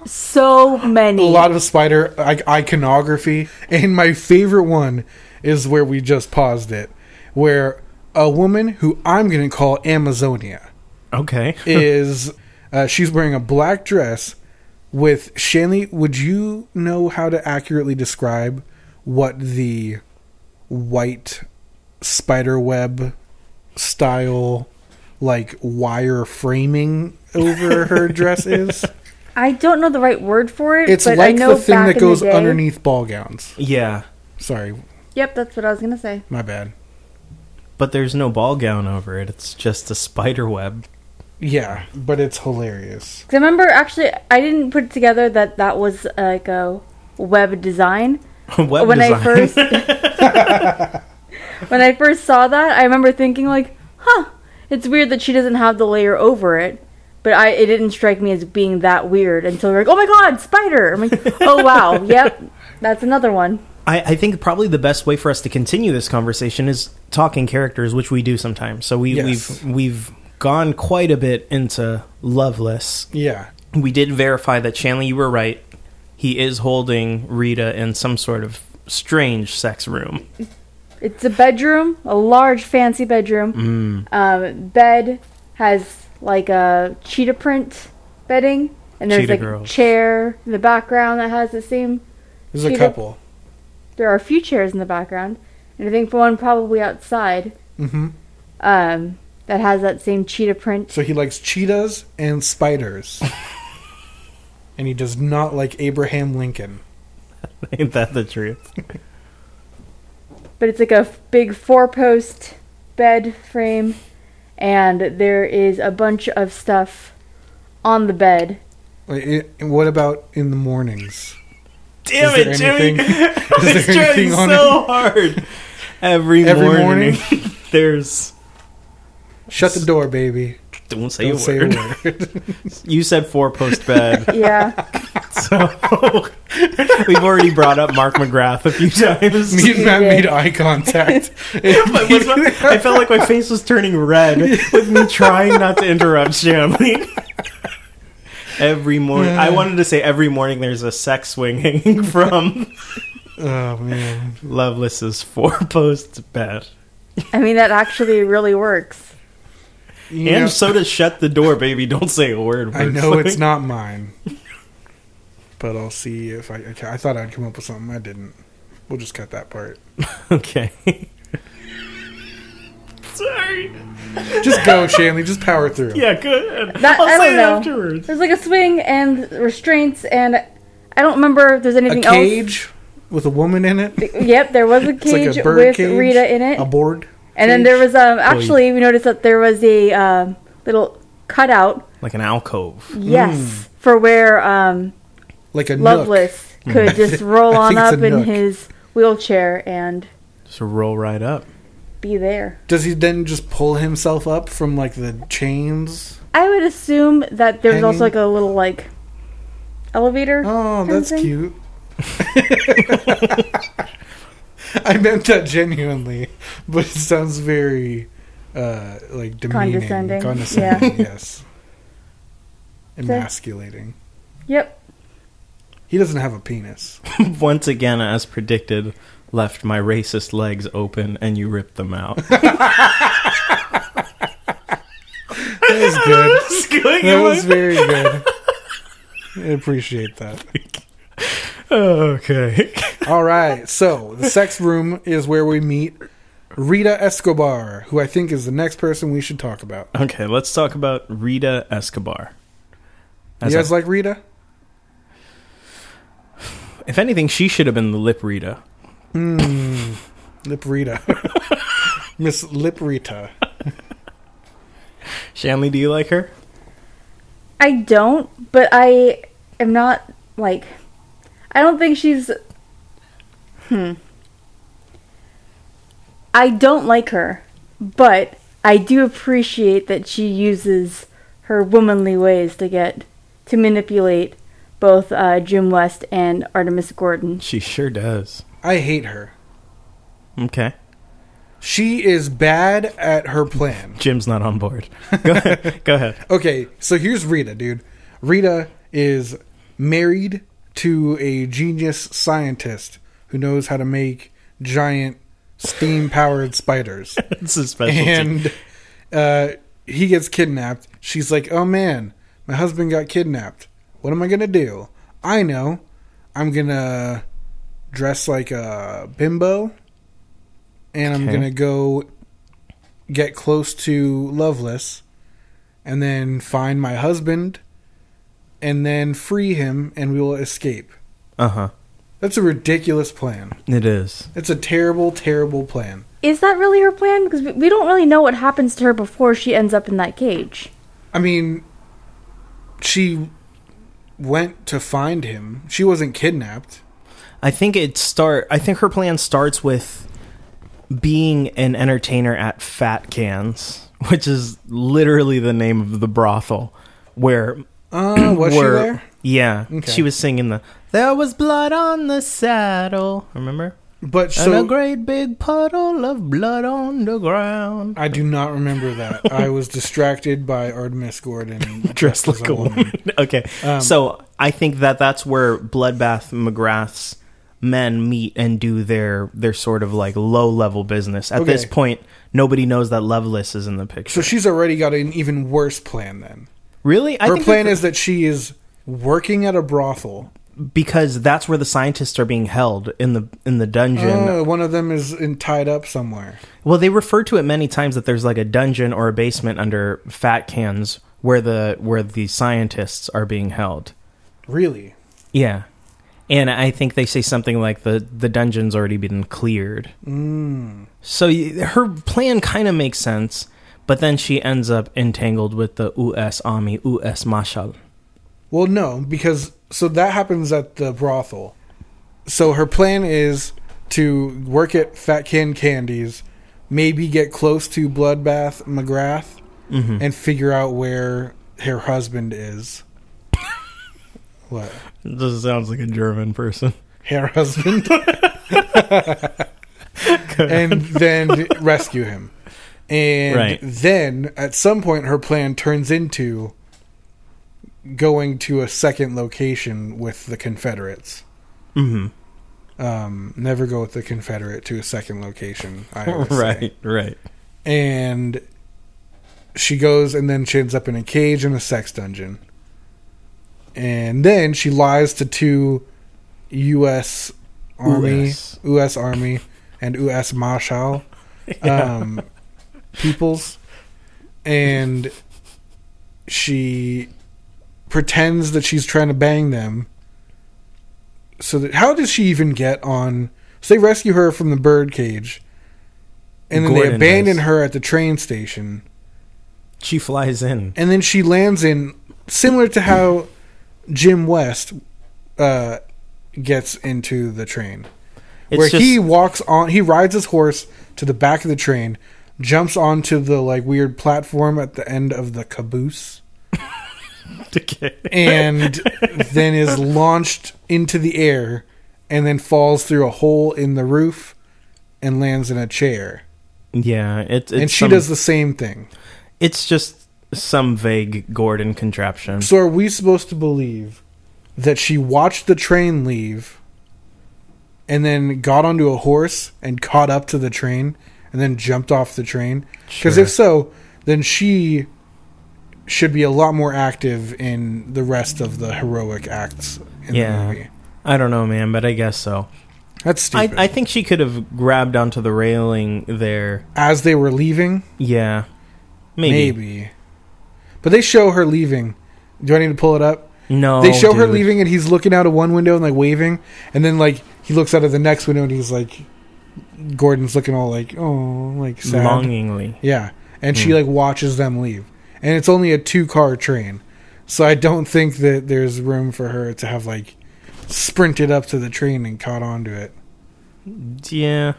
Speaker 2: so many.
Speaker 3: a lot of spider I- iconography, and my favorite one is where we just paused it, where a woman who I'm going to call Amazonia
Speaker 4: <laughs> Okay.
Speaker 3: is uh, she's wearing a black dress with Shanley. Would you know how to accurately describe what the white spider web style like wire framing over her dress is?
Speaker 2: I don't know the right word for it.
Speaker 3: It's
Speaker 2: but I
Speaker 3: like
Speaker 2: know
Speaker 3: the thing
Speaker 2: back
Speaker 3: that
Speaker 2: in the
Speaker 3: goes
Speaker 2: day-
Speaker 3: underneath ball gowns.
Speaker 4: Yeah,
Speaker 3: Sorry,
Speaker 2: Yep, that's what I was gonna say.
Speaker 3: my bad.
Speaker 4: but there's no ball gown over it. It's just a spider web. <laughs>
Speaker 3: Yeah, but it's hilarious.
Speaker 2: 'Cause I remember actually, I didn't put together that that was like a web design.
Speaker 4: web
Speaker 2: when
Speaker 4: design.
Speaker 3: <laughs>
Speaker 2: I first <laughs> when I first saw that, I remember thinking like, "Huh, it's weird that she doesn't have the layer over it." But I it didn't strike me as <laughs> being that weird until we were like, "Oh my god, spider!" I'm like, "Oh wow, yep, that's another one."
Speaker 4: <laughs> I, I think probably the best way for us to continue this conversation is talking characters, which we do sometimes. So we,
Speaker 3: Yes.
Speaker 4: we've we've gone quite a bit into Loveless.
Speaker 3: Yeah.
Speaker 4: We did verify that Chandler, you were right. He is holding Rita in some sort of strange sex room.
Speaker 2: It's a bedroom, a large fancy
Speaker 4: Mm.
Speaker 2: bedroom. Um, bed has like a cheetah print bedding, and there's
Speaker 4: Cheetah
Speaker 2: like
Speaker 4: girls.
Speaker 2: a chair in the background that has the same.
Speaker 3: There's a
Speaker 2: Cheetah.
Speaker 3: couple.
Speaker 2: There are a few chairs in the background, and I think one probably outside
Speaker 3: hmm
Speaker 2: um, that has that same cheetah print.
Speaker 3: So he likes cheetahs and
Speaker 4: <laughs>
Speaker 3: spiders. and he does not like Abraham Lincoln.
Speaker 4: <laughs> Ain't that the truth?
Speaker 2: But it's like a f- big four-post bed frame, and there is a bunch of stuff on the bed.
Speaker 3: Like, it- and what about in the mornings?
Speaker 4: Damn
Speaker 3: Is there
Speaker 4: it, Jimmy! <laughs>
Speaker 3: anything-
Speaker 4: I
Speaker 3: there
Speaker 4: was trying
Speaker 3: anything on
Speaker 4: so hard. Every,
Speaker 3: Every
Speaker 4: morning, <laughs> there's
Speaker 3: Shut the door, baby.
Speaker 4: don't say,
Speaker 3: Don't
Speaker 4: a,
Speaker 3: say a
Speaker 4: word.
Speaker 3: word.
Speaker 4: <laughs>
Speaker 3: <laughs>
Speaker 4: You said four post <laughs> bed,
Speaker 2: Yeah,
Speaker 4: so <laughs> we've already brought up Mark McGrath a few times. <laughs>
Speaker 3: Me and Matt
Speaker 2: did.
Speaker 3: made eye contact.
Speaker 4: But was my- I felt like my face was turning red with me trying not to interrupt Shamley. <laughs> Every morning, I wanted to say every morning there's a sex swing hanging <laughs> from
Speaker 3: <laughs> oh man.
Speaker 4: Loveless's four post bed.
Speaker 2: I mean that actually really works.
Speaker 3: You
Speaker 4: And
Speaker 3: know-
Speaker 4: so does shut the door, baby. Don't say a word.
Speaker 3: I
Speaker 4: We're
Speaker 3: know
Speaker 4: like-
Speaker 3: it's not mine, but I'll see if I. I ca- I thought I'd come up with something. I didn't. We'll just cut that part.
Speaker 4: <laughs> Okay. Sorry.
Speaker 3: Just
Speaker 4: <laughs>
Speaker 3: go, Shanley. Just power through.
Speaker 4: Yeah, good.
Speaker 2: That-
Speaker 4: I'll
Speaker 2: I
Speaker 4: say
Speaker 2: don't
Speaker 4: it
Speaker 2: know.
Speaker 4: afterwards.
Speaker 2: There's like a swing and restraints, and I don't remember if there's
Speaker 3: A
Speaker 2: anything
Speaker 3: cage with a woman in it.
Speaker 2: else. Yep, there was
Speaker 3: <laughs>
Speaker 2: a
Speaker 3: It's like
Speaker 2: cage
Speaker 3: a bird
Speaker 2: with
Speaker 3: cage.
Speaker 2: Rita in it,
Speaker 3: A board.
Speaker 2: and then there was um actually we noticed that there was a um, little cutout,
Speaker 4: Like an alcove.
Speaker 2: yes, for where um,
Speaker 3: Like a Hmm. nook.
Speaker 2: Loveless could just roll
Speaker 3: <laughs> I
Speaker 2: on
Speaker 3: think it's
Speaker 2: up
Speaker 3: a
Speaker 2: in
Speaker 3: nook.
Speaker 2: his wheelchair and
Speaker 4: Just roll right up.
Speaker 2: be there.
Speaker 3: Does he then just pull himself up from like the chains?
Speaker 2: I would assume that there was
Speaker 3: Hanging.
Speaker 2: also like a little like elevator.
Speaker 3: Oh,
Speaker 2: kind of
Speaker 3: that's
Speaker 2: thing.
Speaker 3: cute. <laughs> I meant that genuinely, but it sounds very uh like demeaning,
Speaker 2: Condescending,
Speaker 3: condescending,
Speaker 2: <laughs>
Speaker 3: yes, emasculating.
Speaker 2: Yep.
Speaker 3: He doesn't have a
Speaker 2: <laughs>
Speaker 3: penis.
Speaker 4: Once again, as predicted, left my racist legs open and you ripped them
Speaker 3: <laughs>
Speaker 4: out. <laughs>
Speaker 3: That was good.
Speaker 4: Just going
Speaker 3: That
Speaker 4: away.
Speaker 3: was very good. I appreciate that.
Speaker 4: okay.
Speaker 3: All right, so the sex room is where we meet Rita Escobar, who I think is the next person we should talk about.
Speaker 4: <laughs> Okay, let's talk about Rita Escobar.
Speaker 3: You
Speaker 4: As
Speaker 3: guys
Speaker 4: a-
Speaker 3: like Rita?
Speaker 4: if anything, she should have been the lip Rita.
Speaker 3: Lip Rita. <laughs> Miss Lip Rita.
Speaker 4: Shanley, do you like her?
Speaker 2: I don't, but I am not like I don't think she's hmm. I don't like her, but I do appreciate that she uses her womanly ways to get to manipulate both uh, Jim West and Artemis Gordon.
Speaker 4: She sure does.
Speaker 3: I hate her.
Speaker 4: Okay.
Speaker 3: She is bad at her plan.
Speaker 4: Jim's not on
Speaker 3: <laughs>
Speaker 4: board. Go ahead. Go ahead.
Speaker 3: Okay, so here's Rita, dude. Rita is married to a genius scientist who knows how to make giant steam powered spiders.
Speaker 4: It's a specialty.
Speaker 3: and uh, he gets kidnapped. She's like, "Oh man, my husband got kidnapped. What am I gonna do? I know. I'm gonna dress like a bimbo, and I'm
Speaker 4: Okay.
Speaker 3: gonna go get close to Loveless, and then find my husband, and then free him, and we will escape."
Speaker 4: uh huh.
Speaker 3: That's a ridiculous plan.
Speaker 4: It is.
Speaker 3: It's a terrible, terrible plan.
Speaker 2: Is that really her plan? Because we we don't really know what happens to her before she ends up in that cage.
Speaker 3: I mean, she went to find him. She wasn't kidnapped.
Speaker 4: I think it start. I think her plan starts with being an entertainer at Fat Cans, which is literally the name of the brothel where
Speaker 3: Uh, was
Speaker 4: <clears throat>
Speaker 3: she
Speaker 4: were-
Speaker 3: there?
Speaker 4: Yeah,
Speaker 3: Okay.
Speaker 4: she was singing the There was blood on the saddle. Remember? and
Speaker 3: But
Speaker 4: a
Speaker 3: so
Speaker 4: Uh, great big puddle of blood on the ground.
Speaker 3: I do not remember
Speaker 4: <laughs>
Speaker 3: that. I was distracted by Artemis Gordon
Speaker 4: dressed
Speaker 3: as Um,
Speaker 4: like a woman. <laughs> okay, so I think that that's where Bloodbath McGrath's men meet and do their their sort of like low level business. At this
Speaker 3: Okay.
Speaker 4: point, nobody knows that Lovelace is in the
Speaker 3: So
Speaker 4: picture.
Speaker 3: she's already got an even worse plan then.
Speaker 4: really, I
Speaker 3: Her
Speaker 4: think
Speaker 3: plan
Speaker 4: that-
Speaker 3: is that she is working at a brothel.
Speaker 4: because that's where the scientists are being held in the in the dungeon.
Speaker 3: Uh, one of them is in, tied up somewhere.
Speaker 4: Well, they refer to it many times that there's like a dungeon or a basement under fat cans where the where the scientists are being held.
Speaker 3: Really?
Speaker 4: Yeah. And I think they say something like the the dungeon's already been cleared. Mm. So y- her plan kind of makes sense, but then she ends up entangled with the US Army, US Marshal.
Speaker 3: Well, no, because so that happens at the brothel. So her plan is to work at Fat Can Candies, maybe get close to Bloodbath McGrath, and figure out where her husband is. what?
Speaker 4: This sounds like a German
Speaker 3: <laughs>
Speaker 4: person. <laughs>
Speaker 3: Her husband? and then rescue him. And
Speaker 4: Right.
Speaker 3: then at some point, her plan turns into going to a second location with the Confederates.
Speaker 4: Mhm.
Speaker 3: Um, never go with the Confederate to a second location. I always
Speaker 4: <laughs>
Speaker 3: say.
Speaker 4: Right, right.
Speaker 3: And she goes and then she ends up in a cage in a sex dungeon. And then she lies to two U.S. Army,
Speaker 4: US.
Speaker 3: US, Army, and U.S. Marshal um, peoples, and she pretends that she's trying to bang them. So that how does she even get on? So they rescue her from the bird cage, and then
Speaker 4: Gordon
Speaker 3: they abandon
Speaker 4: does.
Speaker 3: her at the train station,
Speaker 4: She flies in.
Speaker 3: and then she lands in similar to how Jim West uh, gets into the train
Speaker 4: It's
Speaker 3: where
Speaker 4: just-
Speaker 3: he walks on he rides his horse to the back of the train jumps onto the like weird platform at the end of the caboose
Speaker 4: Okay.
Speaker 3: and then is launched into the air and then falls through a hole in the roof and lands in a chair
Speaker 4: Yeah, it, it's
Speaker 3: and she
Speaker 4: some-
Speaker 3: does the same thing
Speaker 4: It's just some vague Gordon contraption.
Speaker 3: so are we supposed to believe that she watched the train leave and then got onto a horse and caught up to the train and then jumped off the train Because
Speaker 4: Sure.
Speaker 3: if so, then she should be a lot more active in the rest of the heroic acts in
Speaker 4: Yeah.
Speaker 3: the movie.
Speaker 4: I don't know, man, but I guess so.
Speaker 3: That's
Speaker 4: I,
Speaker 3: stupid.
Speaker 4: I think she could have grabbed onto the railing there.
Speaker 3: As they were leaving,
Speaker 4: Yeah.
Speaker 3: maybe.
Speaker 4: Maybe.
Speaker 3: But they show her leaving. Do I need to pull it up?
Speaker 4: No.
Speaker 3: they show her
Speaker 4: Oh, dude.
Speaker 3: leaving, and he's looking out of one window and like waving, and then like he looks out of the next window, and he's like, Gordon's looking all like, oh, like sad.
Speaker 4: longingly.
Speaker 3: Yeah, and she like watches them leave, and it's only a two car train, so I don't think that there's room for her to have like sprinted up to the train and caught onto it.
Speaker 4: Yeah.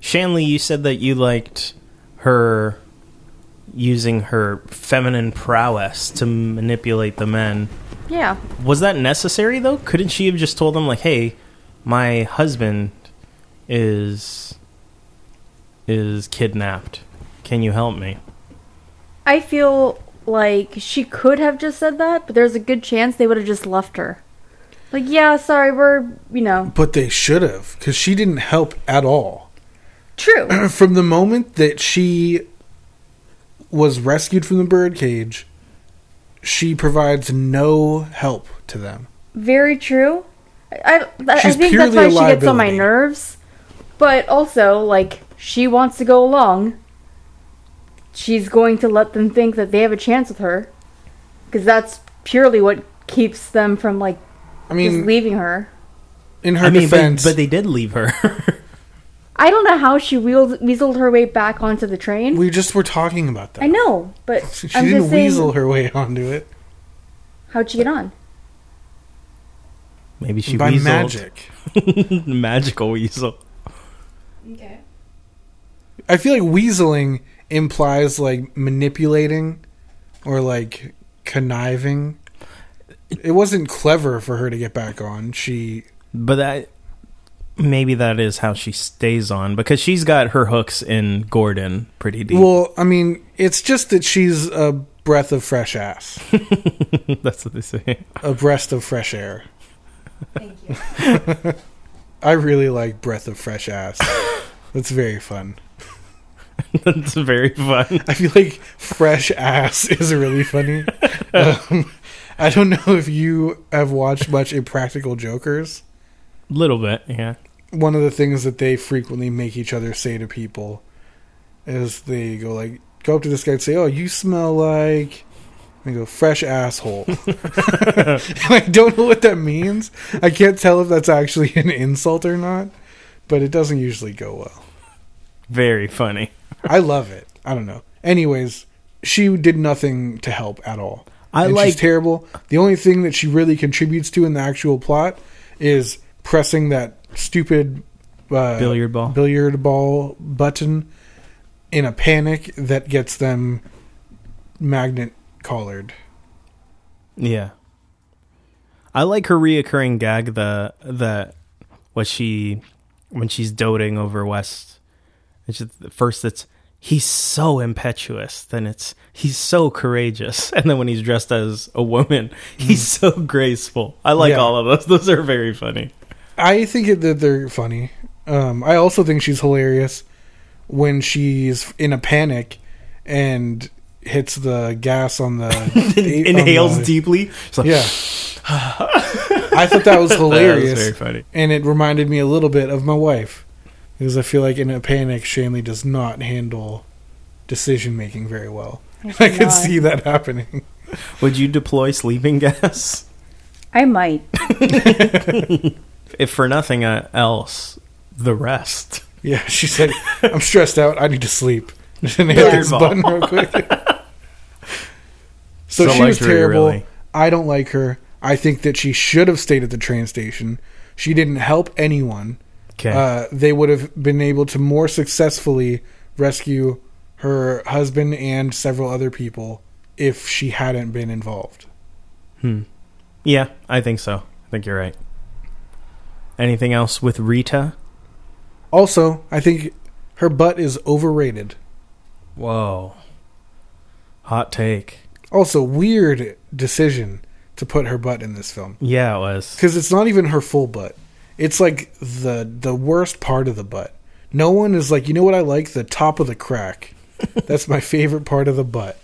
Speaker 4: Shanley, you said that you liked her using her feminine prowess to manipulate the men.
Speaker 2: Yeah.
Speaker 4: Was that necessary though? Couldn't she have just told them like, "Hey, my husband is is kidnapped. Can you help me?"
Speaker 2: I feel like she could have just said that, but there's a good chance they would have just left her. Like, yeah, sorry, we're, you know.
Speaker 3: But they should have, because she didn't help at all <clears throat>
Speaker 2: True.
Speaker 3: from the moment that she was rescued from the birdcage. She provides no help to them.
Speaker 2: Very true. I, I, I
Speaker 3: She's
Speaker 2: think that's
Speaker 3: purely
Speaker 2: why
Speaker 3: a
Speaker 2: she gets on my
Speaker 3: liability.
Speaker 2: nerves. But also, like, she wants to go along. She's going to let them think that they have a chance with her. Because that's purely what keeps them from, like,
Speaker 3: I
Speaker 2: just
Speaker 3: mean,
Speaker 2: leaving her.
Speaker 3: in her
Speaker 4: I mean, but,
Speaker 3: defense,
Speaker 4: but they did leave her. <laughs>
Speaker 2: I don't know how she weasel- weaseled her way back onto the train.
Speaker 3: we just were talking about that.
Speaker 2: I know, but
Speaker 3: She
Speaker 2: I'm
Speaker 3: didn't
Speaker 2: just saying,
Speaker 3: weasel her way <laughs> onto it
Speaker 2: how'd she get on?
Speaker 4: Maybe she
Speaker 3: by
Speaker 4: weaseled. <laughs>
Speaker 3: magic.
Speaker 4: magical weasel.
Speaker 2: Okay.
Speaker 3: I feel like weaseling implies like manipulating or like conniving. It wasn't clever for her to get back on. She
Speaker 4: But that maybe that is how she stays on because she's got her hooks in Gordon pretty deep.
Speaker 3: well, I mean, it's just that she's a breath of fresh ass,
Speaker 4: <laughs> That's what they say. <laughs>
Speaker 3: a breath of fresh air.
Speaker 7: Thank you.
Speaker 3: <laughs> I really like breath of fresh ass. That's very fun.
Speaker 4: That's very fun.
Speaker 3: I feel like fresh ass <laughs> is really funny. Um, I don't know if you have watched much Impractical Jokers.
Speaker 4: Little bit, yeah.
Speaker 3: one of the things that they frequently make each other say to people is they go like go up to this guy and say, "Oh, you smell like," and they go fresh asshole. <laughs> and I don't know what that means. I can't tell if that's actually an insult or not, but it doesn't usually go well.
Speaker 4: Very funny.
Speaker 3: I love it. I don't know. Anyways, she did nothing to help at all.
Speaker 4: I
Speaker 3: and
Speaker 4: like-
Speaker 3: she's terrible. The only thing that she really contributes to in the actual plot is pressing that stupid uh,
Speaker 4: Billiard ball.
Speaker 3: billiard ball button in a panic that gets them magnet collared.
Speaker 4: Yeah. I like her reoccurring gag the the what she when she's doting over West. It's just, first it's he's so impetuous, then it's he's so courageous, <laughs> and then when he's dressed as a woman, <laughs> he's so graceful. I like
Speaker 3: Hmm. Yeah.
Speaker 4: all of those. <laughs> Those are very funny.
Speaker 3: I think it- that they're funny. Um, I also think she's hilarious when she's in a panic and hits the gas
Speaker 4: <laughs>
Speaker 3: on the on
Speaker 4: Inhales
Speaker 3: the-
Speaker 4: deeply. It's like, <laughs>
Speaker 3: Yeah, I thought that was hilarious,
Speaker 4: very funny.
Speaker 3: and it reminded me a little bit of my wife because I feel like in a panic, Shanley does not handle decision making very well. <laughs> I could
Speaker 2: not.
Speaker 3: see that happening.
Speaker 4: Would you deploy sleeping <laughs> gas?
Speaker 2: I might.
Speaker 4: If for nothing uh, else, the rest.
Speaker 3: Yeah, <laughs> she said, "I'm stressed out. I need to sleep." <laughs> And hit this
Speaker 4: Curveball.
Speaker 3: button real quick. so
Speaker 4: So
Speaker 3: she was
Speaker 4: luxury,
Speaker 3: terrible.
Speaker 4: really.
Speaker 3: I don't like her. I think that she should have stayed at the train station. She didn't help anyone.
Speaker 4: Okay.
Speaker 3: Uh, they would have been able to more successfully rescue her husband and several other people if she hadn't been involved.
Speaker 4: Yeah, I think so. I think you're right. Anything else with Rita?
Speaker 3: Also, I think her butt is overrated.
Speaker 4: Whoa. Hot take.
Speaker 3: Also, weird decision to put her butt in this film.
Speaker 4: Yeah, it was.
Speaker 3: because it's not even her full butt. It's like the the worst part of the butt. No one is like, you know what I like? The top of the crack. That's my favorite part of the butt.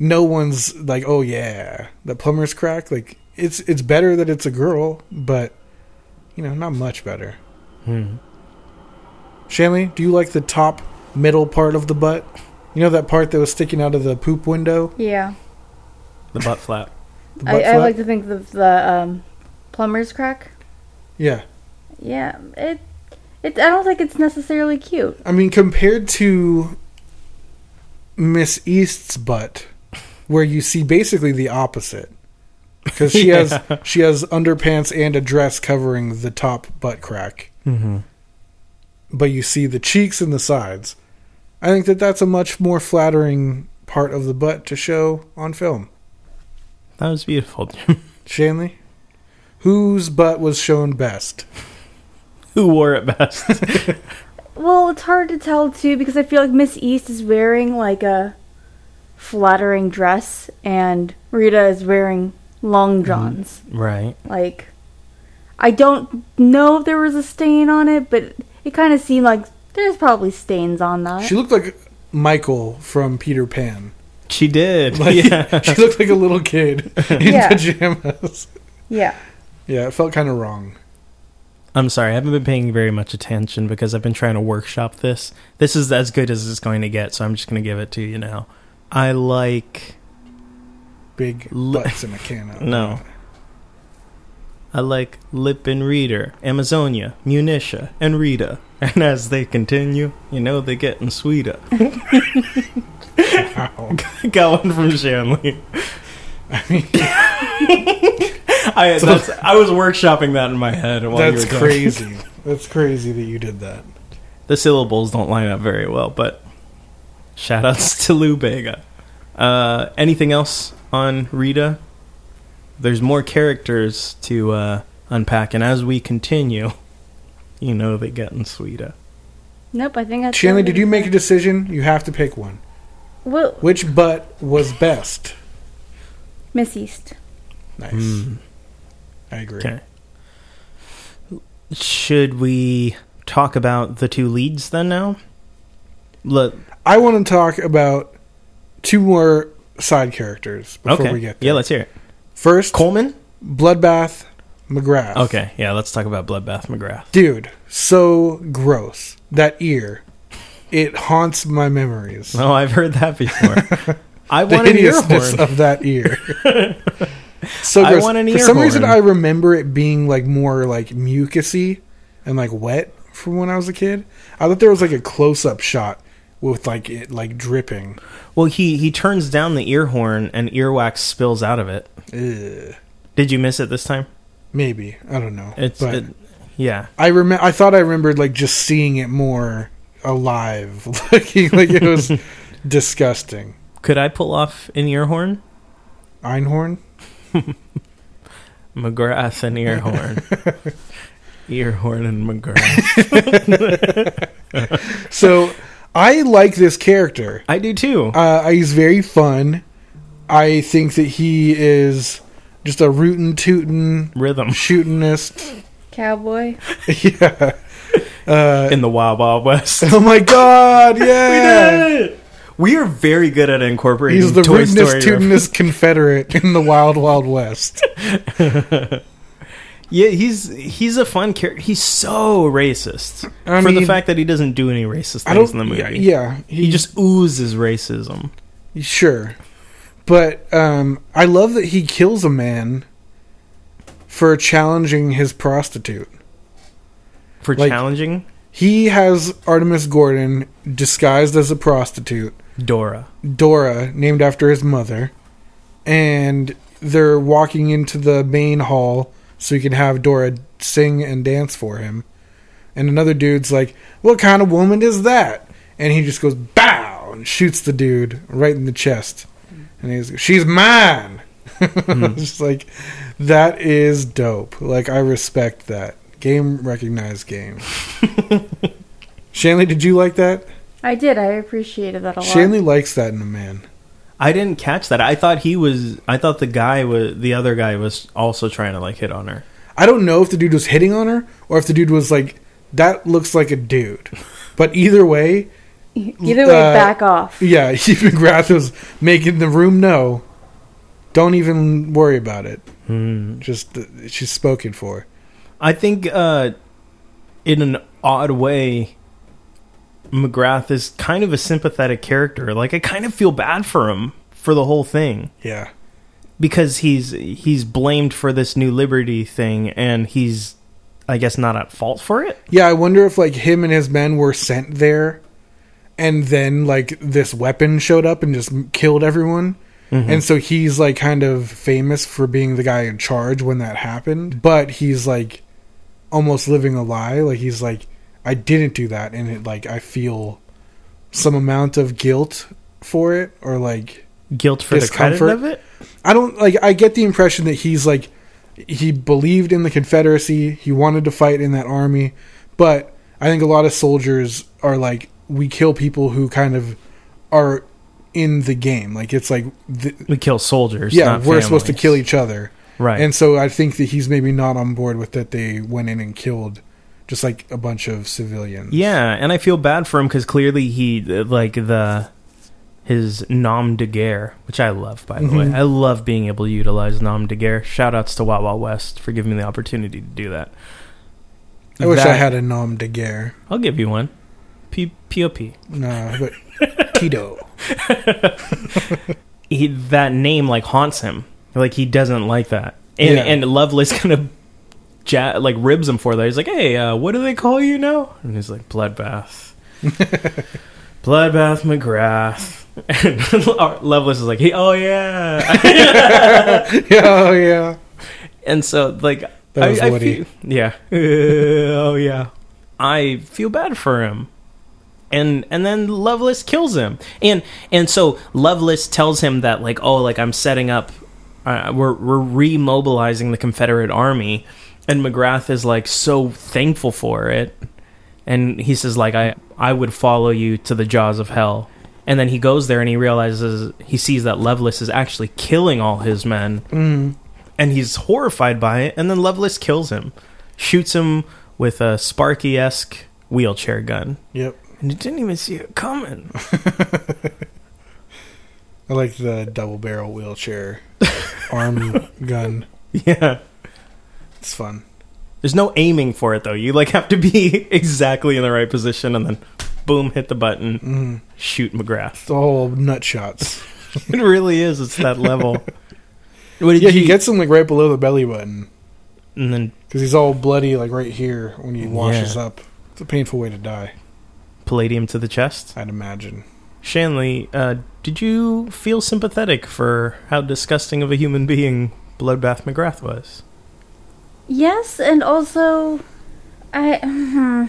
Speaker 3: No one's like, oh yeah, the plumber's crack. Like it's it's better that it's a girl, but you know, not much better. Hmm. Shanley, do you like the top middle part of the butt? You know that part that was sticking out of the poop window?
Speaker 2: Yeah.
Speaker 4: The butt flap.
Speaker 3: The butt
Speaker 2: I, I
Speaker 3: flap?
Speaker 2: like to think of the um, plumber's crack.
Speaker 3: yeah.
Speaker 2: Yeah. It. It. I don't think it's necessarily cute.
Speaker 3: I mean, compared to Miss East's butt, where you see basically the opposite, because she has she has underpants and a dress covering the top butt crack,
Speaker 4: Mhm.
Speaker 3: but you see the cheeks and the sides. I think that that's a much more flattering part of the butt to show on film.
Speaker 4: That was beautiful. <laughs>
Speaker 3: Shanley, whose butt was shown best?
Speaker 4: Who wore it best?
Speaker 2: Well, it's hard to tell too because I feel like Miss East is wearing like a flattering dress, and Rita is wearing
Speaker 3: Mm-hmm.
Speaker 2: long johns.
Speaker 4: <laughs> right.
Speaker 2: Like, I don't know if there was a stain on it, but it kind of seemed like there's probably stains on that.
Speaker 3: She looked like Michael from Peter Pan.
Speaker 4: She did.
Speaker 3: Like,
Speaker 4: <laughs> yeah.
Speaker 3: she looked like a little <laughs> kid in
Speaker 2: Yeah.
Speaker 3: pajamas.
Speaker 2: yeah.
Speaker 3: Yeah, it felt kind of wrong.
Speaker 4: I'm sorry. I haven't been paying very much attention because I've been trying to workshop this. This is as good as it's going to get, so I'm just going to give it to you now. I like.
Speaker 3: Big
Speaker 4: L-
Speaker 3: butts in a can.
Speaker 4: <laughs>
Speaker 3: of-
Speaker 4: No. I like Lip and Reader, Amazonia, Munitia, and Rita. <laughs> And as they continue, you know they're getting sweeter.
Speaker 3: Ow.
Speaker 4: <laughs> Got one from
Speaker 3: <laughs>
Speaker 4: Shanley. <laughs>
Speaker 3: I mean,
Speaker 4: I, that's, I was workshopping that in my head. While
Speaker 3: that's
Speaker 4: you were talking. <laughs>
Speaker 3: crazy. That's crazy that you did that.
Speaker 4: The syllables don't line up very well, but <laughs> shoutouts to Lou Bega. Uh, anything else on Rita? there's more characters to uh, unpack, and as we continue, you know they're getting sweeter.
Speaker 2: Nope, I think that's.
Speaker 3: Shanley, did you make a decision? You have to pick one.
Speaker 2: Well,
Speaker 3: Which butt was best?
Speaker 2: Miss East.
Speaker 3: Nice. I agree.
Speaker 4: Hmm. Okay. Should we talk about the two leads then? Now, Let,
Speaker 3: I want to talk about two more side characters before
Speaker 4: okay,
Speaker 3: we get there.
Speaker 4: yeah, let's hear it.
Speaker 3: First,
Speaker 4: Coleman.
Speaker 3: Bloodbath McGrath.
Speaker 4: Okay, yeah, let's talk about Bloodbath McGrath. <laughs>
Speaker 3: Dude, so gross. That ear. It haunts my memories.
Speaker 4: Oh, I've heard that
Speaker 3: <laughs>
Speaker 4: before. I
Speaker 3: the
Speaker 4: want an ear
Speaker 3: hideousness
Speaker 4: horn.
Speaker 3: of
Speaker 4: <laughs>
Speaker 3: that ear. so
Speaker 4: I
Speaker 3: gross.
Speaker 4: want an
Speaker 3: For
Speaker 4: ear
Speaker 3: some reason,
Speaker 4: horn.
Speaker 3: I remember it being like more like mucusy and like wet from when I was a kid. I thought there was like a close-up shot with like it like dripping.
Speaker 4: Well, he he turns down the ear horn and earwax spills out of it.
Speaker 3: Ugh.
Speaker 4: Did you miss it this time?
Speaker 3: Maybe I don't know.
Speaker 4: It's
Speaker 3: but
Speaker 4: it, yeah.
Speaker 3: I remember. I thought I remembered like just seeing it more alive, <laughs> looking like
Speaker 4: <laughs>
Speaker 3: it was disgusting.
Speaker 4: Could I pull off an ear horn?
Speaker 3: Einhorn.
Speaker 4: McGrath and ear
Speaker 3: <laughs>
Speaker 4: horn. ear horn and McGrath.
Speaker 3: So I like this character.
Speaker 4: I do too.
Speaker 3: Uh, he's very fun. I think that he is just a rootin' tootin'
Speaker 4: Rhythm
Speaker 3: shootinist. <laughs>
Speaker 2: Cowboy.
Speaker 3: yeah. uh,
Speaker 4: in the Wild Wild
Speaker 3: <laughs>
Speaker 4: West. <laughs>
Speaker 3: Oh my <laughs> god! Yeah.
Speaker 4: we are very good at incorporating
Speaker 3: He's the
Speaker 4: Toy
Speaker 3: rootinest
Speaker 4: Story. ref-
Speaker 3: tootinest Confederate in the Wild
Speaker 4: <laughs>
Speaker 3: Wild West.
Speaker 4: Yeah, he's he's a fun character. He's so racist
Speaker 3: I
Speaker 4: for the
Speaker 3: mean-
Speaker 4: fact that he doesn't do any racist
Speaker 3: I
Speaker 4: things
Speaker 3: don't.
Speaker 4: in the movie.
Speaker 3: Yeah, yeah, he,
Speaker 4: he just oozes racism.
Speaker 3: sure, but um, I love that he kills a man for challenging his prostitute.
Speaker 4: for
Speaker 3: Like-
Speaker 4: challenging
Speaker 3: He has Artemis Gordon disguised as a prostitute
Speaker 4: Dora.
Speaker 3: Dora, named after his mother, and they're walking into the main hall so he can have Dora sing and dance for him. And another dude's like, What kind of woman is that? And he just goes, Bow! and shoots the dude right in the chest. And he's She's mine! <laughs> just like, that is dope. Like, I respect that. Game recognized game. Shanley, did you like that?
Speaker 2: I did. I appreciated that a lot.
Speaker 3: Shanley likes that in a man.
Speaker 4: I didn't catch that. I thought he was. I thought the guy was the other guy was also trying to like hit on her.
Speaker 3: I don't know if the dude was hitting on her or if the dude was like, that looks like a dude. But either way,
Speaker 2: <laughs> Either way,
Speaker 3: uh,
Speaker 2: back off.
Speaker 3: yeah, <laughs> even McGrath was making the room know. Don't even worry about it. Just uh, she's spoken for.
Speaker 4: I think, uh, in an odd way, McGrath is kind of a sympathetic character. Like I kind of feel bad for him for the whole thing
Speaker 3: Yeah,
Speaker 4: because he's he's blamed for this new liberty thing, and he's I guess not at fault for it.
Speaker 3: yeah. I wonder if like him and his men were sent there, and then like this weapon showed up and just m- killed everyone. And so he's like kind of famous for being the guy in charge when that happened, but he's like almost living a lie. Like he's like, I didn't do that, and it like I feel some amount of guilt for it, or like
Speaker 4: Guilt for the
Speaker 3: Discomfort.
Speaker 4: credit of it.
Speaker 3: I don't like. I get the impression that he's like he believed in the Confederacy. He wanted to fight in that army, but I think a lot of soldiers are like we kill people who kind of are in the game. Like it's like th-
Speaker 4: We kill soldiers.
Speaker 3: yeah,
Speaker 4: not
Speaker 3: we're supposed to
Speaker 4: families.
Speaker 3: kill each other,
Speaker 4: Right.
Speaker 3: And so I think that he's maybe not on board with that. They went in and killed just like a bunch of civilians.
Speaker 4: Yeah, and I feel bad for him because clearly he like the his nom de guerre, which I love by the way. I love being able to utilize nom de guerre. Shout outs to Wawa West for giving me the opportunity to do that.
Speaker 3: I wish I
Speaker 4: That-
Speaker 3: had a nom de guerre.
Speaker 4: I'll give you one. P P O P.
Speaker 3: No,
Speaker 4: <laughs>
Speaker 3: but Tito. <laughs>
Speaker 4: He, that name like haunts him. Like he doesn't like that. And
Speaker 3: Yeah.
Speaker 4: and Lovelace <laughs> kind of ja- like ribs him for that. He's like, "Hey, uh, what do they call you now?" And he's like, "Bloodbath." Bloodbath McGrath. <laughs> And Lovelace is like, "He, oh yeah."
Speaker 3: oh yeah.
Speaker 4: and so like
Speaker 3: That was
Speaker 4: I,
Speaker 3: Woody.
Speaker 4: I feel,
Speaker 3: <laughs>
Speaker 4: yeah Uh, oh yeah i feel bad for him and and then loveless kills him and and so loveless tells him that like oh like i'm setting up uh, we're we're remobilizing the Confederate army, and McGrath is like so thankful for it, and he says like I I would follow you to the jaws of hell, and then he goes there and he realizes he sees that Lovelace is actually killing all his men, and he's horrified by it, and then Lovelace kills him, shoots him with a Sparky esque wheelchair gun,
Speaker 3: Yep.
Speaker 4: and he didn't even see it coming.
Speaker 3: I like the double
Speaker 4: <laughs>
Speaker 3: barrel wheelchair arm gun.
Speaker 4: <laughs> yeah.
Speaker 3: It's fun.
Speaker 4: There's no aiming for it though. You like have to be <laughs> exactly in the right position and then boom, hit the button, shoot McGrath.
Speaker 3: It's all nut shots.
Speaker 4: <laughs> It really is. It's that <laughs> level. what did
Speaker 3: Yeah, he gets him like right below the belly button
Speaker 4: and then
Speaker 3: because he's all bloody like right here when he washes
Speaker 4: Yeah.
Speaker 3: up. It's a painful way to die,
Speaker 4: palladium to the chest.
Speaker 3: I'd imagine.
Speaker 4: Shanley, uh, did you feel sympathetic for how disgusting of a human being Bloodbath McGrath was?
Speaker 2: Yes, and also, I hmm,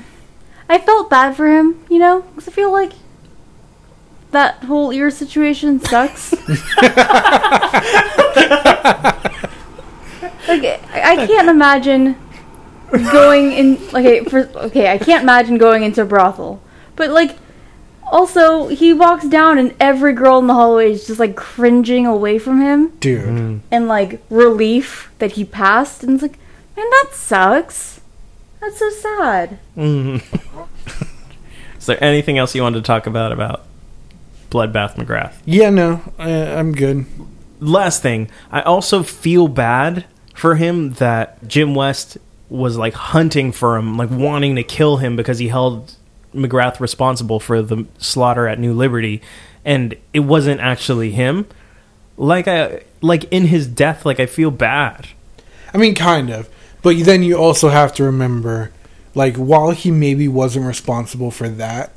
Speaker 2: I felt bad for him, you know, because I feel like that whole ear
Speaker 3: <laughs>
Speaker 2: situation sucks. like I I can't imagine going in. Okay, for, okay, I can't imagine going into a brothel, but like. Also, he walks down and every girl in the hallway is just like cringing away from him
Speaker 3: Dude,
Speaker 4: Mm.
Speaker 2: and like relief that he passed and it's like man that sucks that's so sad
Speaker 4: Mm. Is there anything else you wanted to talk about about Bloodbath McGrath?
Speaker 3: yeah, no, I, I'm good.
Speaker 4: last thing, I also feel bad for him that Jim West was like hunting for him, like wanting to kill him because he held McGrath responsible for the slaughter at New Liberty, and it wasn't actually him. Like I, like in his death, like I feel bad.
Speaker 3: I mean, kind of, but then you also have to remember, like, while he maybe wasn't responsible for that,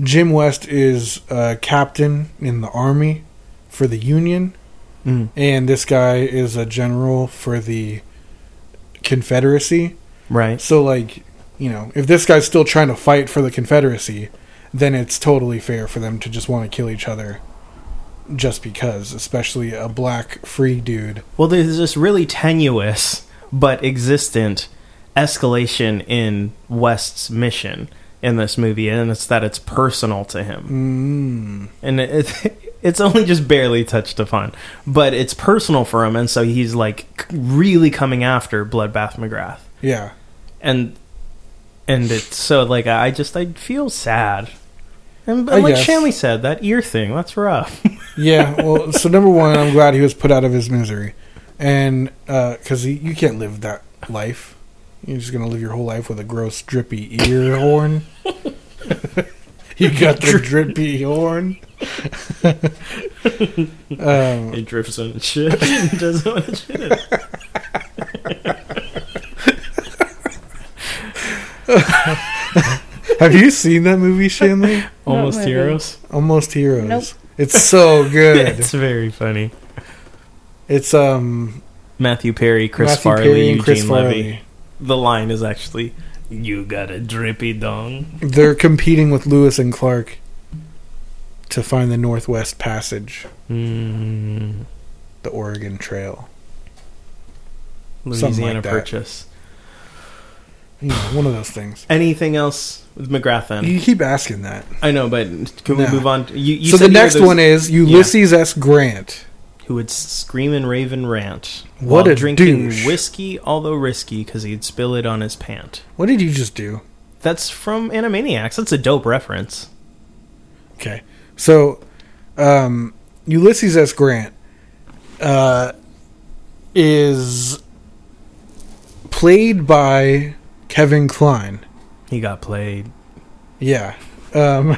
Speaker 3: Jim West is a captain in the army for the Union,
Speaker 4: Mm.
Speaker 3: and this guy is a general for the Confederacy.
Speaker 4: Right.
Speaker 3: So, like, you know, if this guy's still trying to fight for the Confederacy, then it's totally fair for them to just want to kill each other just because, especially a black free dude.
Speaker 4: Well, there's this really tenuous but existent escalation in West's mission in this movie, and it's that it's personal to him, mm. and it, <laughs> it's only just barely touched upon, but it's personal for him, and so he's like really coming after Bloodbath McGrath,
Speaker 3: Yeah.
Speaker 4: and and it's so like I just I feel sad. And,
Speaker 3: I
Speaker 4: and like
Speaker 3: guess.
Speaker 4: Shanley said, that ear thing, that's <laughs> rough.
Speaker 3: Yeah, well, so number one, I'm glad he was put out of his misery, and because he you can't live that life, you're just gonna live your whole life with a gross drippy ear horn. <laughs> you got the drippy horn. <laughs> um,
Speaker 4: it drifts on its shit. It doesn't <laughs> want to shit it.
Speaker 3: have you seen that movie, Shanley?
Speaker 4: Almost
Speaker 2: movie.
Speaker 4: Heroes.
Speaker 3: Almost Heroes.
Speaker 2: Nope.
Speaker 3: It's so
Speaker 4: <laughs>
Speaker 3: good.
Speaker 4: It's very funny.
Speaker 3: It's um
Speaker 4: Matthew Perry, Chris
Speaker 3: Matthew
Speaker 4: Farley,
Speaker 3: Perry and
Speaker 4: Eugene
Speaker 3: Chris
Speaker 4: Levy.
Speaker 3: Farley.
Speaker 4: The line is actually, "You got a drippy dong."
Speaker 3: They're competing with Lewis and Clark to find the Northwest Passage,
Speaker 4: Mm,
Speaker 3: the Oregon Trail.
Speaker 4: Louisiana
Speaker 3: like that.
Speaker 4: Purchase.
Speaker 3: You know, one of those things.
Speaker 4: Anything else with McGrath? Then
Speaker 3: You keep asking that.
Speaker 4: I know, but can we
Speaker 3: No.
Speaker 4: move on? To, you, you
Speaker 3: so the
Speaker 4: said you were
Speaker 3: next
Speaker 4: those
Speaker 3: one is Ulysses S. Grant.
Speaker 4: who would scream and rave and rant
Speaker 3: What
Speaker 4: while
Speaker 3: a
Speaker 4: drinking
Speaker 3: douche.
Speaker 4: whiskey, although risky because he'd spill it on his pant.
Speaker 3: What did you just do?
Speaker 4: That's from Animaniacs. That's a dope reference.
Speaker 3: Okay. So um, Ulysses S. Grant uh, is played by Kevin Klein.
Speaker 4: He got played.
Speaker 3: Yeah. Um,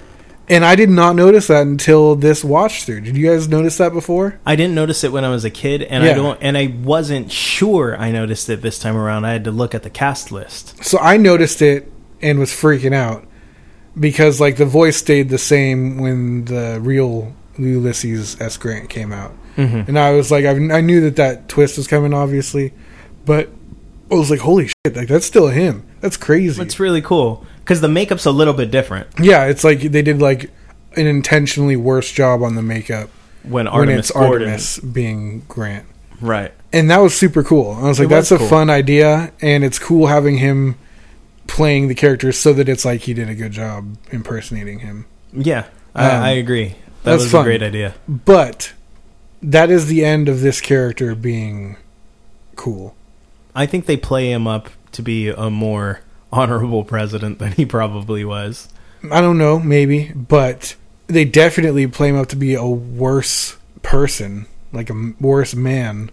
Speaker 3: <laughs> and I did not notice that until this watch through. Did you guys notice that before?
Speaker 4: I didn't notice it when I was a kid, and I
Speaker 3: Yeah.
Speaker 4: don't, and I wasn't sure I noticed it this time around. I had to look at the cast list.
Speaker 3: So I noticed it and was freaking out because like the voice stayed the same when the real Ulysses S. Grant came out, and I was like, I, I knew that that twist was coming, obviously, but I was like, holy shit, like that's still him. That's crazy.
Speaker 4: It's really cool because the makeup's a little bit different.
Speaker 3: yeah, it's like they did like an intentionally worse job on the makeup
Speaker 4: when
Speaker 3: when
Speaker 4: Artemis
Speaker 3: it's
Speaker 4: Gordon,
Speaker 3: Artemis being Grant.
Speaker 4: right?
Speaker 3: and that was super cool. I was like,
Speaker 4: It was
Speaker 3: that's a
Speaker 4: cool.
Speaker 3: fun idea, and it's cool having him playing the character so that it's like he did a good job impersonating him.
Speaker 4: Yeah, I,
Speaker 3: Um,
Speaker 4: I agree. That
Speaker 3: that's
Speaker 4: was
Speaker 3: fun.
Speaker 4: a great idea.
Speaker 3: But that is the end of this character being cool.
Speaker 4: I think they play him up to be a more <laughs> honorable president than he probably was.
Speaker 3: I don't know, maybe, but they definitely play him up to be a worse person, like a m- worse man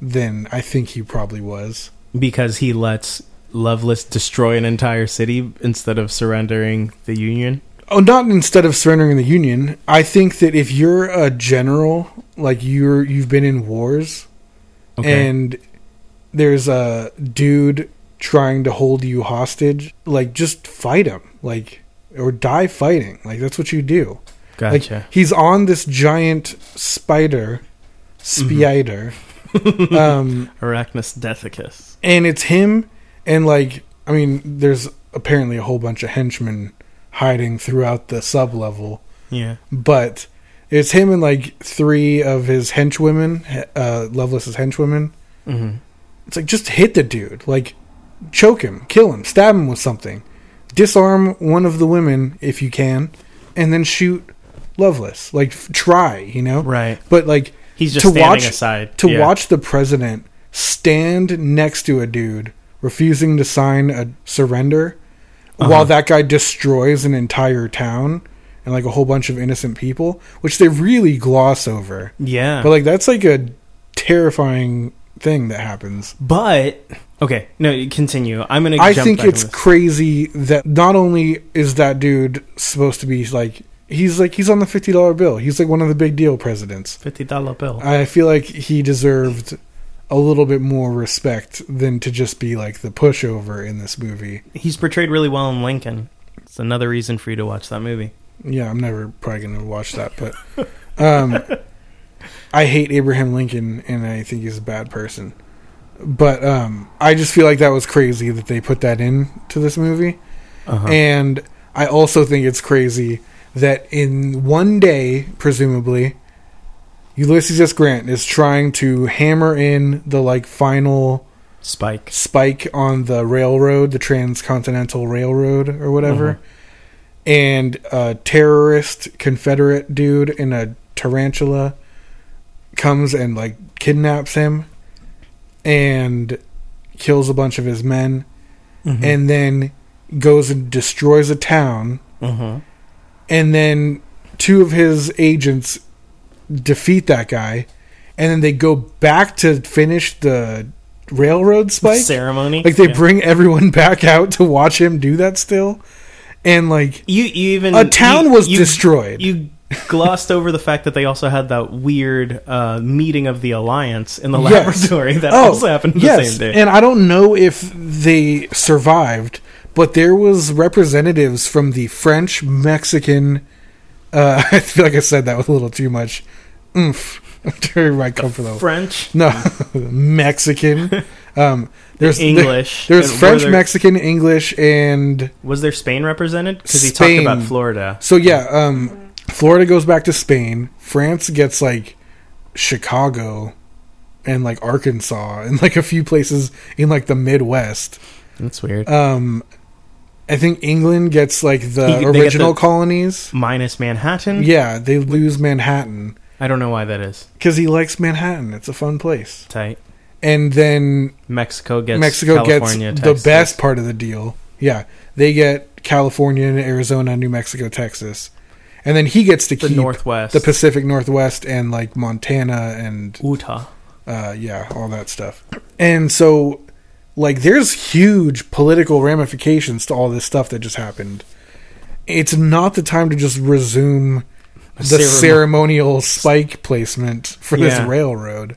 Speaker 3: than I think he probably was.
Speaker 4: because he lets Lovelace destroy an entire city instead of surrendering the Union.
Speaker 3: Oh, not instead of surrendering the Union. I think that if you're a general, like you're you've been in wars,
Speaker 4: Okay.
Speaker 3: and there's a dude trying to hold you hostage, like just fight him, like or die fighting. Like that's what you do.
Speaker 4: gotcha.
Speaker 3: Like he's on this giant spider, spider,
Speaker 4: Mm-hmm.
Speaker 3: um,
Speaker 4: Arachnus Dethicus.
Speaker 3: and it's him and like i mean there's apparently a whole bunch of henchmen hiding throughout the sub level
Speaker 4: Yeah.
Speaker 3: but it's him and like three of his henchwomen he- uh lovelace's henchwomen
Speaker 4: Mhm.
Speaker 3: it's like just hit the dude like choke him kill him stab him with something disarm one of the women if you can and then shoot lovelace like f- try you know
Speaker 4: Right.
Speaker 3: but like
Speaker 4: He's just standing aside.
Speaker 3: to
Speaker 4: Yeah.
Speaker 3: watch the president stand next to a dude refusing to sign a surrender
Speaker 4: Uh-huh.
Speaker 3: while that guy destroys an entire town and like a whole bunch of innocent people which they really gloss over
Speaker 4: Yeah.
Speaker 3: but like that's like a terrifying thing that happens
Speaker 4: But okay, no, you continue. I'm gonna.
Speaker 3: I
Speaker 4: jump
Speaker 3: think
Speaker 4: back on
Speaker 3: it's
Speaker 4: this.
Speaker 3: crazy that not only is that dude supposed to be like he's like he's on the fifty dollar bill. He's like one of the big deal presidents.
Speaker 4: fifty dollar bill.
Speaker 3: I feel like he deserved a little bit more respect than to just be like the pushover in this movie.
Speaker 4: He's portrayed really well in Lincoln. It's another reason for you to watch that movie.
Speaker 3: Yeah, I'm never probably gonna watch that, but um, I hate Abraham Lincoln and I think he's a bad person. But um, I just feel like that was crazy that they put that in to this movie.
Speaker 4: Uh-huh.
Speaker 3: And I also think it's crazy that in one day, presumably, Ulysses S. Grant is trying to hammer in the like final
Speaker 4: Spike.
Speaker 3: spike on the railroad, the transcontinental railroad or whatever. And a terrorist Confederate dude in a tarantula comes and like kidnaps him and kills a bunch of his men and then goes and destroys a town
Speaker 4: Mm-hmm.
Speaker 3: and then two of his agents defeat that guy and then they go back to finish the railroad spike
Speaker 4: ceremony.
Speaker 3: like they
Speaker 4: Yeah.
Speaker 3: bring everyone <laughs> back out to watch him do that still and like
Speaker 4: You, you even
Speaker 3: A town
Speaker 4: you-
Speaker 3: was
Speaker 4: you-
Speaker 3: destroyed.
Speaker 4: You glossed over the fact that they also had that weird uh, meeting of the alliance in the
Speaker 3: Yes.
Speaker 4: laboratory that
Speaker 3: Oh,
Speaker 4: also happened the
Speaker 3: yes,
Speaker 4: same day.
Speaker 3: and i don't know if they survived but there was representatives from the french mexican uh, <laughs> i feel like i said that with a little too much oomph <laughs> during my comfort level
Speaker 4: French,
Speaker 3: No, <laughs> Mexican. Um, there's
Speaker 4: English.
Speaker 3: There, <laughs> there's
Speaker 4: And were
Speaker 3: French,
Speaker 4: there-
Speaker 3: Mexican, English, and
Speaker 4: was there Spain represented? Because he
Speaker 3: Spain.
Speaker 4: talked about Florida.
Speaker 3: so yeah. Um, Florida goes back to Spain. France gets like Chicago and like Arkansas <laughs> and like a few places in like the Midwest.
Speaker 4: That's weird.
Speaker 3: Um, I think England gets like the
Speaker 4: He- they get
Speaker 3: original
Speaker 4: the- Mm-hmm.
Speaker 3: colonies.
Speaker 4: Minus Manhattan.
Speaker 3: Yeah, they lose Manhattan
Speaker 4: I don't know why that is.
Speaker 3: because he likes Manhattan. It's a fun place.
Speaker 4: Tight.
Speaker 3: And then
Speaker 4: Mexico gets
Speaker 3: Mexico
Speaker 4: California,
Speaker 3: gets
Speaker 4: Texas.
Speaker 3: the best part of the deal. Yeah, they get California, Arizona, New Mexico, Texas, and then he gets to
Speaker 4: The
Speaker 3: keep
Speaker 4: Northwest.
Speaker 3: the Pacific Northwest, and like Montana, and
Speaker 4: Utah.
Speaker 3: uh, yeah, all that stuff. And so, like, there's huge political ramifications to all this stuff that just happened. It's not the time to just resume the
Speaker 4: ceremony.
Speaker 3: ceremonial spike placement for this
Speaker 4: Yeah.
Speaker 3: railroad.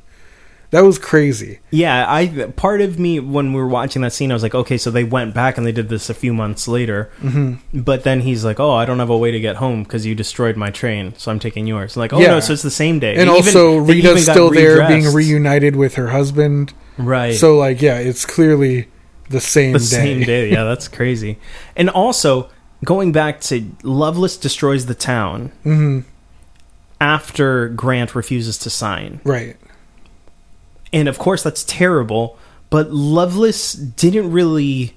Speaker 3: That was crazy.
Speaker 4: Yeah, I part of me when we were watching that scene, I was like, okay, so they went back and they did this a few months later. Mm-hmm. But then he's like, oh, I don't have a way to get home because you destroyed my train, so I'm taking yours. like, oh
Speaker 3: Yeah.
Speaker 4: no, so it's the same day.
Speaker 3: and
Speaker 4: They even-
Speaker 3: also
Speaker 4: they even
Speaker 3: Rita's
Speaker 4: got
Speaker 3: still there, being
Speaker 4: redressed.
Speaker 3: reunited with her husband.
Speaker 4: Right.
Speaker 3: So like, yeah, it's clearly the same
Speaker 4: the
Speaker 3: day.
Speaker 4: same day. Yeah, that's crazy. And also going back to Loveless destroys the town. Mm-hmm. after Grant refuses to sign.
Speaker 3: Right.
Speaker 4: And of course, that's terrible, but Lovelace didn't really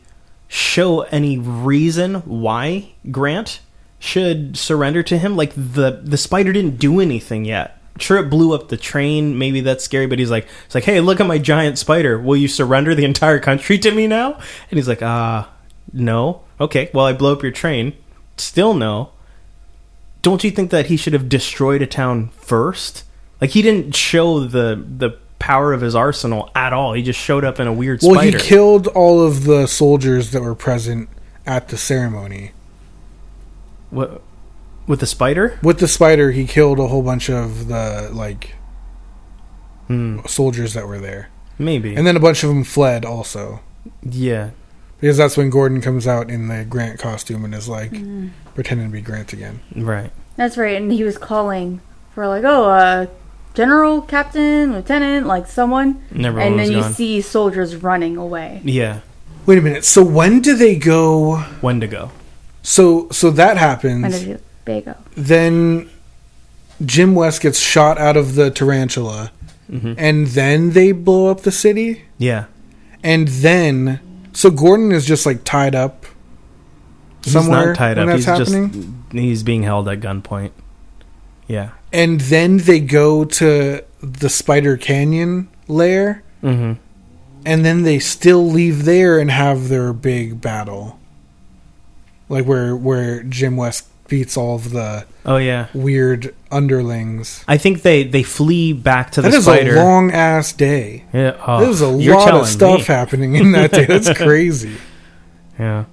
Speaker 4: show any reason why Grant should surrender to him. Like, the, the spider didn't do anything yet. Sure, it blew up the train. Maybe that's scary, but he's like, it's like, hey, look at my giant spider. Will you surrender the entire country to me now? And he's like, ah, no. Okay, well, I blow up your train. Still no don't you think that he should have destroyed a town first? Like he didn't show the the power of his arsenal at all. He just showed up in a weird
Speaker 3: Well,
Speaker 4: spider.
Speaker 3: he killed all of the soldiers that were present at the ceremony.
Speaker 4: What- with the spider?
Speaker 3: With the spider, he killed a whole bunch of the like
Speaker 4: Hmm.
Speaker 3: soldiers that were there,
Speaker 4: Maybe.
Speaker 3: and then a bunch of them fled also.
Speaker 4: yeah.
Speaker 3: Because that's when Gordon comes out in the Grant costume and is like
Speaker 2: Mm-hmm.
Speaker 3: pretending to be Grant again.
Speaker 4: Right.
Speaker 2: That's right, and he was calling for like, oh, uh, general, captain, lieutenant, like someone,
Speaker 4: Never
Speaker 2: and
Speaker 4: was
Speaker 2: then you
Speaker 4: gone.
Speaker 2: see soldiers running away.
Speaker 4: Yeah.
Speaker 3: Wait a minute. So when do they go?
Speaker 4: Wendigo.
Speaker 3: So so that
Speaker 2: When
Speaker 3: happens.
Speaker 2: did you- they go?
Speaker 3: then Jim West gets shot out of the tarantula,
Speaker 4: Mm-hmm.
Speaker 3: and then they blow up the city,
Speaker 4: Yeah.
Speaker 3: and then so Gordon is just like tied up
Speaker 4: He's
Speaker 3: somewhere
Speaker 4: not tied
Speaker 3: when
Speaker 4: up.
Speaker 3: that's
Speaker 4: He's
Speaker 3: happening,
Speaker 4: just he's being held at gunpoint. Yeah.
Speaker 3: and then they go to the Spider Canyon lair,
Speaker 4: Mhm.
Speaker 3: Mm-hmm. and then they still leave there and have their big battle, like where where Jim West beats all of the
Speaker 4: Oh yeah.
Speaker 3: weird underlings.
Speaker 4: I think they they flee back to the
Speaker 3: That is
Speaker 4: spider.
Speaker 3: a long ass day.
Speaker 4: yeah. Oh,
Speaker 3: There's a
Speaker 4: you're
Speaker 3: lot
Speaker 4: telling
Speaker 3: of stuff
Speaker 4: me.
Speaker 3: happening in that
Speaker 4: <laughs>
Speaker 3: day. That's crazy.
Speaker 4: Yeah.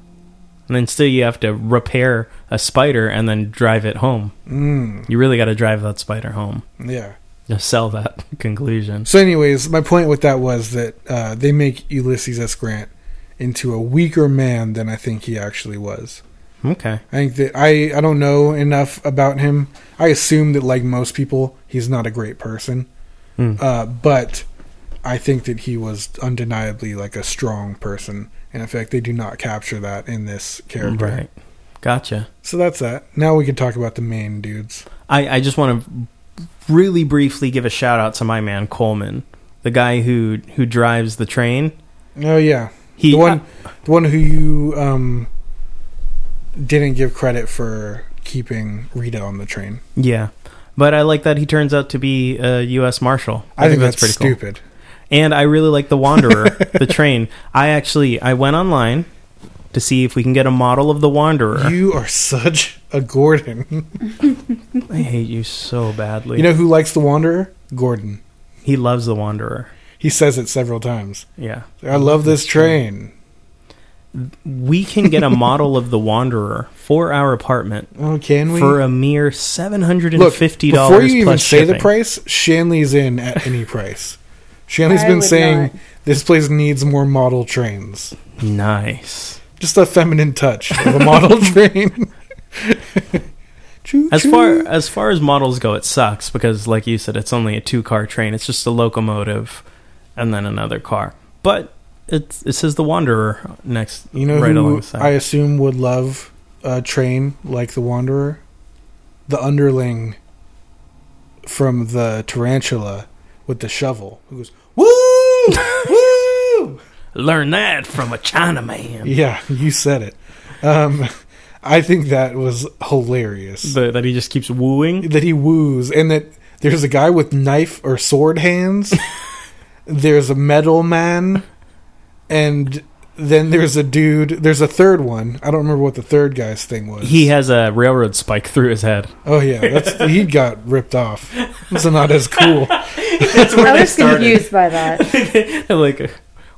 Speaker 4: And then still you have to repair a spider and then drive it home. Mm. You really got to drive that spider home.
Speaker 3: Yeah.
Speaker 4: Just sell that <laughs> conclusion.
Speaker 3: So, anyways, my point with that was that uh, they make Ulysses S. Grant into a weaker man than I think he actually was.
Speaker 4: Okay.
Speaker 3: I think that I I don't know enough about him. I assume that like most people, he's not a great person.
Speaker 4: Hmm.
Speaker 3: Uh, but I think that he was undeniably like a strong person, and in fact, they do not capture that in this character.
Speaker 4: Right. Gotcha.
Speaker 3: So that's that. Now we can talk about the main dudes.
Speaker 4: I, I just want to really briefly give a shout out to my man Coleman, the guy who who drives the train.
Speaker 3: Oh yeah,
Speaker 4: He
Speaker 3: the one, the one who you um, didn't give credit for keeping Rita on the train.
Speaker 4: yeah. But I like that he turns out to be a U.S. Marshal.
Speaker 3: I, think, that's,
Speaker 4: cool.
Speaker 3: stupid.
Speaker 4: and I really like the
Speaker 3: <laughs>
Speaker 4: Wanderer, the train. I actually I went online to see if we can get a model of the Wanderer.
Speaker 3: You are such
Speaker 4: <laughs>
Speaker 3: a Gordon.
Speaker 4: I hate you so badly.
Speaker 3: you know who likes the Wanderer? Gordon.
Speaker 4: he loves the Wanderer.
Speaker 3: He says it several times.
Speaker 4: Yeah,
Speaker 3: I love this train.
Speaker 4: we can get a model of the Wanderer for our apartment
Speaker 3: Oh, can we?
Speaker 4: for a mere seven hundred and
Speaker 3: Look,
Speaker 4: fifty
Speaker 3: before
Speaker 4: dollars
Speaker 3: you even
Speaker 4: plus
Speaker 3: say
Speaker 4: shipping.
Speaker 3: the price, Shanley's in at any
Speaker 2: <laughs>
Speaker 3: price. Shanley's
Speaker 2: I
Speaker 3: been
Speaker 2: would
Speaker 3: saying
Speaker 2: not.
Speaker 3: this place needs more model trains.
Speaker 4: Nice.
Speaker 3: Just a feminine touch of a model train. Choo
Speaker 4: As
Speaker 3: choo.
Speaker 4: far as far as models go, it sucks because, like you said, it's only a two car train. It's just a locomotive, and then another car. But it it says the Wanderer next,
Speaker 3: You know
Speaker 4: right
Speaker 3: who
Speaker 4: alongside.
Speaker 3: I assume would love a train like the Wanderer? The underling from the tarantula with the shovel who goes, Woo! Woo!
Speaker 4: Learn that from a Chinaman.
Speaker 3: Yeah, you said it. Um, I think that was hilarious.
Speaker 4: The, that he just keeps wooing.
Speaker 3: that he woos and that there's a guy with knife or
Speaker 4: <laughs>
Speaker 3: sword hands there's a metal man and then there's a dude there's a third one i don't remember what the third guy's thing was
Speaker 4: He has a railroad spike through his head.
Speaker 3: oh yeah that's he got ripped off it's not
Speaker 4: <laughs>
Speaker 3: as cool
Speaker 2: I was confused by that.
Speaker 4: <laughs> like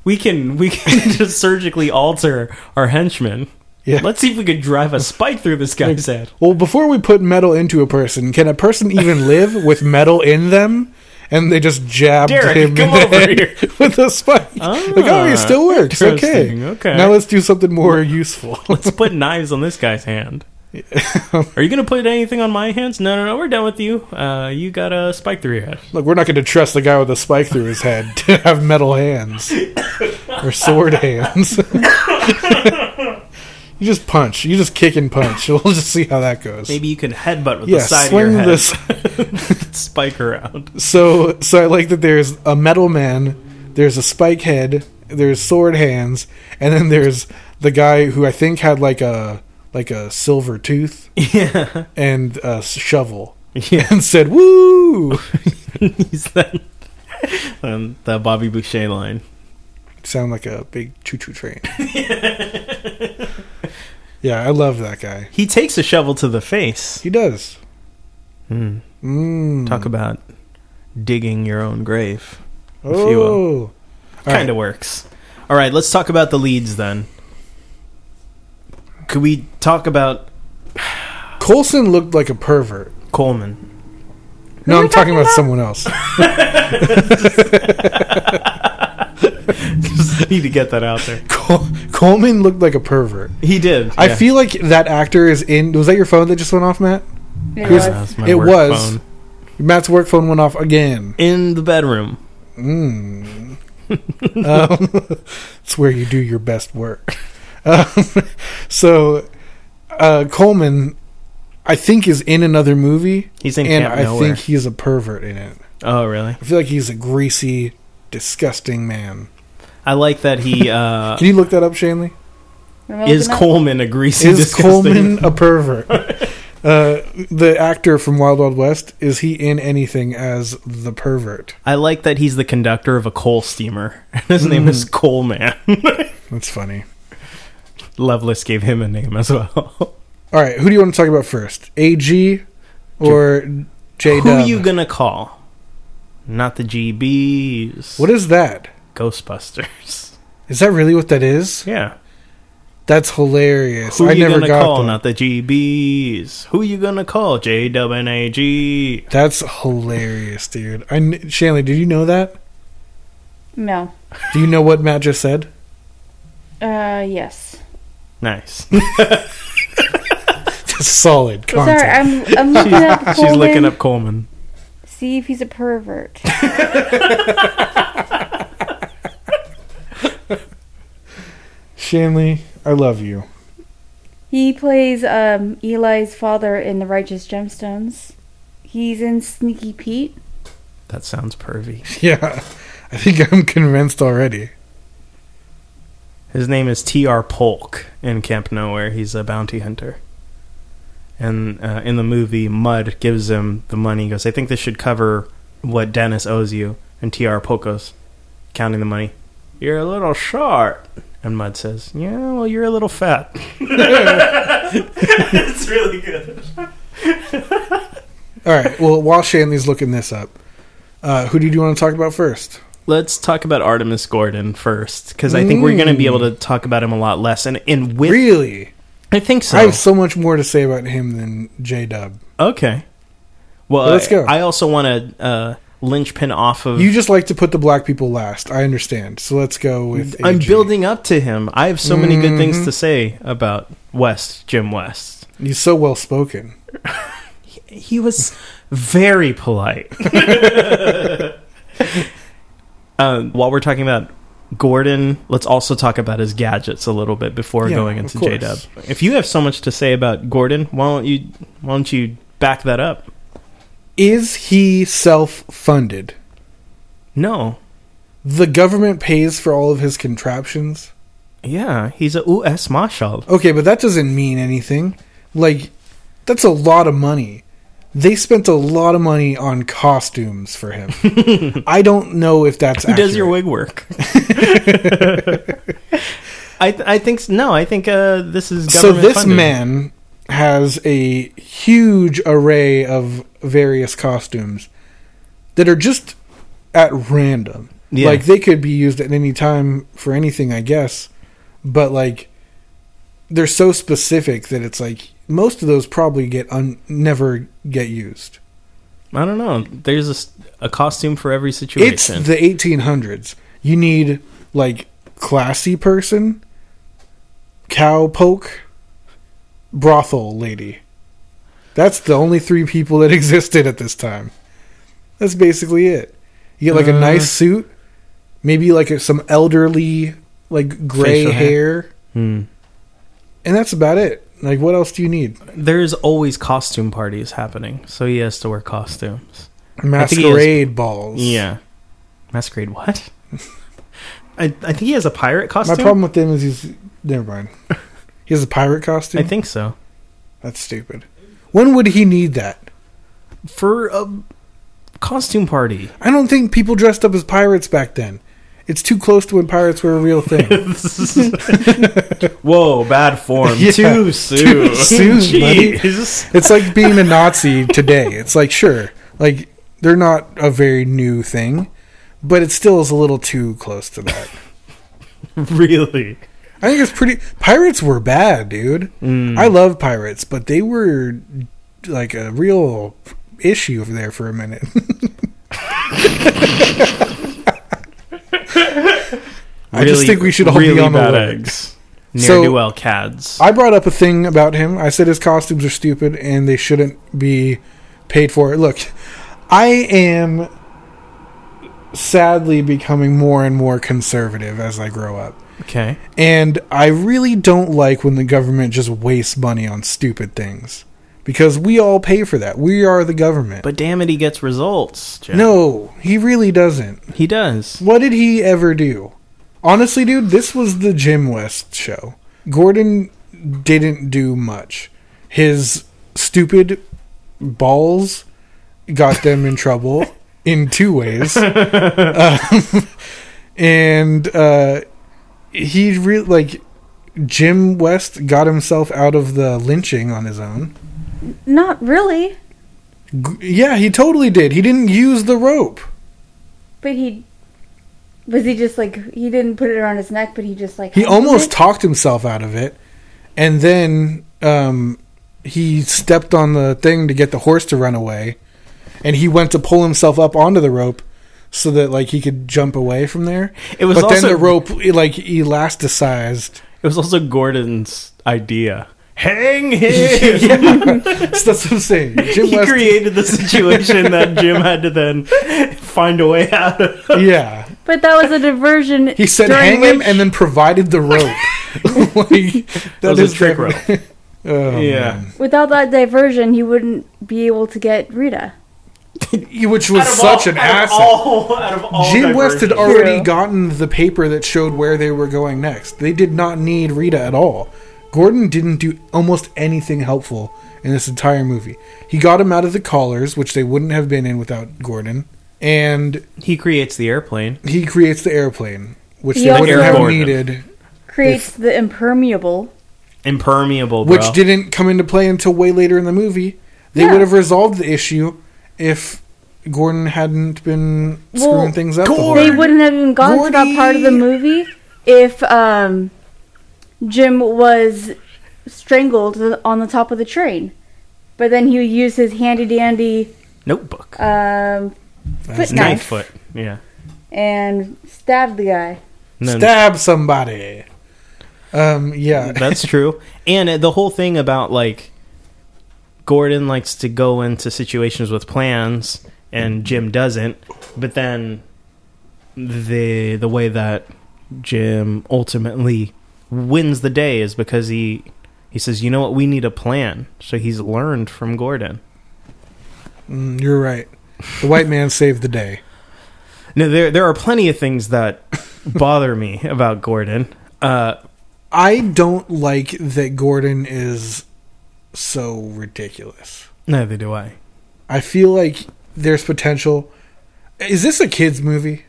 Speaker 4: we can we can <laughs> just surgically alter our henchmen.
Speaker 3: Yeah.
Speaker 4: Let's see if we could drive a spike through this guy's head.
Speaker 3: well before we put metal into a person can a person even live with metal in them and they just jabbed
Speaker 4: Derek,
Speaker 3: him
Speaker 4: come
Speaker 3: in the
Speaker 4: over
Speaker 3: head
Speaker 4: here.
Speaker 3: <laughs>
Speaker 4: Ah,
Speaker 3: with a spike. like, oh, he still works. Okay.
Speaker 4: interesting. Okay.
Speaker 3: Now let's do something more useful. <laughs> Um,
Speaker 4: Let's put knives on this guy's hand. Are you gonna put anything on my hands? No, no, no. We're done with you. Uh, you got a spike through your head.
Speaker 3: Look, we're not going to trust the guy with a spike through his head <laughs> to have metal hands or sword hands. <laughs> You just punch. You just kick and punch. <laughs> we'll just see how that goes.
Speaker 4: Maybe you can headbutt with
Speaker 3: Yeah,
Speaker 4: the side
Speaker 3: swing
Speaker 4: of your head.
Speaker 3: this.
Speaker 4: <laughs> Spike
Speaker 3: <laughs>
Speaker 4: around.
Speaker 3: So, so I like that. There's a metal man. There's a spike head. There's sword hands, and then there's the guy who I think had like a like a silver tooth
Speaker 4: Yeah.
Speaker 3: and a shovel,
Speaker 4: <laughs> Yeah.
Speaker 3: and said "woo."
Speaker 4: He's that. Um, the Bobby Boucher line.
Speaker 3: Sound like a big choo choo train. yeah, I love that guy.
Speaker 4: He takes a shovel to the face.
Speaker 3: He does. Mm.
Speaker 4: Talk about digging your own grave. if you will.
Speaker 3: Oh, All
Speaker 4: kind of works. All right, let's talk about the leads then. Could we talk about
Speaker 3: Colson looked like a pervert.
Speaker 4: <laughs> Coleman?
Speaker 3: No,
Speaker 2: are
Speaker 3: I'm
Speaker 2: we
Speaker 3: talking
Speaker 2: talking
Speaker 3: about
Speaker 2: about?
Speaker 3: someone
Speaker 2: <laughs>
Speaker 3: else.
Speaker 4: Just need to get that out there.
Speaker 3: Col- Coleman looked like a pervert.
Speaker 4: He did.
Speaker 3: I
Speaker 4: yeah.
Speaker 3: feel like that actor is in. Was that your phone that just went off, Matt?
Speaker 2: It
Speaker 3: Here's-
Speaker 2: was.
Speaker 4: That's my
Speaker 3: it
Speaker 4: work
Speaker 3: was.
Speaker 4: phone.
Speaker 3: Matt's work phone went off again.
Speaker 4: in the bedroom.
Speaker 3: Mm. um, it's where you do your best work. <laughs> Um, so uh, Coleman, I think, is in another movie,
Speaker 4: He's in
Speaker 3: and
Speaker 4: Camp
Speaker 3: I
Speaker 4: Nowhere.
Speaker 3: think he's a pervert in it.
Speaker 4: oh, really?
Speaker 3: I feel like he's a greasy, disgusting man.
Speaker 4: I like that he
Speaker 3: <laughs>
Speaker 4: uh,
Speaker 3: Can you look that up, Shanley?
Speaker 2: Am I looking
Speaker 4: is
Speaker 2: up?
Speaker 4: Coleman a greasy
Speaker 3: Is
Speaker 4: disgusting-
Speaker 3: Coleman a pervert? <laughs> Uh, the actor from Wild Wild West is he in anything as the pervert?
Speaker 4: I like that he's the conductor of a coal steamer. <laughs> His name is
Speaker 3: Mm.
Speaker 4: Coleman. <laughs>
Speaker 3: That's funny.
Speaker 4: Lovelace gave him a name as well.
Speaker 3: All right, who do you want to talk about first? AG or J
Speaker 4: Who
Speaker 3: Dub?
Speaker 4: you gonna call? Not the GBs.
Speaker 3: what is that?
Speaker 4: Ghostbusters? <laughs>
Speaker 3: Is that really what that is?
Speaker 4: Yeah.
Speaker 3: That's hilarious.
Speaker 4: Who
Speaker 3: I
Speaker 4: you
Speaker 3: never
Speaker 4: gonna
Speaker 3: got
Speaker 4: call?
Speaker 3: that.
Speaker 4: Not the GBs. Who you gonna call? JWNAG.
Speaker 3: That's hilarious, dude. I kn- Shanley, did you know that?
Speaker 2: No.
Speaker 3: Do you know what Matt just said? <laughs>
Speaker 2: Uh, yes.
Speaker 4: Nice. <laughs>
Speaker 3: That's solid content.
Speaker 4: <laughs>
Speaker 2: Sorry, I'm, I'm looking up Coleman.
Speaker 4: She's looking up Coleman.
Speaker 2: See if he's a pervert.
Speaker 3: Shanley, I love you. <laughs>
Speaker 2: He plays um, Eli's father in The Righteous Gemstones. He's in Sneaky Pete.
Speaker 4: That sounds pervy.
Speaker 3: Yeah, I think I'm convinced already.
Speaker 4: His name is T.R. Polk in Camp Nowhere. He's a bounty hunter. And uh, in the movie, Mud gives him the money. He goes, I think this should cover what Dennis owes you. And T.R. Polk goes, counting the money, You're a little short. And Mud says, Yeah, well, you're a little fat. it's really good.
Speaker 3: All right. Well, while Shanley's looking this up, uh, who do you want to talk about first?
Speaker 4: Let's talk about Artemis Gordon first, because I think we're going to be able
Speaker 3: Mm.
Speaker 4: to talk about him a lot less. And, and with.
Speaker 3: Really,
Speaker 4: I think so.
Speaker 3: I have so much more to say about him than J Dub.
Speaker 4: Okay. Well,
Speaker 3: Well, let's
Speaker 4: I-
Speaker 3: go.
Speaker 4: I, also want to uh, linchpin off of.
Speaker 3: You just like to put the black people last. I understand. So let's go with.
Speaker 4: I'm
Speaker 3: AG.
Speaker 4: building up to him. I have so many good things
Speaker 3: Mm-hmm.
Speaker 4: to say about West, Jim West.
Speaker 3: He's so well spoken.
Speaker 4: He was very polite. <laughs> um, while we're talking about Gordon, let's also talk about his gadgets a little bit before
Speaker 3: Yeah,
Speaker 4: going
Speaker 3: of
Speaker 4: into
Speaker 3: course.
Speaker 4: J Dub. If you have so much to say about Gordon, why don't you why don't you back that up?
Speaker 3: Is he self-funded?
Speaker 4: No,
Speaker 3: The government pays for all of his contraptions.
Speaker 4: yeah, he's a U.S. Marshal.
Speaker 3: Okay, but that doesn't mean anything. Like, that's a lot of money. They spent a lot of money on costumes for him.
Speaker 4: <laughs>
Speaker 3: I don't know if that's
Speaker 4: Who does your
Speaker 3: accurate.
Speaker 4: wig work? <laughs> I th- I think s- no. I think uh, this is
Speaker 3: so
Speaker 4: government
Speaker 3: this
Speaker 4: funded.
Speaker 3: man has a huge array of various costumes that are just at random.
Speaker 4: Yeah.
Speaker 3: Like they could be used at any time for anything, I guess. But like they're so specific that it's like most of those probably get un- never get used.
Speaker 4: I don't know. There's a, s- a costume for every
Speaker 3: It's
Speaker 4: situation.
Speaker 3: the 1800s. You need like classy person, cowpoke, brothel lady. That's the only three people that <laughs> existed at this time. That's basically it. You get like a
Speaker 4: Uh.
Speaker 3: nice suit, maybe like a, some elderly, like gray
Speaker 4: Facial hair.
Speaker 3: hair.
Speaker 4: Hmm.
Speaker 3: and that's about it. Like, what else do you need?
Speaker 4: There's always costume parties happening, so he has to wear costumes. think he has-
Speaker 3: Masquerade balls.
Speaker 4: Yeah. Masquerade what? <laughs> I, I think he has a pirate
Speaker 3: My
Speaker 4: costume.
Speaker 3: problem with him is he's never mind. <laughs> He has a pirate costume.
Speaker 4: I think so.
Speaker 3: that's stupid. When would he need that?
Speaker 4: For a costume party.
Speaker 3: <laughs> I don't think people dressed up as pirates back then. It's too close to when pirates were a real thing.
Speaker 4: <laughs> Whoa, bad form.
Speaker 3: Yeah.
Speaker 4: Too soon.
Speaker 3: Too soon, buddy.
Speaker 4: Jeez.
Speaker 3: it's like being a Nazi today. It's like sure, like they're not a very new thing, but it still is a little too close to that.
Speaker 4: Really?
Speaker 3: I think it's pretty. Pirates were bad, dude.
Speaker 4: Mm.
Speaker 3: I love pirates, but they were like a real issue over there for a minute. <laughs> I just
Speaker 4: Really-
Speaker 3: think we should all
Speaker 4: really
Speaker 3: be on the
Speaker 4: bad
Speaker 3: alert.
Speaker 4: eggs.
Speaker 3: So-
Speaker 4: Ne'er do well cads.
Speaker 3: I brought up a thing about him. I said his costumes are stupid and they shouldn't be paid for. Look, I am sadly becoming more and more conservative as I grow up.
Speaker 4: okay.
Speaker 3: And I really don't like when the government just wastes money on stupid things because we all pay for that. We are the government.
Speaker 4: But damn it, he gets results. Jack.
Speaker 3: no, he really doesn't.
Speaker 4: He does.
Speaker 3: What did he ever do? Honestly, dude, this was the Jim West show. Gordon didn't do much. His stupid balls got them in trouble in two ways. Um, and uh, he really, like, Jim West got himself out of the lynching on his own.
Speaker 2: Not really,
Speaker 3: G- yeah, he totally did. He didn't use the rope.
Speaker 2: but he was he just like he didn't put it around his neck, but he just like
Speaker 3: He
Speaker 2: held
Speaker 3: almost
Speaker 2: it?
Speaker 3: talked himself out of it, and then um, he stepped on the thing to get the horse to run away, and he went to pull himself up onto the rope so that like he could jump away from there.
Speaker 4: It was
Speaker 3: but
Speaker 4: also-
Speaker 3: then the rope like elasticized.
Speaker 4: <laughs> It was also Gordon's idea. Hang him!
Speaker 3: That's what I'm saying.
Speaker 4: <laughs>
Speaker 3: Jim
Speaker 4: he
Speaker 3: West,
Speaker 4: created the
Speaker 3: <laughs>
Speaker 4: situation that Jim had to then find a way out of.
Speaker 3: yeah,
Speaker 2: But that was a diversion.
Speaker 3: <laughs> he said
Speaker 2: during
Speaker 3: hang him,
Speaker 2: which-
Speaker 3: and then provided the
Speaker 4: <laughs>
Speaker 3: rope. <laughs> like,
Speaker 4: That was a trick
Speaker 3: definitely- <laughs> Oh,
Speaker 4: Yeah.
Speaker 3: man.
Speaker 2: without that diversion, he wouldn't be able to get Rita.
Speaker 3: which was such an asset.
Speaker 4: out of all
Speaker 3: Jim West had already
Speaker 2: Yeah.
Speaker 3: gotten the paper that showed where they were going next. They did not need Rita at all. Gordon didn't do almost anything helpful in this entire movie. He got him out of the collars, which they wouldn't have been in without Gordon, and
Speaker 4: He creates the airplane.
Speaker 3: he creates the airplane, which
Speaker 2: He
Speaker 3: they
Speaker 2: also-
Speaker 3: wouldn't have
Speaker 4: Gordon.
Speaker 3: needed,
Speaker 2: Creates the impermeable.
Speaker 4: Impermeable, bro.
Speaker 3: which didn't come into play until way later in the movie. They
Speaker 2: Yeah.
Speaker 3: would have resolved the issue if Gordon hadn't been screwing
Speaker 2: Well,
Speaker 3: things up. the whole
Speaker 2: They
Speaker 3: time.
Speaker 2: wouldn't have even gone to that
Speaker 3: Gordy.
Speaker 2: part of the movie if um, Jim was strangled on the top of the train. But then he would use his handy dandy
Speaker 4: Notebook.
Speaker 2: um, foot
Speaker 4: Knife
Speaker 2: knife
Speaker 4: foot. Yeah.
Speaker 2: and stabbed the guy.
Speaker 4: No,
Speaker 3: stab somebody. Um, yeah,
Speaker 4: That's true. And uh, the whole thing about like Gordon likes to go into situations with plans and Jim doesn't, but then the the way that Jim ultimately wins the day is because he he says, "You know what? We need a plan." So he's learned from Gordon.
Speaker 3: Mm, you're right. The white man saved the day.
Speaker 4: Now there there are plenty of things <laughs> that bother me about Gordon. Uh
Speaker 3: I don't like that Gordon is so ridiculous.
Speaker 4: neither do I.
Speaker 3: I feel like there's potential. Is this a kids movie?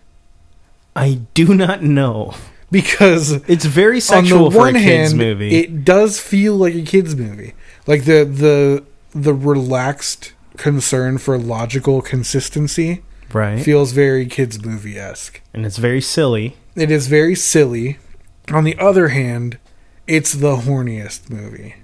Speaker 4: I do not know.
Speaker 3: Because
Speaker 4: It's very sexual
Speaker 3: on the
Speaker 4: for a
Speaker 3: one
Speaker 4: kids
Speaker 3: hand,
Speaker 4: movie.
Speaker 3: it does feel like a kids movie. Like the the the relaxed concern for logical consistency
Speaker 4: right.
Speaker 3: feels very kids movie esque.
Speaker 4: and it's very silly.
Speaker 3: It is very silly. On the other hand, it's the horniest movie.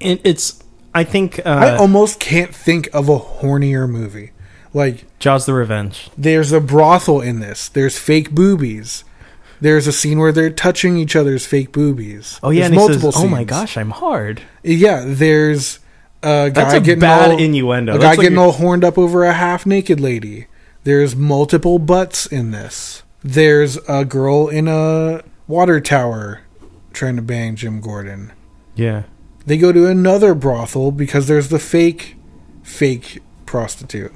Speaker 4: It, it's I think uh,
Speaker 3: I almost can't think of a hornier movie. Like
Speaker 4: Jaws: The Revenge.
Speaker 3: there's a brothel in this. There's fake boobies. There's a scene where they're touching each other's fake boobies.
Speaker 4: Oh yeah,
Speaker 3: there's
Speaker 4: and he says, "Oh my gosh, I'm hard."
Speaker 3: Yeah, there's a guy
Speaker 4: That's a
Speaker 3: getting
Speaker 4: bad
Speaker 3: all,
Speaker 4: innuendo.
Speaker 3: A
Speaker 4: That's
Speaker 3: guy
Speaker 4: like
Speaker 3: getting
Speaker 4: you're-
Speaker 3: all horned up over a half naked lady. There's multiple butts in this. There's a girl in a water tower trying to bang Jim Gordon.
Speaker 4: Yeah.
Speaker 3: They go to another brothel because there's the fake, fake prostitute.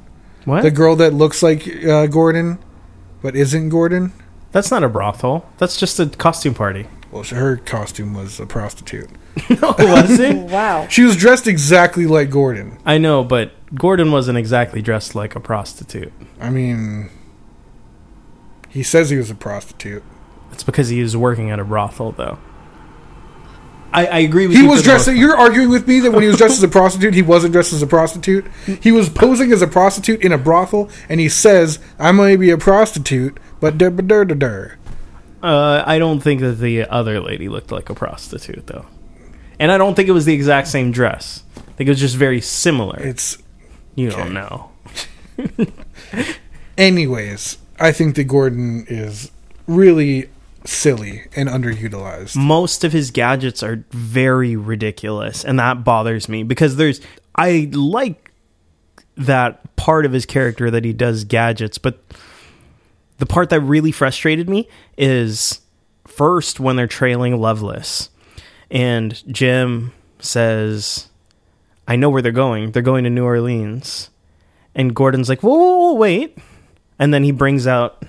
Speaker 4: What?
Speaker 3: The girl that looks like uh, Gordon, but isn't Gordon.
Speaker 4: That's not a brothel. That's just a costume <laughs> party.
Speaker 3: Well, sh- her costume was a prostitute.
Speaker 4: no, was it?
Speaker 2: Wow.
Speaker 3: She was dressed exactly like Gordon.
Speaker 4: I know, but Gordon wasn't exactly dressed like a prostitute.
Speaker 3: I mean, he says he was a prostitute.
Speaker 4: It's because he was working at a brothel, though. I, I agree with
Speaker 3: He
Speaker 4: you.
Speaker 3: was
Speaker 4: for the
Speaker 3: dressed.
Speaker 4: most-
Speaker 3: You're arguing with me that when he was dressed <laughs> as a prostitute, he wasn't dressed as a prostitute. He was posing as a prostitute in a brothel, and he says, "I may be a prostitute, but der der der der."
Speaker 4: Uh, I don't think that the other lady looked like a prostitute, though. And I don't think it was the exact same dress. I think it was just very similar.
Speaker 3: It's
Speaker 4: you
Speaker 3: okay.
Speaker 4: don't know.
Speaker 3: anyways. I think that Gordon is really silly and underutilized.
Speaker 4: most of his gadgets are very ridiculous and that bothers me because there's i like that part of his character that he does gadgets but the part that really frustrated me is first when they're trailing loveless and jim says i know where they're going they're going to new orleans and gordon's like whoa, whoa, whoa wait and then he brings out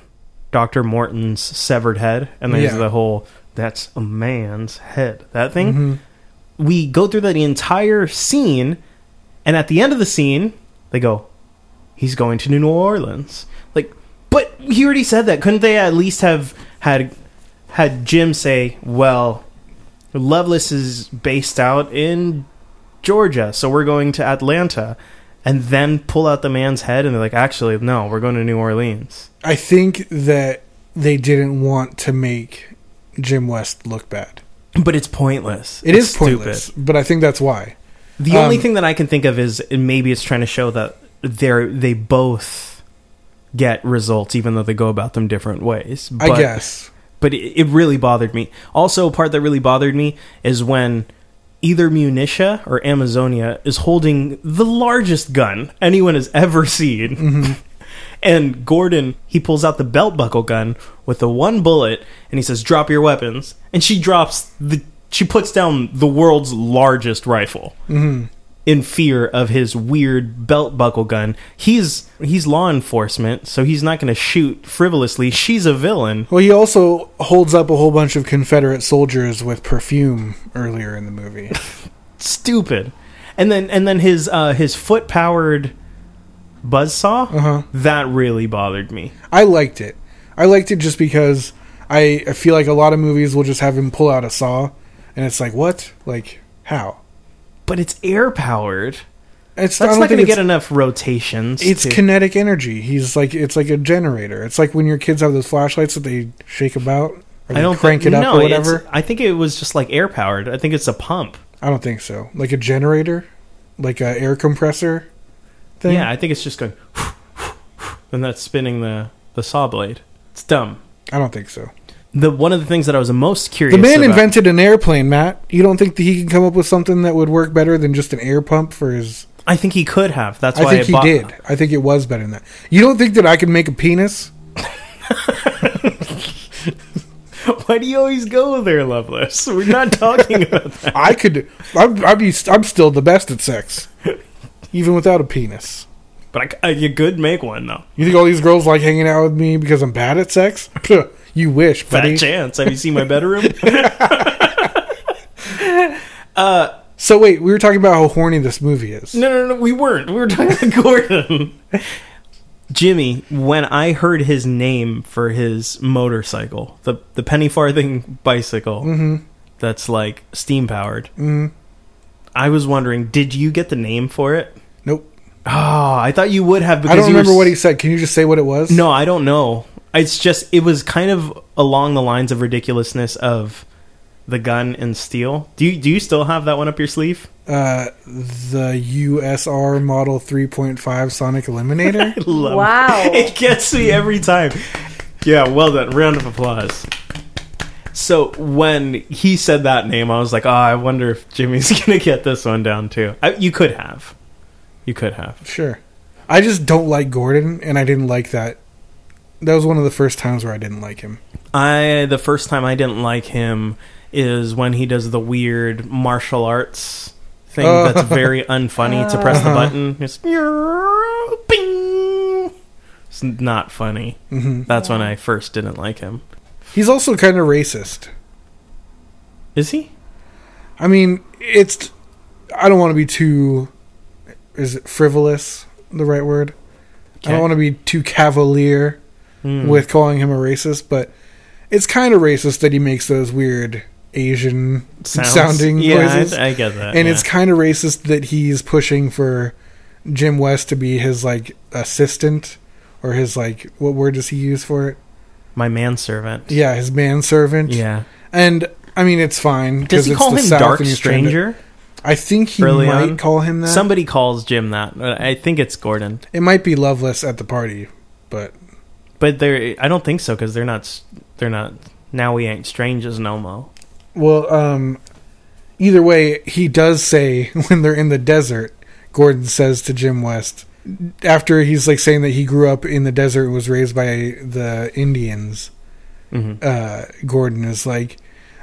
Speaker 4: Dr. Morton's severed head, and there's
Speaker 3: Yeah.
Speaker 4: the whole that's a man's head. That thing. We go through that entire scene, and at the end of the scene, they go, He's going to New Orleans. Like, but he already said that. Couldn't they at least have had had Jim say, Well, Lovelace is based out in Georgia, so we're going to Atlanta, and then pull out the man's head, and they're like, actually, no, we're going to New Orleans.
Speaker 3: I think that they didn't want to make Jim West look bad.
Speaker 4: But it's pointless.
Speaker 3: It is
Speaker 4: It's
Speaker 3: pointless, but I think that's why.
Speaker 4: The only
Speaker 3: Um,
Speaker 4: thing that I can think of is and maybe it's trying to show that they're they both get results, even though they go about them different ways. But,
Speaker 3: I guess.
Speaker 4: but it, it really bothered me. Also, a part that really bothered me is when either Munitia or Amazonia is holding the largest gun anyone has ever seen. <laughs> And Gordon, he pulls out the belt buckle gun with the one bullet and he says, Drop your weapons. And she drops the, she puts down the world's largest rifle in fear of his weird belt buckle gun. He's, he's law enforcement, so he's not going to shoot frivolously. She's a villain.
Speaker 3: Well, he also holds up a whole bunch of Confederate soldiers with perfume earlier in the movie.
Speaker 4: stupid. And then and then his uh, his foot powered buzzsaw
Speaker 3: Uh-huh.
Speaker 4: that really bothered me.
Speaker 3: I liked it. I liked it just because I, I feel like a lot of movies will just have him pull out a saw, and it's like, what? Like, how?
Speaker 4: But it's air powered.
Speaker 3: It's I
Speaker 4: That's
Speaker 3: don't
Speaker 4: not
Speaker 3: think
Speaker 4: going to get
Speaker 3: it's,
Speaker 4: enough rotations.
Speaker 3: It's
Speaker 4: to-
Speaker 3: kinetic energy. He's like, it's like a generator. It's like when your kids have those flashlights that they shake about, or they
Speaker 4: I don't
Speaker 3: crank
Speaker 4: think,
Speaker 3: it up
Speaker 4: no,
Speaker 3: or
Speaker 4: it's-
Speaker 3: whatever.
Speaker 4: I think it was just like air powered. I think it's a pump.
Speaker 3: I don't think so. Like a generator, like a air compressor thing.
Speaker 4: Yeah, I think it's just going, <laughs> and that's spinning the the saw blade. It's dumb.
Speaker 3: I don't think so.
Speaker 4: The one of the things that I was most curious.
Speaker 3: The man
Speaker 4: about-
Speaker 3: invented an airplane, Matt. You don't think that he can come up with something that would work better than just an air pump for his?
Speaker 4: I think he could have. That's why
Speaker 3: I think
Speaker 4: I
Speaker 3: he
Speaker 4: bought-
Speaker 3: did. I think it was better than that. You don't think that I can make a penis?
Speaker 4: <laughs> Why do you always go there, Loveless? We're not
Speaker 3: <laughs>
Speaker 4: talking about that.
Speaker 3: I could. I'm, I'd be. I'm still the best at sex, even without a penis.
Speaker 4: But I, I- you could make one though.
Speaker 3: You think all these girls like hanging out with me because I'm bad at sex? <laughs> Pugh, you wish,
Speaker 4: Fat
Speaker 3: buddy.
Speaker 4: chance. Have you seen my bedroom?
Speaker 3: So wait, we were talking about how horny this movie
Speaker 4: <laughs>
Speaker 3: is.
Speaker 4: no, no, no. We weren't. We were talking to Gordon. Jimmy, when I heard his name for his motorcycle, the the penny farthing bicycle that's like steam powered, I was wondering, did you get the name for it?
Speaker 3: Nope.
Speaker 4: Oh, I thought you would have. Because
Speaker 3: I don't
Speaker 4: you were
Speaker 3: remember what
Speaker 4: s-
Speaker 3: he said. Can you just say what it was?
Speaker 4: No, I don't know. It's just it was kind of along the lines of ridiculousness of the gun and steel. Do you do you still have that one up your sleeve?
Speaker 3: Uh, the USR Model 3.5 Sonic Eliminator.
Speaker 4: Love
Speaker 2: Wow.
Speaker 4: It gets me every time. Yeah, well done. Round of applause. So when he said that name, I was like, oh, I wonder if Jimmy's <laughs> gonna get this one down too. I, you could have, you could have.
Speaker 3: Sure. I just don't like Gordon, and I didn't like that. That was one of the first times where I didn't like him.
Speaker 4: I the first time I didn't like him is when he does the weird martial arts thing
Speaker 3: Oh.
Speaker 4: that's very unfunny to press the button. It's, bing. it's not funny. That's when I first didn't like him.
Speaker 3: He's also kind of racist.
Speaker 4: Is he?
Speaker 3: I mean, it's. I don't want to be too. Is it frivolous? The right word. I
Speaker 4: Okay.
Speaker 3: don't want to be too cavalier
Speaker 4: Hmm.
Speaker 3: with calling him a racist, but it's kind of racist that he makes those weird Asian
Speaker 4: Sounds-
Speaker 3: sounding
Speaker 4: yeah, I-
Speaker 3: noises.
Speaker 4: I, get that.
Speaker 3: and
Speaker 4: yeah.
Speaker 3: it's kind of racist that he's pushing for Jim West to be his like assistant or his like what word does he use for it?
Speaker 4: my manservant.
Speaker 3: Yeah, his manservant.
Speaker 4: Yeah.
Speaker 3: and I mean it's fine.
Speaker 4: Does
Speaker 3: 'cause
Speaker 4: he
Speaker 3: it's
Speaker 4: call
Speaker 3: the
Speaker 4: him
Speaker 3: South
Speaker 4: Dark
Speaker 3: and he's trying to-
Speaker 4: Stranger?
Speaker 3: I think he
Speaker 4: early
Speaker 3: might
Speaker 4: on?
Speaker 3: call him that.
Speaker 4: Somebody calls Jim that. but I think it's Gordon,
Speaker 3: it might be Loveless at the party, but
Speaker 4: but they're. I don't think so because they're not. s- They're not. Now we ain't strangers no mo.
Speaker 3: well, um, either way, he does say <laughs> when they're in the desert. Gordon says to Jim West after he's like saying that he grew up in the desert and was raised by the Indians.
Speaker 4: Mm-hmm.
Speaker 3: uh, Gordon is like,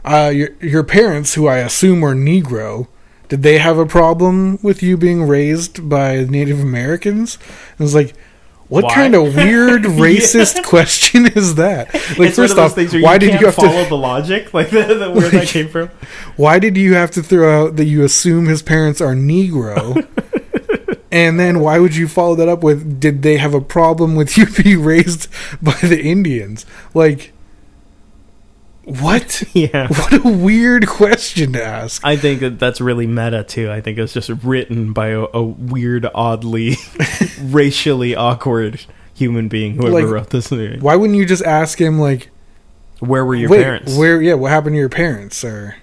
Speaker 3: uh, your, your parents, who I assume are Negro, did they have a problem with you being raised by Native Americans? And it's like, what
Speaker 4: Why?
Speaker 3: kind of
Speaker 4: <laughs>
Speaker 3: weird racist question is that? Like, first off, why did you have
Speaker 4: follow
Speaker 3: to?
Speaker 4: the logic? Like the, the where
Speaker 3: <laughs>
Speaker 4: that came from?
Speaker 3: Why did you have to throw out that you assume his parents
Speaker 4: <laughs>
Speaker 3: are Negro? And then why would you follow that up with did they have a problem with you being raised by the Indians? Like what?
Speaker 4: <laughs> Yeah.
Speaker 3: What a weird question to ask.
Speaker 4: I think that that's really meta too. I think it's just written by a, a weird, oddly, <laughs> racially awkward human being. Whoever
Speaker 3: Like,
Speaker 4: wrote this, lyric.
Speaker 3: Why wouldn't you just ask him like
Speaker 4: where were your
Speaker 3: wait,
Speaker 4: parents?
Speaker 3: Where yeah, what happened to your parents or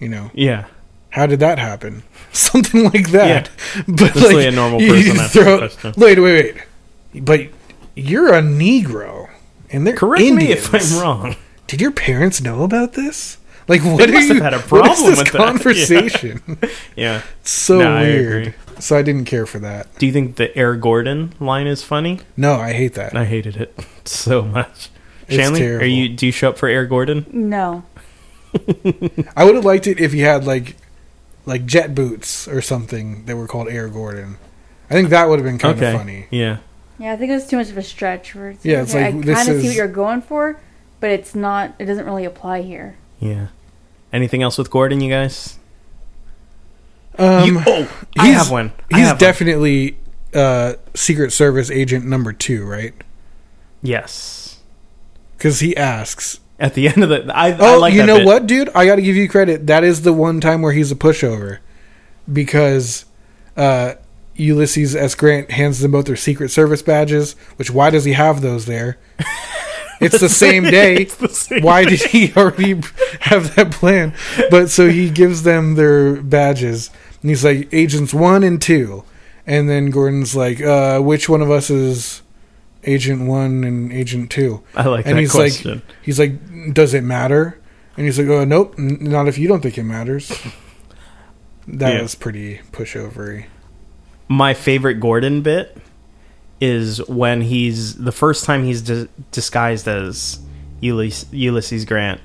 Speaker 3: you know,
Speaker 4: yeah,
Speaker 3: how did that happen? <laughs> Something like that. <laughs> But
Speaker 4: That's like a normal person
Speaker 3: just
Speaker 4: asks that
Speaker 3: throw-
Speaker 4: question.
Speaker 3: Wait, wait, wait. But you're a Negro and they're
Speaker 4: correct
Speaker 3: Indians.
Speaker 4: me if I'm wrong.
Speaker 3: Did your parents know about this? Like what
Speaker 4: must
Speaker 3: are
Speaker 4: have
Speaker 3: you
Speaker 4: had a
Speaker 3: <laughs> what is
Speaker 4: problem
Speaker 3: this
Speaker 4: with that. <laughs> Yeah.
Speaker 3: conversation? <laughs>
Speaker 4: Yeah.
Speaker 3: so
Speaker 4: No, I agree.
Speaker 3: weird. so I didn't care for that.
Speaker 4: Do you think the Air Gordon line is funny?
Speaker 3: No, I hate that.
Speaker 4: I hated it <laughs> so much.
Speaker 3: It's
Speaker 4: Shanley, are
Speaker 3: terrible.
Speaker 4: you? Do you show up for Air Gordon?
Speaker 2: No.
Speaker 3: I would have liked it if he had like like jet boots or something that were called Air Gordon. I think that would have been kind
Speaker 4: okay.
Speaker 3: of funny.
Speaker 4: Yeah.
Speaker 2: Yeah, I think it was too much of a stretch. Where it's,
Speaker 3: Yeah, it's
Speaker 2: okay,
Speaker 3: like,
Speaker 2: I
Speaker 3: this
Speaker 2: kind of see
Speaker 3: is-
Speaker 2: what you're going for, but it's not. It doesn't really apply here.
Speaker 4: Yeah. Anything else with Gordon, you guys?
Speaker 3: Um,
Speaker 4: You- oh, I
Speaker 3: he's-
Speaker 4: have one. I
Speaker 3: He's
Speaker 4: have one.
Speaker 3: definitely uh, Secret Service agent number two, right?
Speaker 4: Yes.
Speaker 3: Because he asks.
Speaker 4: At the end of the, I, I
Speaker 3: Oh,
Speaker 4: like
Speaker 3: you
Speaker 4: that
Speaker 3: know
Speaker 4: bit.
Speaker 3: what, dude? I got to give you credit. That is the one time where he's a pushover because uh, Ulysses S. Grant hands them both their Secret Service badges. Which why does he have those
Speaker 4: <laughs>
Speaker 3: there? It's the same day.
Speaker 4: It's the same
Speaker 3: why did
Speaker 4: <laughs>
Speaker 3: he already have that plan? But so he gives them their badges, and he's like, Agents one and two. And then Gordon's like, uh, which one of us is Agent one and Agent two?
Speaker 4: I like
Speaker 3: and
Speaker 4: that
Speaker 3: he's
Speaker 4: question.
Speaker 3: like, he's like, does it matter? And he's like, oh nope, n- not if you don't think it matters.
Speaker 4: <laughs>
Speaker 3: That
Speaker 4: Yeah.
Speaker 3: was pretty pushovery.
Speaker 4: my favorite Gordon bit is when he's the first time he's dis- disguised as Ulysses, Ulysses Grant,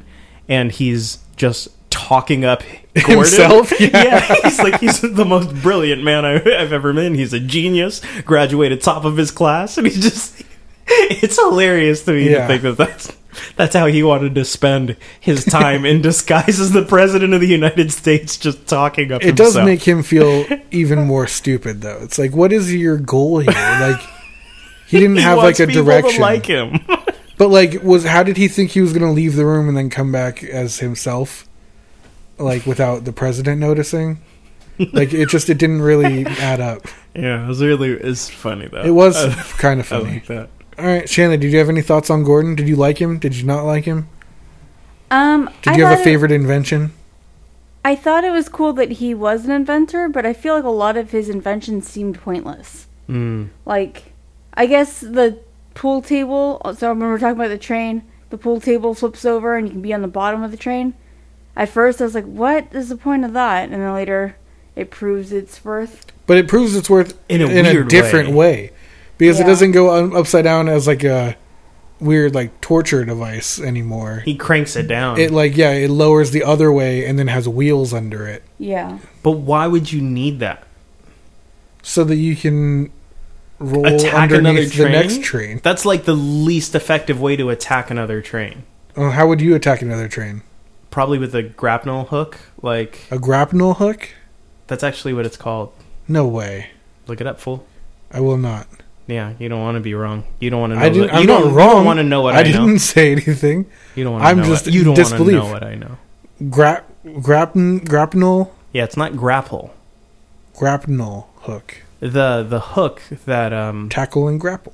Speaker 4: and he's just talking up <laughs> Gordon.
Speaker 3: Himself?
Speaker 4: Yeah.
Speaker 3: Yeah.
Speaker 4: <laughs> he's like he's the most brilliant man I, I've ever been. He's a genius, graduated top of his class, and he's just. It's hilarious to me to
Speaker 3: Yeah.
Speaker 4: think that that's that's how he wanted to spend his time in disguise as the president of the United States, just talking up.
Speaker 3: It
Speaker 4: himself.
Speaker 3: does make him feel even more stupid, though. It's like, what is your goal here? Like,
Speaker 4: <laughs>
Speaker 3: he didn't
Speaker 4: He
Speaker 3: have like
Speaker 4: wants
Speaker 3: a
Speaker 4: people to
Speaker 3: direction.
Speaker 4: like him. <laughs>
Speaker 3: But like, was how did he think he was going to leave the room and then come back as himself, like without the president noticing? Like it just it didn't really add up.
Speaker 4: Yeah, it was really it's funny though.
Speaker 3: It was
Speaker 4: I,
Speaker 3: kind of
Speaker 4: I
Speaker 3: funny.
Speaker 4: like that.
Speaker 3: All right, Shannon, did you have any thoughts on Gordon? Did you like him? Did you not like him?
Speaker 2: Um,
Speaker 3: Did
Speaker 2: I
Speaker 3: you have
Speaker 2: thought
Speaker 3: a
Speaker 2: it-
Speaker 3: favorite invention?
Speaker 2: I thought it was cool that he was an inventor, but I feel like a lot of his inventions seemed pointless.
Speaker 4: Mm.
Speaker 2: Like, I guess the pool table. So when we're talking about the train, the pool table flips over and you can be on the bottom of the train. At first, I was like, "What is the point of that?" And then later, it proves its worth.
Speaker 3: But it proves it's worth
Speaker 4: In a weird
Speaker 3: different way, because
Speaker 2: Yeah.
Speaker 3: it doesn't go un- upside down as like a weird like torture device anymore.
Speaker 4: He cranks it down.
Speaker 3: It like yeah, it lowers the other way and then has wheels under it
Speaker 2: Yeah.
Speaker 4: but why would you need that?
Speaker 3: so that you can roll
Speaker 4: Attack another
Speaker 3: underneath
Speaker 4: train.
Speaker 3: the next train.
Speaker 4: That's like the least effective way to attack another train.
Speaker 3: Oh, how would you attack another train?
Speaker 4: Probably with a grapnel hook. Like
Speaker 3: A grapnel hook?
Speaker 4: that's actually what it's called.
Speaker 3: No way.
Speaker 4: Look it up, fool.
Speaker 3: I will not.
Speaker 4: Yeah, you don't want to be wrong. You don't want to know.
Speaker 3: I didn't,
Speaker 4: that- you
Speaker 3: I'm
Speaker 4: don't,
Speaker 3: not
Speaker 4: You
Speaker 3: wrong.
Speaker 4: don't want to know what I,
Speaker 3: I didn't <laughs>
Speaker 4: know.
Speaker 3: say anything.
Speaker 4: You don't want to
Speaker 3: I'm
Speaker 4: know.
Speaker 3: just
Speaker 4: what, you don't
Speaker 3: in
Speaker 4: want to know
Speaker 3: disbelief.
Speaker 4: what I know.
Speaker 3: Grap grapn grapnel
Speaker 4: Yeah, it's not grapple.
Speaker 3: grapnel hook.
Speaker 4: The the hook that um
Speaker 3: Tackle and grapple.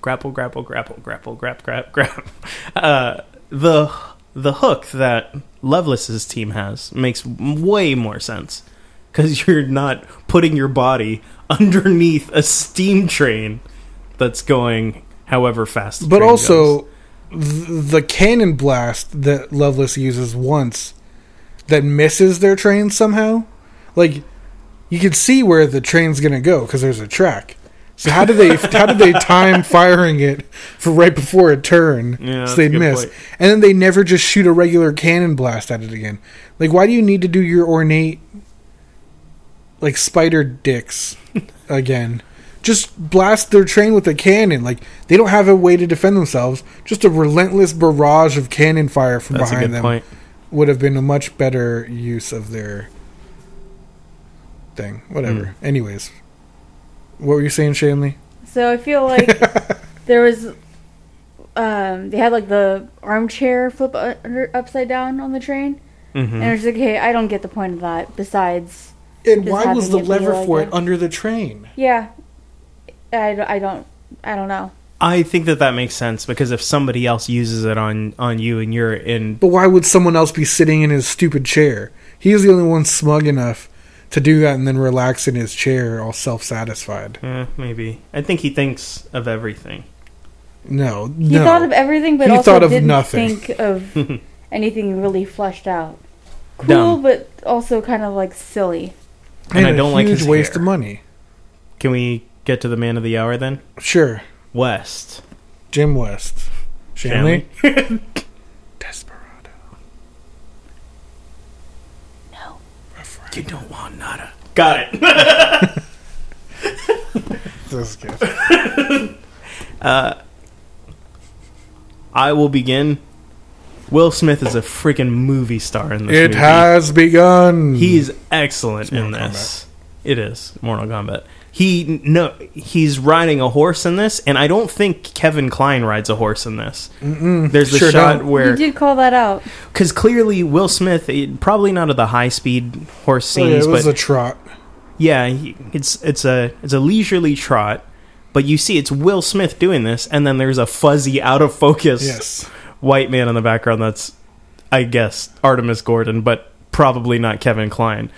Speaker 4: grapple grapple grapple grapple grap grap grap. <laughs> Uh, the the hook that Lovelace's team has makes way more sense because <laughs> you're not putting your body <laughs> underneath a steam train that's going however fast. the
Speaker 3: But
Speaker 4: train goes.
Speaker 3: also, th- the cannon blast that Lovelace uses once that misses their train somehow, like you can see where the train's gonna go because there's a track. So how
Speaker 4: <laughs>
Speaker 3: do they how did they time firing it for right before a turn
Speaker 4: Yeah, that's
Speaker 3: so
Speaker 4: a
Speaker 3: they
Speaker 4: good
Speaker 3: miss?
Speaker 4: point.
Speaker 3: And then they never just shoot a regular cannon blast at it again. Like why do you need to do your ornate like spider dicks again? Just blast their train with a cannon. Like they don't have a way to defend themselves. Just a relentless barrage of cannon fire from
Speaker 4: that's a
Speaker 3: behind
Speaker 4: good
Speaker 3: them
Speaker 4: point.
Speaker 3: would have been a much better use of their thing. Whatever.
Speaker 4: Hmm.
Speaker 3: Anyways, what were you saying, Shanley?
Speaker 2: So I feel like there was, um, they had like the armchair flip u- under, upside down on the train, and I was like, hey, I don't get the point of that. Besides,
Speaker 3: And
Speaker 2: Just why was having the it be lever like for it that.
Speaker 3: under the train?
Speaker 2: yeah, I, d- I don't I don't know.
Speaker 4: I think that that makes sense because if somebody else uses it on on you and you're in
Speaker 3: But why would someone else be sitting in his stupid chair? He was the only one smug enough to do that and then relax in his chair, all self satisfied.
Speaker 4: eh, maybe I think he thinks of everything.
Speaker 3: No,
Speaker 2: He
Speaker 3: no.
Speaker 2: thought of everything, but
Speaker 3: He
Speaker 2: also
Speaker 3: thought of
Speaker 2: didn't
Speaker 3: nothing.
Speaker 2: think
Speaker 3: <laughs>
Speaker 2: of anything really fleshed out. Cool,
Speaker 4: Dumb.
Speaker 2: but also kind of like silly.
Speaker 4: And I don't
Speaker 3: a
Speaker 4: like
Speaker 3: huge
Speaker 4: his
Speaker 3: waste
Speaker 4: hair.
Speaker 3: of money.
Speaker 4: Can we get to the man of the hour then?
Speaker 3: Sure,
Speaker 4: West.
Speaker 3: Jim West, Shanley, Desperado.
Speaker 4: You don't want nada. Got
Speaker 3: <laughs>
Speaker 4: it.
Speaker 3: That's good.
Speaker 4: I will begin. Will Smith is a freaking movie star in this
Speaker 3: It
Speaker 4: movie.
Speaker 3: has begun.
Speaker 4: He is excellent in
Speaker 3: Mortal
Speaker 4: this. It is Mortal Kombat. He no, he's riding a horse in this, and I don't think Kevin Klein rides a horse in this. Mm-mm, There's the
Speaker 3: sure
Speaker 4: shot
Speaker 3: don't.
Speaker 2: You
Speaker 4: where
Speaker 2: did call that out.
Speaker 4: because clearly Will Smith eh, probably not at the high speed horse
Speaker 3: Oh, yeah,
Speaker 4: scenes,
Speaker 3: it was
Speaker 4: but
Speaker 3: a trot.
Speaker 4: yeah, he, it's it's a it's a leisurely trot. But you see, it's Will Smith doing this, and then there's a fuzzy, out of focus
Speaker 3: Yes.
Speaker 4: white man in the background that's I guess Artemis Gordon, but probably not Kevin Klein.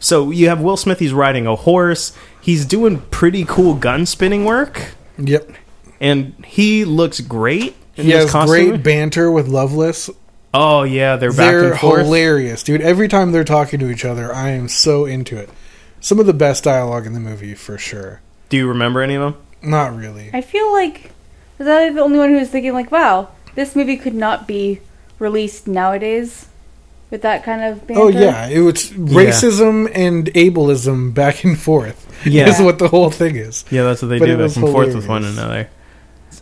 Speaker 4: So you have Will Smith, he's riding a horse, he's doing pretty cool gun spinning work,
Speaker 3: Yep.
Speaker 4: and he looks great. in
Speaker 3: He
Speaker 4: his
Speaker 3: has
Speaker 4: costume.
Speaker 3: great banter with Loveless.
Speaker 4: oh yeah, they're back
Speaker 3: They're
Speaker 4: and forth.
Speaker 3: hilarious, dude. Every time they're talking to each other, I am so into it. Some of the best dialogue in the movie for sure.
Speaker 4: Do you remember any of them?
Speaker 3: Not really.
Speaker 2: I feel like was I the only one who was thinking like, wow, this movie could not be released nowadays with that kind of banter.
Speaker 3: Oh yeah, it was racism and ableism back and forth.
Speaker 4: Yeah.
Speaker 3: <laughs> is what the whole thing is.
Speaker 4: Yeah, that's what they
Speaker 3: But
Speaker 4: do
Speaker 3: it
Speaker 4: back
Speaker 3: was
Speaker 4: and forth with one
Speaker 3: hilarious.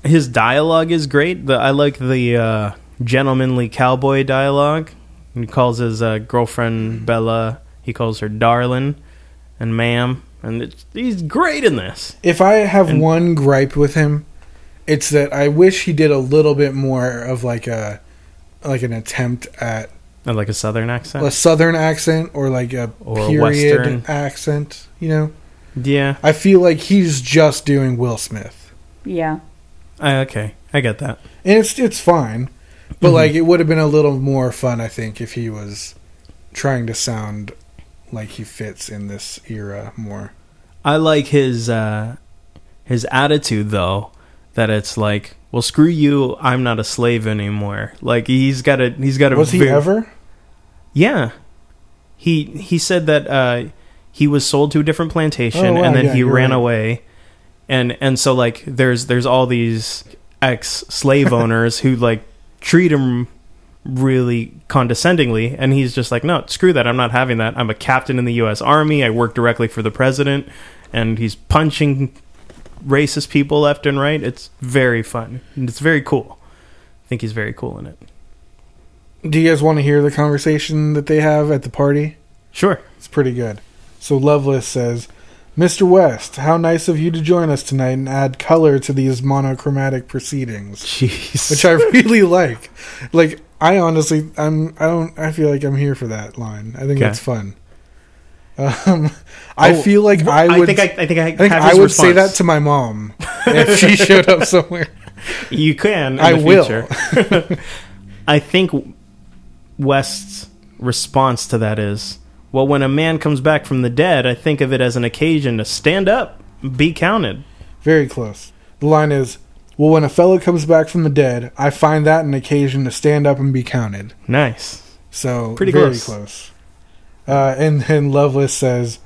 Speaker 4: another. His dialogue is great. The, I like the uh, gentlemanly cowboy dialogue. He calls his uh, girlfriend Bella. He calls her darling and ma'am. And it's, he's great in this.
Speaker 3: If I have
Speaker 4: And-
Speaker 3: one gripe with him, it's that I wish he did a little bit more of like a like an attempt at
Speaker 4: I like a southern accent.
Speaker 3: a southern accent or like a
Speaker 4: Or a
Speaker 3: period
Speaker 4: Western.
Speaker 3: accent. You know,
Speaker 4: yeah.
Speaker 3: I feel like he's just doing Will Smith,
Speaker 2: Yeah.
Speaker 4: I, okay. I get that.
Speaker 3: and it's it's fine,
Speaker 4: Mm-hmm.
Speaker 3: but like it would have been a little more fun, I think, if he was trying to sound like he fits in this era more.
Speaker 4: I like his uh, his attitude though that it's like, well, screw you. I'm not a slave anymore. Like he's got a he's got a
Speaker 3: Was he
Speaker 4: very-
Speaker 3: ever?
Speaker 4: Yeah. He he said that uh, he was sold to a different plantation
Speaker 3: Oh, wow,
Speaker 4: and then
Speaker 3: yeah,
Speaker 4: he
Speaker 3: you're
Speaker 4: ran
Speaker 3: right.
Speaker 4: away. And and so like there's there's all these ex
Speaker 3: <laughs>
Speaker 4: slave owners who like treat him really condescendingly and he's just like no screw that i'm not having that i'm a captain in the us army i work directly for the president and he's punching racist people left and right it's very fun and it's very cool i think he's very cool in it
Speaker 3: Do you guys want to hear the conversation that they have at the party? <laughs>
Speaker 4: sure
Speaker 3: It's pretty good. So Lovelace says, Mr. West, how nice of you to join us tonight and add color to these monochromatic proceedings.
Speaker 4: jeez
Speaker 3: Which I <laughs> really like. Like, I honestly I'm I don't I feel like I'm here for that line. I think
Speaker 4: Okay. Oh,
Speaker 3: that's fun. Um, I feel like I
Speaker 4: I
Speaker 3: would
Speaker 4: think I, I think I,
Speaker 3: I think
Speaker 4: have
Speaker 3: I
Speaker 4: his
Speaker 3: would
Speaker 4: response.
Speaker 3: say that to my mom if
Speaker 4: <laughs>
Speaker 3: she showed up somewhere.
Speaker 4: You can. In
Speaker 3: I
Speaker 4: the
Speaker 3: will.
Speaker 4: Future. <laughs> I think West's response to that is, "Well, when a man comes back from the dead, I think of it as an occasion to stand up, be counted."
Speaker 3: Very close. The line is, "Well, when a fellow comes back from the dead, I find that an occasion to stand up and be counted."
Speaker 4: Nice.
Speaker 3: So
Speaker 4: Pretty
Speaker 3: very
Speaker 4: close.
Speaker 3: close. Uh, and then Lovelace says,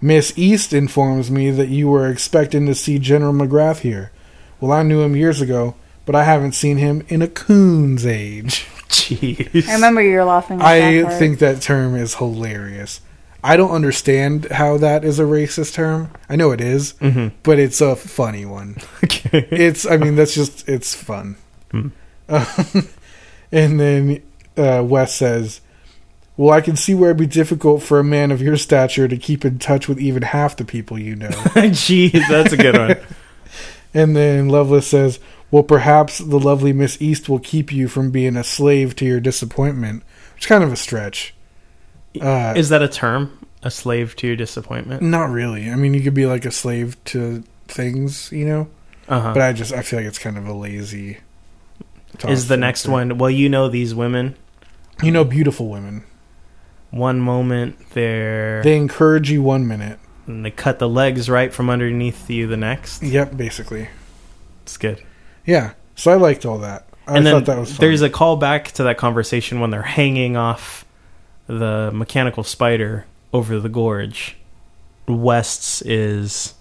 Speaker 3: "Miss East informs me that you were expecting to see General McGrath here. Well, I knew him years ago, but I haven't seen him in a coon's age."
Speaker 4: Jeez.
Speaker 2: I remember you were laughing. At that
Speaker 3: I
Speaker 2: part.
Speaker 3: think that term is hilarious. I don't understand how that is a racist term. I know it is,
Speaker 4: Mm-hmm.
Speaker 3: but it's a funny
Speaker 4: <laughs>
Speaker 3: one.
Speaker 4: Okay.
Speaker 3: It's, I mean, that's just, it's fun.
Speaker 4: Hmm.
Speaker 3: Um, <laughs> and then uh, Wes says, Well, I can see where it'd be difficult for a man of your stature to keep in touch with even half the people
Speaker 4: <laughs>
Speaker 3: you know.
Speaker 4: Jeez, that's a good
Speaker 3: <laughs>
Speaker 4: one.
Speaker 3: and then Lovelace says, Well, perhaps the lovely Miss East will keep you from being a slave to your disappointment, which is kind of a stretch. Uh,
Speaker 4: Is that a term? A slave to your disappointment?
Speaker 3: Not really. I mean, you could be like a slave to things, you know.
Speaker 4: Uh
Speaker 3: Mm-hmm. But
Speaker 4: huh.
Speaker 3: I just I feel like it's kind of a lazy.
Speaker 4: Is the next one? Well, you know these women.
Speaker 3: You know, beautiful women.
Speaker 4: One moment they're
Speaker 3: They encourage you one minute.
Speaker 4: and they cut the legs right from underneath you. The next,
Speaker 3: Yep, basically.
Speaker 4: it's good.
Speaker 3: Yeah. So I liked all that. I
Speaker 4: and then
Speaker 3: thought that was fun.
Speaker 4: there's a callback to that conversation when they're hanging off the mechanical spider over the gorge. West's is,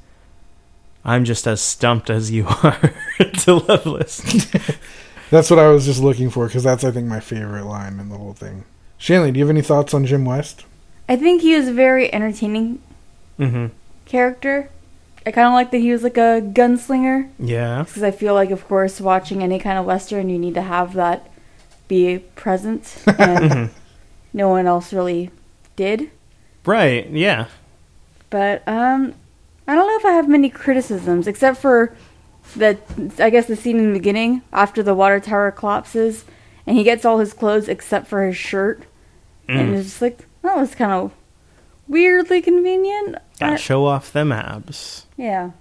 Speaker 4: I'm just as stumped as you <laughs> are to Loveless.
Speaker 3: that's what I was just looking for because that's I think my favorite line in the whole thing. Shanley, do you have any thoughts on Jim West?
Speaker 2: I think he was a very entertaining
Speaker 4: hmm
Speaker 2: character. I kind of like that he was like a gunslinger
Speaker 4: Yeah.
Speaker 2: because I feel like, of course, watching any kind of western, you need to have that be present, and no one else really did.
Speaker 4: Right. Yeah.
Speaker 2: But um, I don't know if I have many criticisms except for the I guess the scene in the beginning after the water tower collapses and he gets all his clothes except for his shirt and it's just like that was kind of weirdly convenient.
Speaker 4: Gotta
Speaker 2: I-
Speaker 4: show off them abs.
Speaker 2: yeah.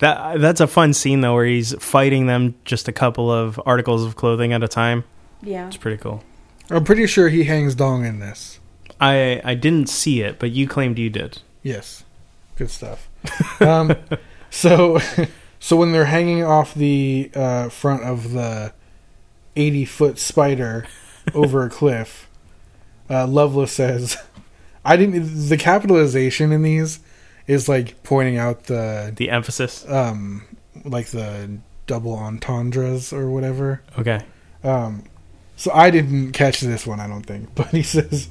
Speaker 4: That that's a fun scene though, where he's fighting them just a couple of articles of clothing at a time.
Speaker 2: Yeah.
Speaker 4: It's pretty cool.
Speaker 3: I'm pretty sure he hangs dong in this.
Speaker 4: I I didn't see it, but you claimed you did.
Speaker 3: Yes. Good stuff. um, <laughs> so, <laughs> so when they're hanging off the uh, front of the eighty-foot spider over a cliff, uh, Lovelace says, "I didn't." The capitalization in these is like pointing out the
Speaker 4: The emphasis.
Speaker 3: um, like the double entendres or whatever.
Speaker 4: Okay.
Speaker 3: Um, so I didn't catch this one, I don't think. <laughs> But he says,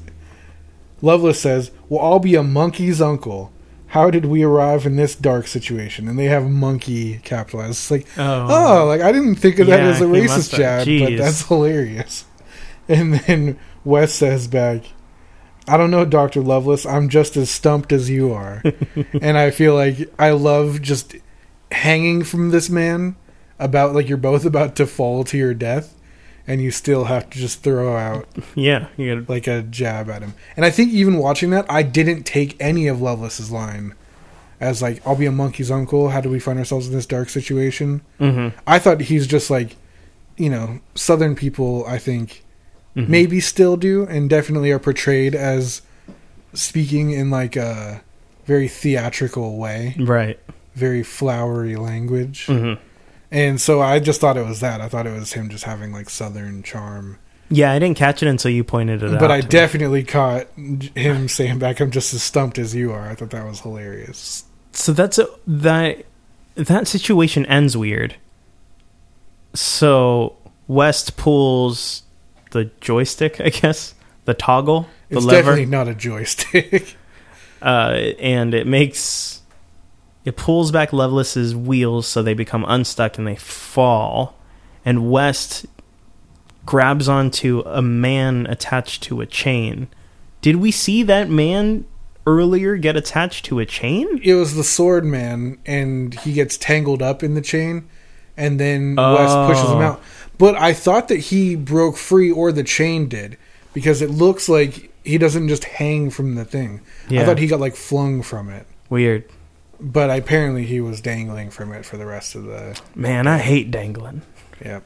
Speaker 3: Lovelace says, "Well, I'll be a monkey's uncle. How did we arrive in this dark situation?" And they have monkey capitalized. It's like,
Speaker 4: Oh.
Speaker 3: oh, like I didn't think of that
Speaker 4: Yeah,
Speaker 3: as a
Speaker 4: he must
Speaker 3: racist
Speaker 4: have.
Speaker 3: jab,
Speaker 4: Jeez.
Speaker 3: but that's hilarious. And then Wes says back, "I don't know, Doctor Lovelace. I'm just as stumped as
Speaker 4: <laughs>
Speaker 3: you are." and I feel like I love just hanging from this man about like you're both about to fall to your death, and you still have to just throw out
Speaker 4: Yeah. You gotta
Speaker 3: like a jab at him. And I think even watching that, I didn't take any of Lovelace's line as like, "I'll be a monkey's uncle." How do we find ourselves in this dark situation?
Speaker 4: Mm-hmm.
Speaker 3: I thought he's just like, you know, Southern people. I think
Speaker 4: Mm-hmm.
Speaker 3: maybe still do, and definitely are portrayed as speaking in like a very theatrical way,
Speaker 4: Right.
Speaker 3: very flowery language.
Speaker 4: Mm-hmm.
Speaker 3: And so I just thought it was that. I thought it was him just having like Southern charm.
Speaker 4: Yeah, I didn't catch it until you pointed it out.
Speaker 3: but I
Speaker 4: to me.
Speaker 3: definitely caught him saying back, "I'm just as stumped as you are." I thought that was hilarious.
Speaker 4: So that's a, that that situation ends weird, So West pulls the joystick, I guess, the toggle, the
Speaker 3: it's
Speaker 4: lever,
Speaker 3: definitely not a joystick.
Speaker 4: uh, and it makes it pulls back Lovelace's wheels so they become unstuck and they fall. And West grabs onto a man attached to a chain. Did we see that man earlier get attached to a chain?
Speaker 3: it was the sword man, and he gets tangled up in the chain, and then
Speaker 4: Oh.
Speaker 3: West pushes him out. But I thought that he broke free, or the chain did, because it looks like he doesn't just hang from the thing.
Speaker 4: Yeah.
Speaker 3: I thought he got like flung from it,
Speaker 4: Weird.
Speaker 3: but apparently he was dangling from it for the rest of the.
Speaker 4: Man, I hate dangling.
Speaker 3: Yeah.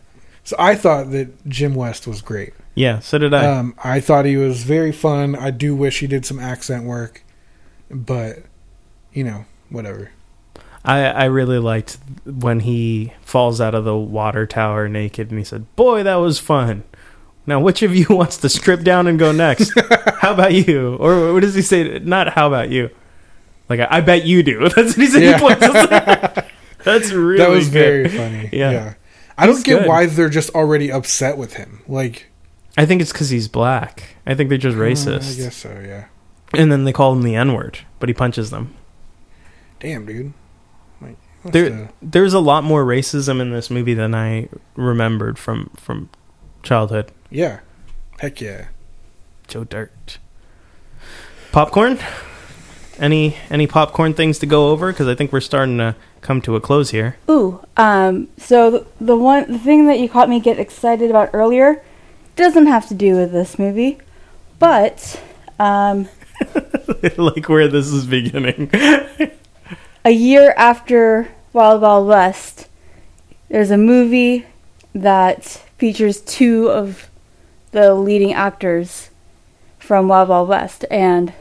Speaker 3: So I thought that Jim West was great.
Speaker 4: Yeah, so did I.
Speaker 3: Um, I thought he was very fun. I do wish he did some accent work, but you know, whatever.
Speaker 4: I, I really liked when he falls out of the water tower naked and he said, Boy, that was fun. Now, which of you <laughs> wants to strip down and go
Speaker 3: <laughs>
Speaker 4: next? how about you? Or what does he say? Not how about you. Like, I, I bet you do. <laughs> That's what he said.
Speaker 3: Yeah.
Speaker 4: He points
Speaker 3: <laughs>
Speaker 4: us- That's really
Speaker 3: that was
Speaker 4: good. <laughs>
Speaker 3: very funny.
Speaker 4: Yeah.
Speaker 3: Yeah. I
Speaker 4: He's
Speaker 3: don't get
Speaker 4: good.
Speaker 3: why they're just already upset with him. Like,
Speaker 4: I think it's because he's black. I think they're just
Speaker 3: Oh, I
Speaker 4: racist.
Speaker 3: guess so, yeah.
Speaker 4: and then they call him the N word, but he punches them.
Speaker 3: Damn, dude. Like, what's
Speaker 4: there
Speaker 3: the-
Speaker 4: there's a lot more racism in this movie than I remembered from from childhood.
Speaker 3: yeah. Heck yeah.
Speaker 4: Joe Dirt. Popcorn? Any any popcorn things to go over? Because I think we're starting to come to a close
Speaker 3: <laughs>
Speaker 4: here.
Speaker 2: Ooh, um, so th- the one the thing that you caught me get excited about earlier doesn't have to do with this movie, but um,
Speaker 4: like where this is beginning. <laughs>
Speaker 2: a year after Wild Wild West, there's a movie that features two of the leading actors from Wild Wild West, and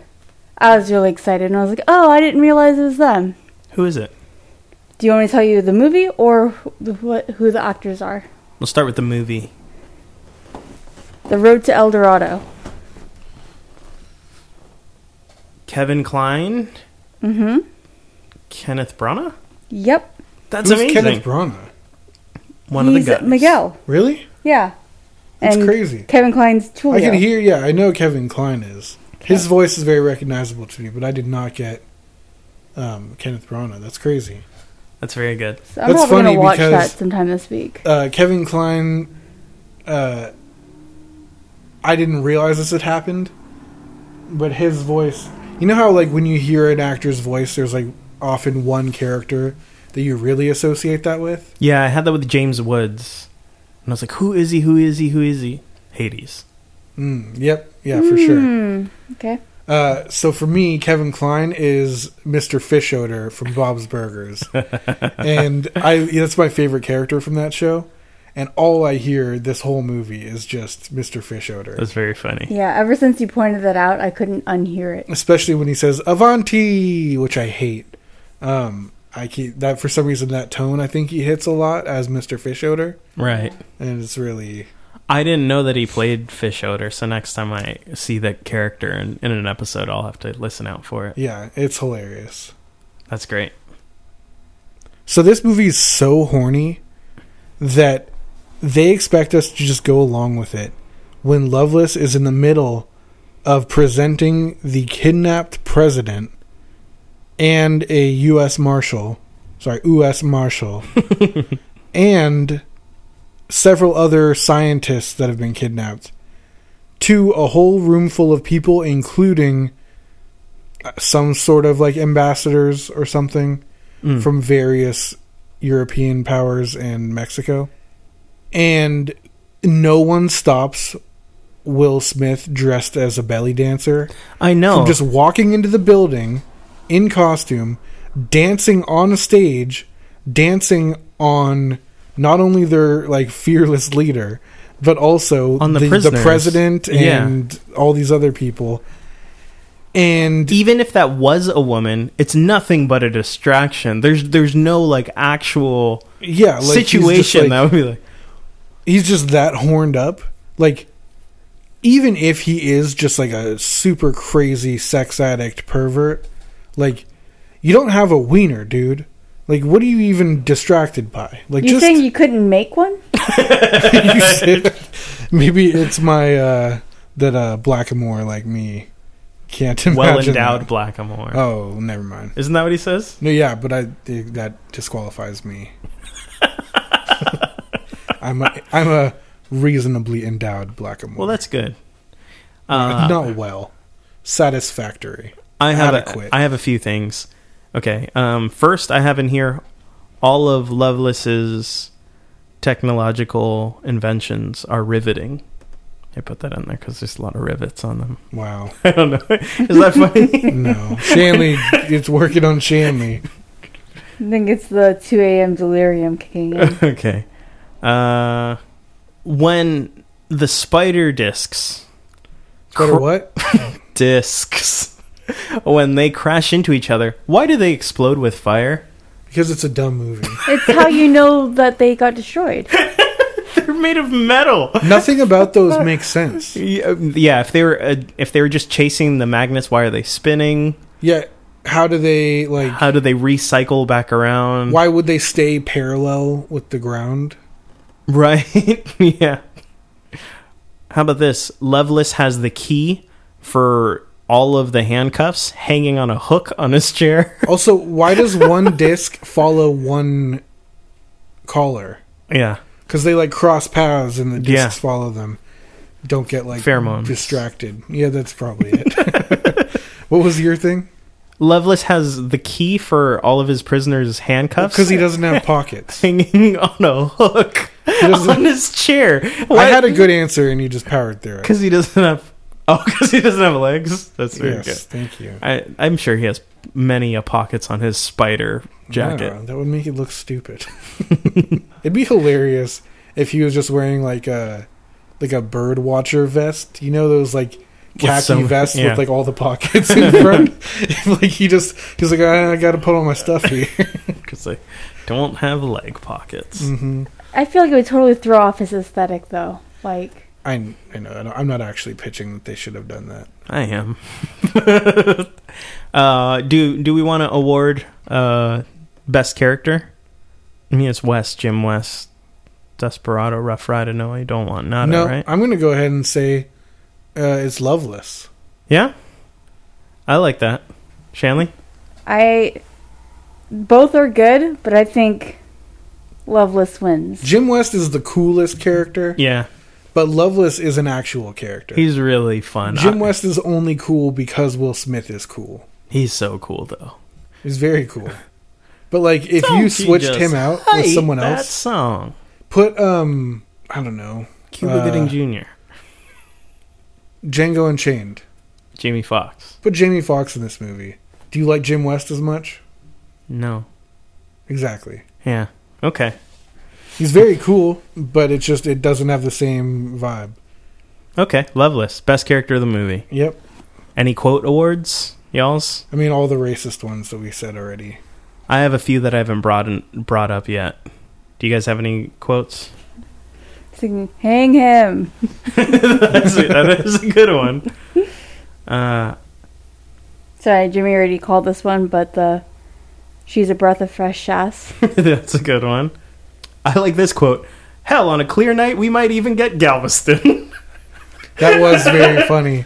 Speaker 2: I was really excited, and I was like, "Oh, I didn't realize it was them."
Speaker 4: Who is it?
Speaker 2: Do you want me to tell you the movie or wh- what, who the actors are?
Speaker 4: We'll start with the movie.
Speaker 2: The Road to El Dorado.
Speaker 4: Kevin Klein,
Speaker 2: Mm-hmm.
Speaker 4: Kenneth Branagh?
Speaker 2: Yep.
Speaker 4: That's
Speaker 3: Who's
Speaker 4: amazing.
Speaker 3: Kenneth Branagh?
Speaker 4: One
Speaker 2: He's
Speaker 4: of the guys.
Speaker 2: Miguel.
Speaker 3: Really?
Speaker 2: Yeah.
Speaker 3: That's crazy.
Speaker 2: Kevin Klein's Tulio.
Speaker 3: I can hear, yeah, I know Kevin Klein is. His voice is very recognizable to me, but I did not get um, Kenneth Branagh. That's crazy.
Speaker 4: That's very good.
Speaker 2: So I'm
Speaker 3: That's
Speaker 2: probably
Speaker 3: funny
Speaker 2: gonna watch
Speaker 3: because-
Speaker 2: that sometime this week.
Speaker 3: uh, Kevin Klein. Uh, I didn't realize this had happened, but his voice. You know how like when you hear an actor's voice, there's like often one character that you really associate that with.
Speaker 4: Yeah, I had that with James Woods. And I was like, who is he? Who is he? Who is he? Hades.
Speaker 3: Mm, yep, yeah, for sure.
Speaker 2: Hmm. Okay.
Speaker 3: Uh, so for me, Kevin Klein is Mr. Fish Odor from Bob's
Speaker 2: <laughs>
Speaker 3: Burgers, and I that's my favorite character from that show. And all I hear this whole movie is just Mr. Fish Odor.
Speaker 4: That's very funny.
Speaker 2: Yeah. Ever since you pointed that out, I couldn't unhear it.
Speaker 3: especially when he says "Avanti," which I hate. Um, I keep that for some reason that tone I think he hits a lot as Mr. Fish Odor,
Speaker 4: Right.
Speaker 3: and it's really
Speaker 4: I didn't know that he played Fish Odor, so next time I see that character in, in an episode, I'll have to listen out for it.
Speaker 3: yeah, it's hilarious.
Speaker 4: That's great.
Speaker 3: So this movie is so horny that they expect us to just go along with it when Lovelace is in the middle of presenting the kidnapped president and a U.S. Marshal, sorry, U.S. Marshal, and several other scientists that have been kidnapped to a whole room full of people, including uh, some sort of like ambassadors or something
Speaker 4: Mm.
Speaker 3: from various European powers and Mexico. And no one stops Will Smith dressed as a belly dancer
Speaker 4: I know.
Speaker 3: from just walking into the building in costume, dancing on a stage, dancing on not only their like fearless leader, but also
Speaker 4: On the
Speaker 3: the
Speaker 4: prisoners.
Speaker 3: president
Speaker 4: Yeah.
Speaker 3: and all these other people. And
Speaker 4: even if that was a woman, it's nothing but a distraction. There's there's no like actual
Speaker 3: yeah, like, he's just,
Speaker 4: situation
Speaker 3: like-
Speaker 4: that would be like
Speaker 3: he's just that horned up. Like, even if he is just like a super crazy sex addict pervert, like, you don't have a wiener, dude. Like, what are you even distracted by? Like,
Speaker 2: You
Speaker 3: just <laughs>
Speaker 2: saying you couldn't make one?
Speaker 3: You said- Maybe it's my uh that uh blackamoor like me can't imagine.
Speaker 4: well endowed
Speaker 3: that.
Speaker 4: blackamoor.
Speaker 3: Oh, never mind.
Speaker 4: Isn't that what he says?
Speaker 3: No, yeah, but I think that disqualifies
Speaker 4: <laughs>
Speaker 3: me. I'm a, I'm a reasonably endowed blackamoor.
Speaker 4: Well, that's good. Uh,
Speaker 3: not well satisfactory.
Speaker 4: I have
Speaker 3: adequate.
Speaker 4: A, I have a few things. Okay. Um, first, I have in here all of Lovelace's technological inventions are riveting. I put that in there because there's a lot of rivets on them. <laughs>
Speaker 3: Wow.
Speaker 4: I don't know. Is that
Speaker 3: <laughs>
Speaker 4: funny?
Speaker 3: No, Shanley, it's working on Shanley.
Speaker 2: I think it's the 2 a.m. delirium
Speaker 3: <laughs>
Speaker 2: kicking in.
Speaker 4: okay. Uh, when the spider discs
Speaker 3: But what?
Speaker 4: discs <laughs> when they crash into each other, why do they explode with fire? <laughs>
Speaker 3: Because it's a dumb movie.
Speaker 2: it's how you know that they got destroyed.
Speaker 4: They're made of metal.
Speaker 3: Nothing about those makes sense.
Speaker 4: Yeah, yeah, if they were uh, if they were just chasing the magnets, why are they spinning?
Speaker 3: Yet, how do they like?
Speaker 4: How do they recycle back around?
Speaker 3: Why would they stay parallel with the ground?
Speaker 4: <laughs> Right? yeah. How about this? Lovelace has the key for all of the handcuffs hanging on a hook on his chair. <laughs>
Speaker 3: Also, why does one disc follow one collar?
Speaker 4: yeah.
Speaker 3: Because they like cross paths and the discs
Speaker 4: Yeah.
Speaker 3: follow them. Don't get like
Speaker 4: Pheromones.
Speaker 3: distracted. Yeah, that's probably it. <laughs> what was your thing?
Speaker 4: Lovelace has the key for all of his prisoners' handcuffs
Speaker 3: Because he doesn't have
Speaker 4: <laughs>
Speaker 3: pockets.
Speaker 4: hanging on a hook
Speaker 3: doesn't-
Speaker 4: on his chair.
Speaker 3: I
Speaker 4: <laughs>
Speaker 3: had a good answer, and you just powered through it.
Speaker 4: because he doesn't have. Oh, because he doesn't have legs. That's very
Speaker 3: Yes,
Speaker 4: good.
Speaker 3: thank you.
Speaker 4: I, I'm sure he has many a pockets on his spider jacket.
Speaker 3: No, that would make it
Speaker 4: <laughs>
Speaker 3: look stupid. It'd be hilarious if he was just wearing like a like a bird watcher vest. You know those like khaki
Speaker 4: some-
Speaker 3: vests
Speaker 4: yeah.
Speaker 3: with like all
Speaker 4: <laughs>
Speaker 3: the pockets in front. <laughs> If, like he just he's like "Ah, I got to put all my stuff here.
Speaker 4: <laughs> Because they don't have leg pockets.
Speaker 3: Mm-hmm.
Speaker 2: I feel like it would totally throw off his aesthetic, though. Like,
Speaker 3: I I know I don't- I'm not actually pitching that they should have done that.
Speaker 4: I am. <laughs> uh, do do we want to award uh, best character? I mean, it's West, Jim West, Desperado, Rough Rider. No, I don't want nada,
Speaker 3: no,
Speaker 4: right?
Speaker 3: I'm gonna go ahead and say uh, it's Loveless.
Speaker 4: yeah, I like that. Shanley,
Speaker 2: I. Both are good, but I think Loveless wins.
Speaker 3: Jim West is the coolest character,
Speaker 4: yeah,
Speaker 3: but Loveless is an actual character.
Speaker 4: he's really fun.
Speaker 3: Jim
Speaker 4: I-
Speaker 3: West is only cool because Will Smith is cool.
Speaker 4: he's so cool though.
Speaker 3: He's very cool. But like if
Speaker 4: Don't
Speaker 3: you switched
Speaker 4: just
Speaker 3: him out with
Speaker 4: hate
Speaker 3: someone
Speaker 4: that
Speaker 3: else,
Speaker 4: song.
Speaker 3: put um I don't know,
Speaker 4: Cuba
Speaker 3: Uh,
Speaker 4: Gooding Jr.,
Speaker 3: Django Unchained.
Speaker 4: Jamie Foxx.
Speaker 3: Put Jamie Foxx in this movie. Do you like Jim West as much?
Speaker 4: No.
Speaker 3: Exactly.
Speaker 4: Yeah. Okay. <laughs>
Speaker 3: He's very cool, but it's just it doesn't have the same vibe.
Speaker 4: Okay. Loveless. Best character of the movie.
Speaker 3: Yep.
Speaker 4: Any quote awards, y'all's?
Speaker 3: I mean all the racist ones that we said already.
Speaker 4: I have a few that I haven't brought in, brought up yet. Do you guys have any quotes?
Speaker 2: Singing, Hang him!
Speaker 4: <laughs> That's a, that is a good one. Uh,
Speaker 2: Sorry, Jimmy already called this one, but the. She's a breath of fresh sass.
Speaker 4: <laughs> that's a good one. I like this quote. Hell, on a clear night, we might even get Galveston.
Speaker 3: That
Speaker 4: <laughs>
Speaker 3: was very funny.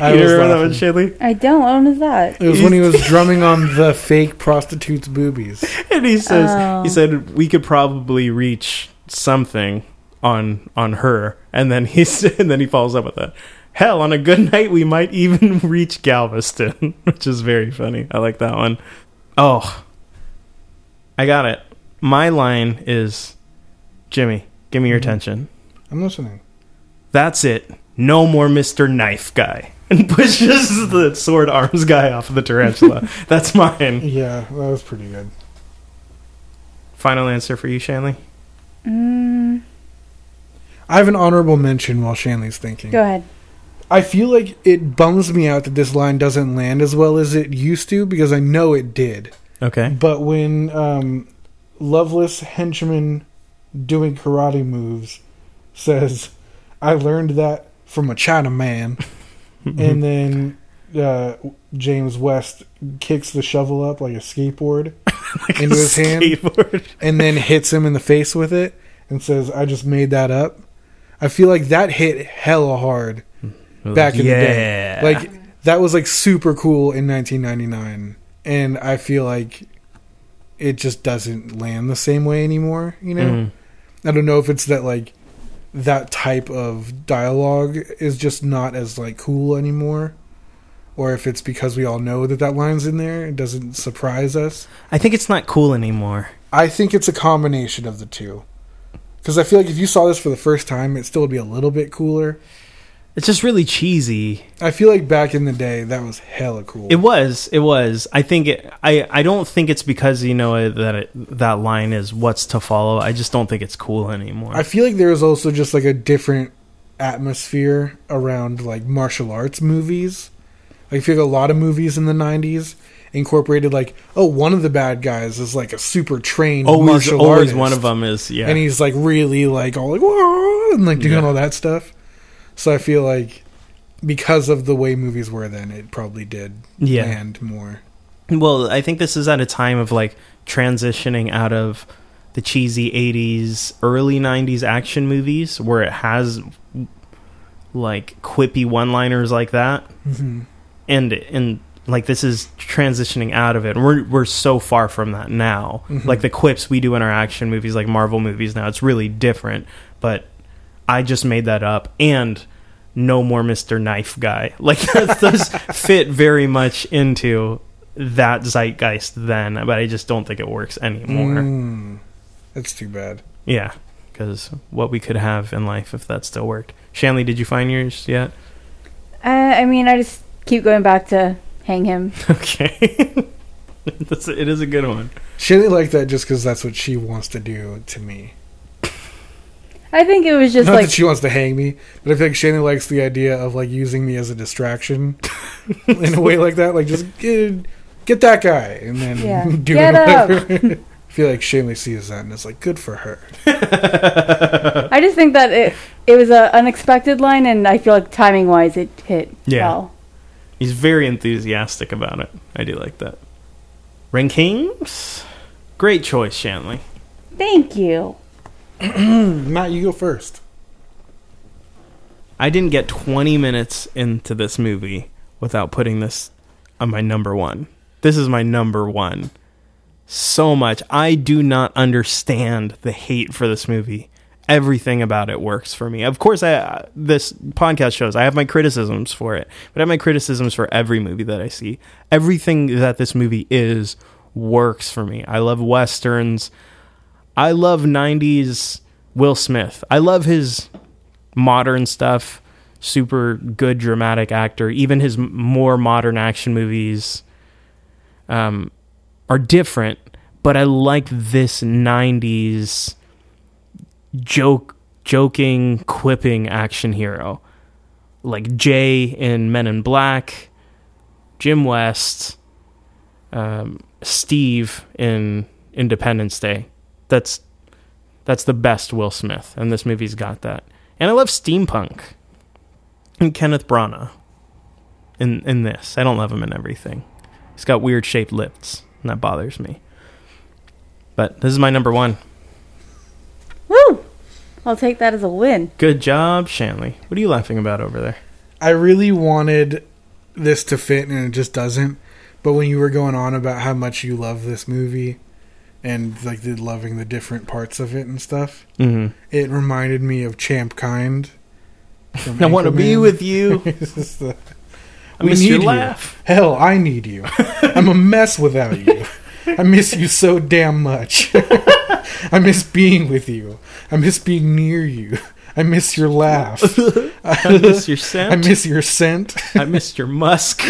Speaker 3: I
Speaker 4: you
Speaker 3: was
Speaker 4: remember that one,
Speaker 3: laughing.
Speaker 4: Shadley?
Speaker 2: I don't. What one is that?
Speaker 3: It was when
Speaker 4: <laughs>
Speaker 3: he was drumming on the fake prostitute's boobies.
Speaker 4: And he says,
Speaker 2: Oh.
Speaker 4: he said we could probably reach something on on her. And then he <laughs> s- and then he follows up with that. Hell, on a good <laughs> night, we might even <laughs> reach Galveston, <laughs> which is very funny. I like that one. Oh, I got it. My line is, Jimmy, give me your attention.
Speaker 3: I'm listening.
Speaker 4: That's it. No more Mr. Knife Guy. <laughs> And pushes the sword arms guy off the tarantula. That's mine.
Speaker 3: Yeah, that was pretty good.
Speaker 4: Final answer for you, Shanley.
Speaker 2: Mm,
Speaker 3: I have an honorable mention while Shanley's thinking.
Speaker 2: go ahead.
Speaker 3: I feel like it bums me out that this line doesn't land as well as it used to because I know it did.
Speaker 4: Okay.
Speaker 3: But when um, Loveless Henchman doing karate moves says, I learned that from a Chinaman, and then uh, James West kicks the shovel up like a skateboard into his hand
Speaker 4: Skateboard.
Speaker 3: and then hits him in the face with it. and says, "I just made that up." I feel like that hit hella hard <laughs> back in
Speaker 4: yeah.
Speaker 3: the day. Like that was like super cool in 1999, and I feel like it just doesn't land the same way anymore. You know, I don't know if it's that like that type of dialogue is just not as like cool anymore. Or if it's because we all know that that line's in there, it doesn't surprise us.
Speaker 4: I think it's not cool anymore.
Speaker 3: I think it's a combination of the two. Because I feel like if you saw this for the first time, it still would be a little bit cooler.
Speaker 4: It's just really cheesy.
Speaker 3: I feel like back in the day, that was hella cool.
Speaker 4: It was. It was. I think. It, I. I don't think it's because you know that it, that line is what's to follow. I just don't think it's cool anymore.
Speaker 3: I feel like there was also just like a different atmosphere around like martial arts movies. Like, I feel like a lot of movies in the 90s incorporated like, oh, one of the bad guys is like a super trained
Speaker 4: always,
Speaker 3: martial
Speaker 4: always
Speaker 3: artist.
Speaker 4: one of them is yeah.
Speaker 3: and he's like really like all like Whoa, and like doing
Speaker 4: Yeah.
Speaker 3: all that stuff. So I feel like because of the way movies were then, it probably did
Speaker 4: Yeah.
Speaker 3: land more.
Speaker 4: Well, I think this is at a time of like transitioning out of the cheesy 80s, early 90s action movies where it has like quippy one-liners like that. And and like this is transitioning out of it. We're we're so far from that now. Like the quips we do in our action movies like Marvel movies now, it's really different, but I just made that up and no more Mr. Knife Guy. <laughs> Like that's, those fit very much into that zeitgeist then, but I just don't think it works anymore.
Speaker 3: That's too bad.
Speaker 4: Yeah, because what we could have in life if that still worked. Shanley, did you find yours yet? <laughs>
Speaker 2: Uh, I mean, I just keep going back to hang him.
Speaker 4: Okay, <laughs> That's- it is a good one.
Speaker 3: She didn't like that just because that's what she wants to do to me.
Speaker 2: I think it was just
Speaker 3: Not
Speaker 2: like
Speaker 3: that she wants to hang me, but I feel like Shannon likes the idea of like using me as a
Speaker 2: <laughs>
Speaker 3: distraction in a way like that. Like just get, get that guy and then
Speaker 2: Yeah.
Speaker 3: <laughs> do
Speaker 2: Get up.
Speaker 3: whatever. <laughs> I feel like Shanley sees that and it's like good for her.
Speaker 2: I just think that it it was an unexpected line, and I feel like timing wise, it hit
Speaker 4: Yeah.
Speaker 2: well.
Speaker 4: He's very enthusiastic about it. I do like that. Rankings, great choice, Shanley.
Speaker 2: Thank you.
Speaker 3: Matt, you go first.
Speaker 4: I didn't get 20 minutes into this movie without putting this on my number one. This is my number one. So much. I do not understand the hate for this movie. Everything about it works for me. Of course, I, uh, this podcast shows I have my criticisms for it, but I have my criticisms for every movie that I see. Everything that this movie is works for me. I love westerns. I love 90s Will Smith. I love his modern stuff, super good dramatic actor. Even his m- more modern action movies um, are different, but I like this 90s joke, joking, quipping action hero. Like Jay in Men in Black, Jim West, um, Steve in Independence Day. That's that's the best Will Smith, and this movie's got that. And I love steampunk and Kenneth Branagh in in this. I don't love him in everything. He's got weird shaped lips, and that bothers me. But this is my number one.
Speaker 2: Woo! I'll take that as a win.
Speaker 4: Good job, Shanley. What are you laughing about over there?
Speaker 3: I really wanted this to fit and it just doesn't. But when you were going on about how much you love this movie and like the loving the different parts of it and stuff,
Speaker 4: Mm-hmm.
Speaker 3: it reminded me of Champ Kind.
Speaker 4: I want to be
Speaker 3: <laughs>
Speaker 4: with you.
Speaker 3: you.
Speaker 4: I
Speaker 3: We
Speaker 4: miss your
Speaker 3: need you. <laughs>
Speaker 4: laugh.
Speaker 3: Hell, I
Speaker 4: <laughs>
Speaker 3: need you. I'm a mess without you. I miss you so damn much. <laughs> I miss being with you. I miss being near you. I miss your laugh.
Speaker 4: I miss your scent. <laughs>
Speaker 3: I miss your scent.
Speaker 4: I miss your
Speaker 3: <laughs>
Speaker 4: musk.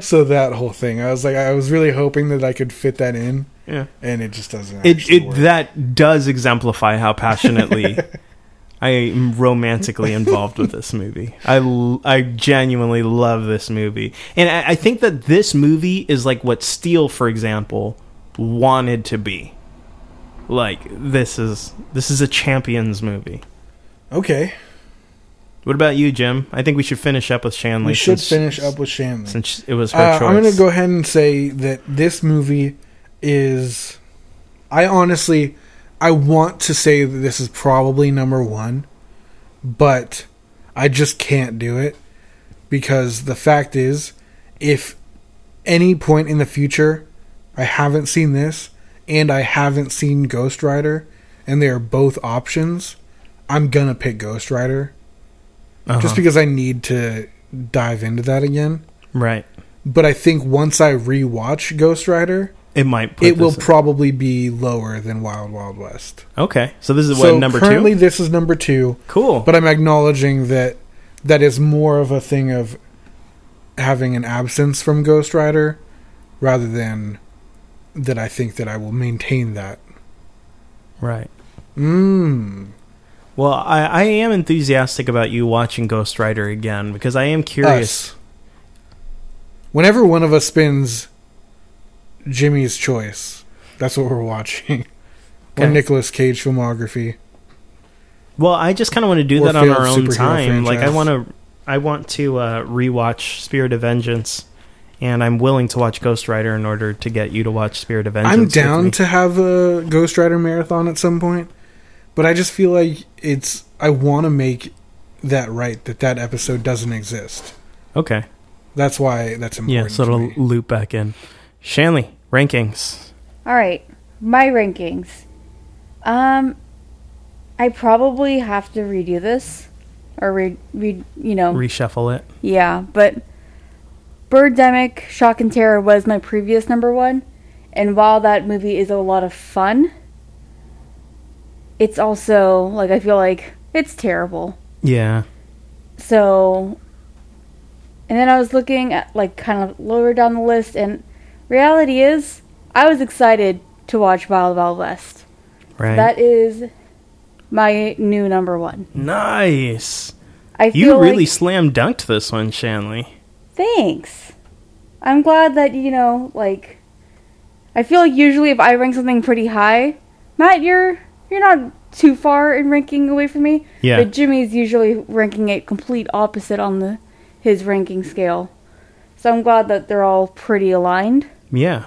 Speaker 3: So that whole thing, I was like, I was really hoping that I could fit that in,
Speaker 4: Yeah.
Speaker 3: and it just doesn't.
Speaker 4: it,
Speaker 3: actually
Speaker 4: it
Speaker 3: work.
Speaker 4: that does exemplify how passionately
Speaker 3: <laughs>
Speaker 4: I am romantically involved with this movie. I, l- I genuinely love this movie, and I, I think that this movie is like what Steel, for example, wanted to be. Like this is this is a champions movie.
Speaker 3: okay.
Speaker 4: What about you, Jim? I think we should finish up with Shanley.
Speaker 3: We should
Speaker 4: since-
Speaker 3: finish up with Shanley.
Speaker 4: since it was her
Speaker 3: Uh,
Speaker 4: choice.
Speaker 3: I'm going to go ahead and say that this movie is. I honestly, I want to say that this is probably number one, but I just can't do it because the fact is, if any point in the future I haven't seen this and I haven't seen Ghost Rider, and they are both options, I'm gonna pick Ghost Rider just because I need to dive into that again.
Speaker 4: Right.
Speaker 3: But I think once I rewatch Ghost Rider,
Speaker 4: It might. Put
Speaker 3: it will
Speaker 4: this-
Speaker 3: probably be lower than Wild Wild West.
Speaker 4: okay. So this is
Speaker 3: so
Speaker 4: what number
Speaker 3: currently
Speaker 4: two.
Speaker 3: this is number two,
Speaker 4: Cool.
Speaker 3: but I'm acknowledging that that is more of a thing of having an absence from Ghost Rider rather than that I think that I will maintain that.
Speaker 4: right.
Speaker 3: Mmm.
Speaker 4: Well, I, I am enthusiastic about you watching Ghost Rider again because I am curious.
Speaker 3: Us. Whenever one of us spins Jimmy's choice, that's what we're watching. <laughs> Or
Speaker 4: Okay.
Speaker 3: Nicolas Cage filmography.
Speaker 4: Well, I just kind of want to do
Speaker 3: Or
Speaker 4: that on our
Speaker 3: failed
Speaker 4: own
Speaker 3: superhero
Speaker 4: time. Like I
Speaker 3: franchise.
Speaker 4: want to, I want to uh, rewatch Spirit of Vengeance, and I'm willing to watch Ghost Rider in order to get you to watch Spirit of Vengeance.
Speaker 3: I'm
Speaker 4: with me.
Speaker 3: down to have a Ghost Rider marathon at some point, but I just feel like it's. I want to make that right that that episode doesn't exist.
Speaker 4: Okay.
Speaker 3: That's why that's important.
Speaker 4: Yeah. So
Speaker 3: to
Speaker 4: it'll
Speaker 3: me.
Speaker 4: loop back in. Shanley rankings.
Speaker 2: All right, my rankings. Um, I probably have to redo this, or re, re you know,
Speaker 4: Reshuffle it.
Speaker 2: yeah. But Birdemic: Shock and Terror was my previous number one, and while that movie is a lot of fun, it's also like I feel like it's terrible.
Speaker 4: Yeah.
Speaker 2: So, and then I was looking at like kind of lower down the list, and reality is, I was excited to watch Wild Wild West.
Speaker 4: Right.
Speaker 2: That is my new number one.
Speaker 4: nice.
Speaker 2: I feel
Speaker 4: You really
Speaker 2: like,
Speaker 4: slam dunked this one, Shanley.
Speaker 2: thanks. I'm glad that you know, like, I feel like usually if I rank something pretty high, Matt, you're you're not too far in ranking away from me.
Speaker 4: Yeah.
Speaker 2: But Jimmy's usually ranking it complete opposite on the his ranking scale. So I'm glad that they're all pretty aligned.
Speaker 4: Yeah.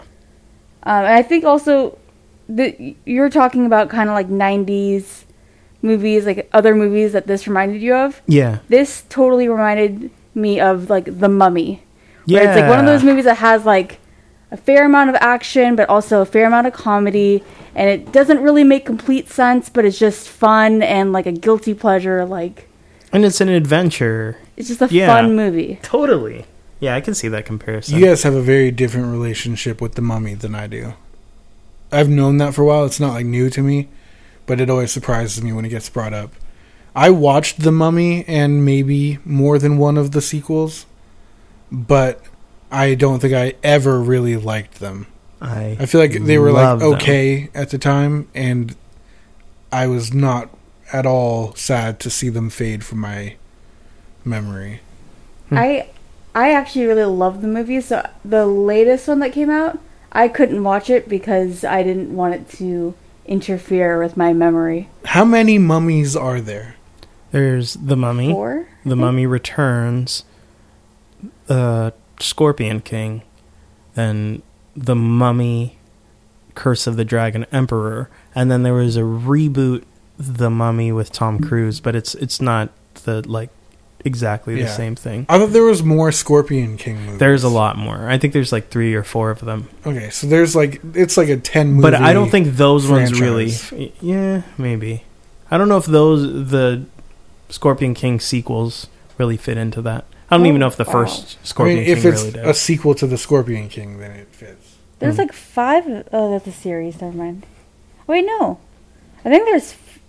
Speaker 2: Um, and I think also that y- you're talking about kind of like 90s movies, like other movies that this reminded you of.
Speaker 4: Yeah.
Speaker 2: This totally reminded me of like The Mummy.
Speaker 4: Yeah.
Speaker 2: Where it's like one of those movies that has like a fair amount of action, but also a fair amount of comedy. And it doesn't really make complete sense, but it's just fun and like a guilty pleasure. Like
Speaker 4: And it's an adventure.
Speaker 2: it's just a
Speaker 4: Yeah.
Speaker 2: fun movie.
Speaker 4: Totally. Yeah, I can see that comparison.
Speaker 3: You guys have a very different relationship with the mummy than I do. I've known that for a while. It's not like new to me, but it always surprises me when it gets brought up. I watched The Mummy and maybe more than one of the sequels, but I don't think I ever really liked them.
Speaker 4: I,
Speaker 3: I feel like they were
Speaker 4: love
Speaker 3: like
Speaker 4: them.
Speaker 3: okay at the time, and I was not at all sad to see them fade from my memory.
Speaker 4: Hmm.
Speaker 2: I I actually really love the movie. So the latest one that came out, I couldn't watch it because I didn't want it to interfere with my memory.
Speaker 3: How many mummies are there?
Speaker 4: There's the mummy.
Speaker 2: Or
Speaker 4: The mummy returns. Uh, Scorpion King, then the mummy, Curse of the Dragon Emperor, and then there was a reboot, the mummy with Tom Cruise, but it's it's not the like exactly the
Speaker 3: Yeah.
Speaker 4: same thing.
Speaker 3: I thought there was more Scorpion King movies.
Speaker 4: There's a lot more. I think there's like three or four of them.
Speaker 3: Okay, so there's like it's like a ten movie.
Speaker 4: but I don't think those ones
Speaker 3: franchise.
Speaker 4: really. Yeah, maybe. I don't know if those the Scorpion King sequels really fit into that. I don't even know if the
Speaker 2: Wow.
Speaker 4: first
Speaker 3: I
Speaker 4: Scorpion
Speaker 3: mean, if
Speaker 4: King
Speaker 3: it's
Speaker 4: really did.
Speaker 3: a sequel to the Scorpion King, then it fits.
Speaker 2: there's like five. Oh, that's a series. Never mind. Wait, no. I think there's f-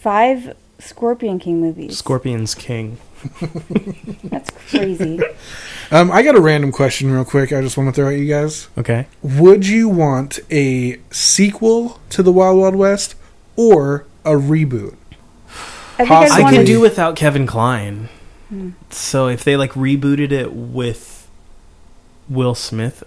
Speaker 2: five Scorpion King movies.
Speaker 4: Scorpion's King.
Speaker 2: that's
Speaker 3: <laughs>
Speaker 2: crazy.
Speaker 3: Um, I got a random question, real quick. I just want to throw at you guys:
Speaker 4: Okay.
Speaker 3: Would you want a sequel to the Wild Wild West or a reboot?
Speaker 2: I Hmm. think I'd
Speaker 3: Possibly.
Speaker 4: I
Speaker 2: want
Speaker 4: can
Speaker 2: to
Speaker 4: do without Kevin Klein. So if they like rebooted it with Will Smith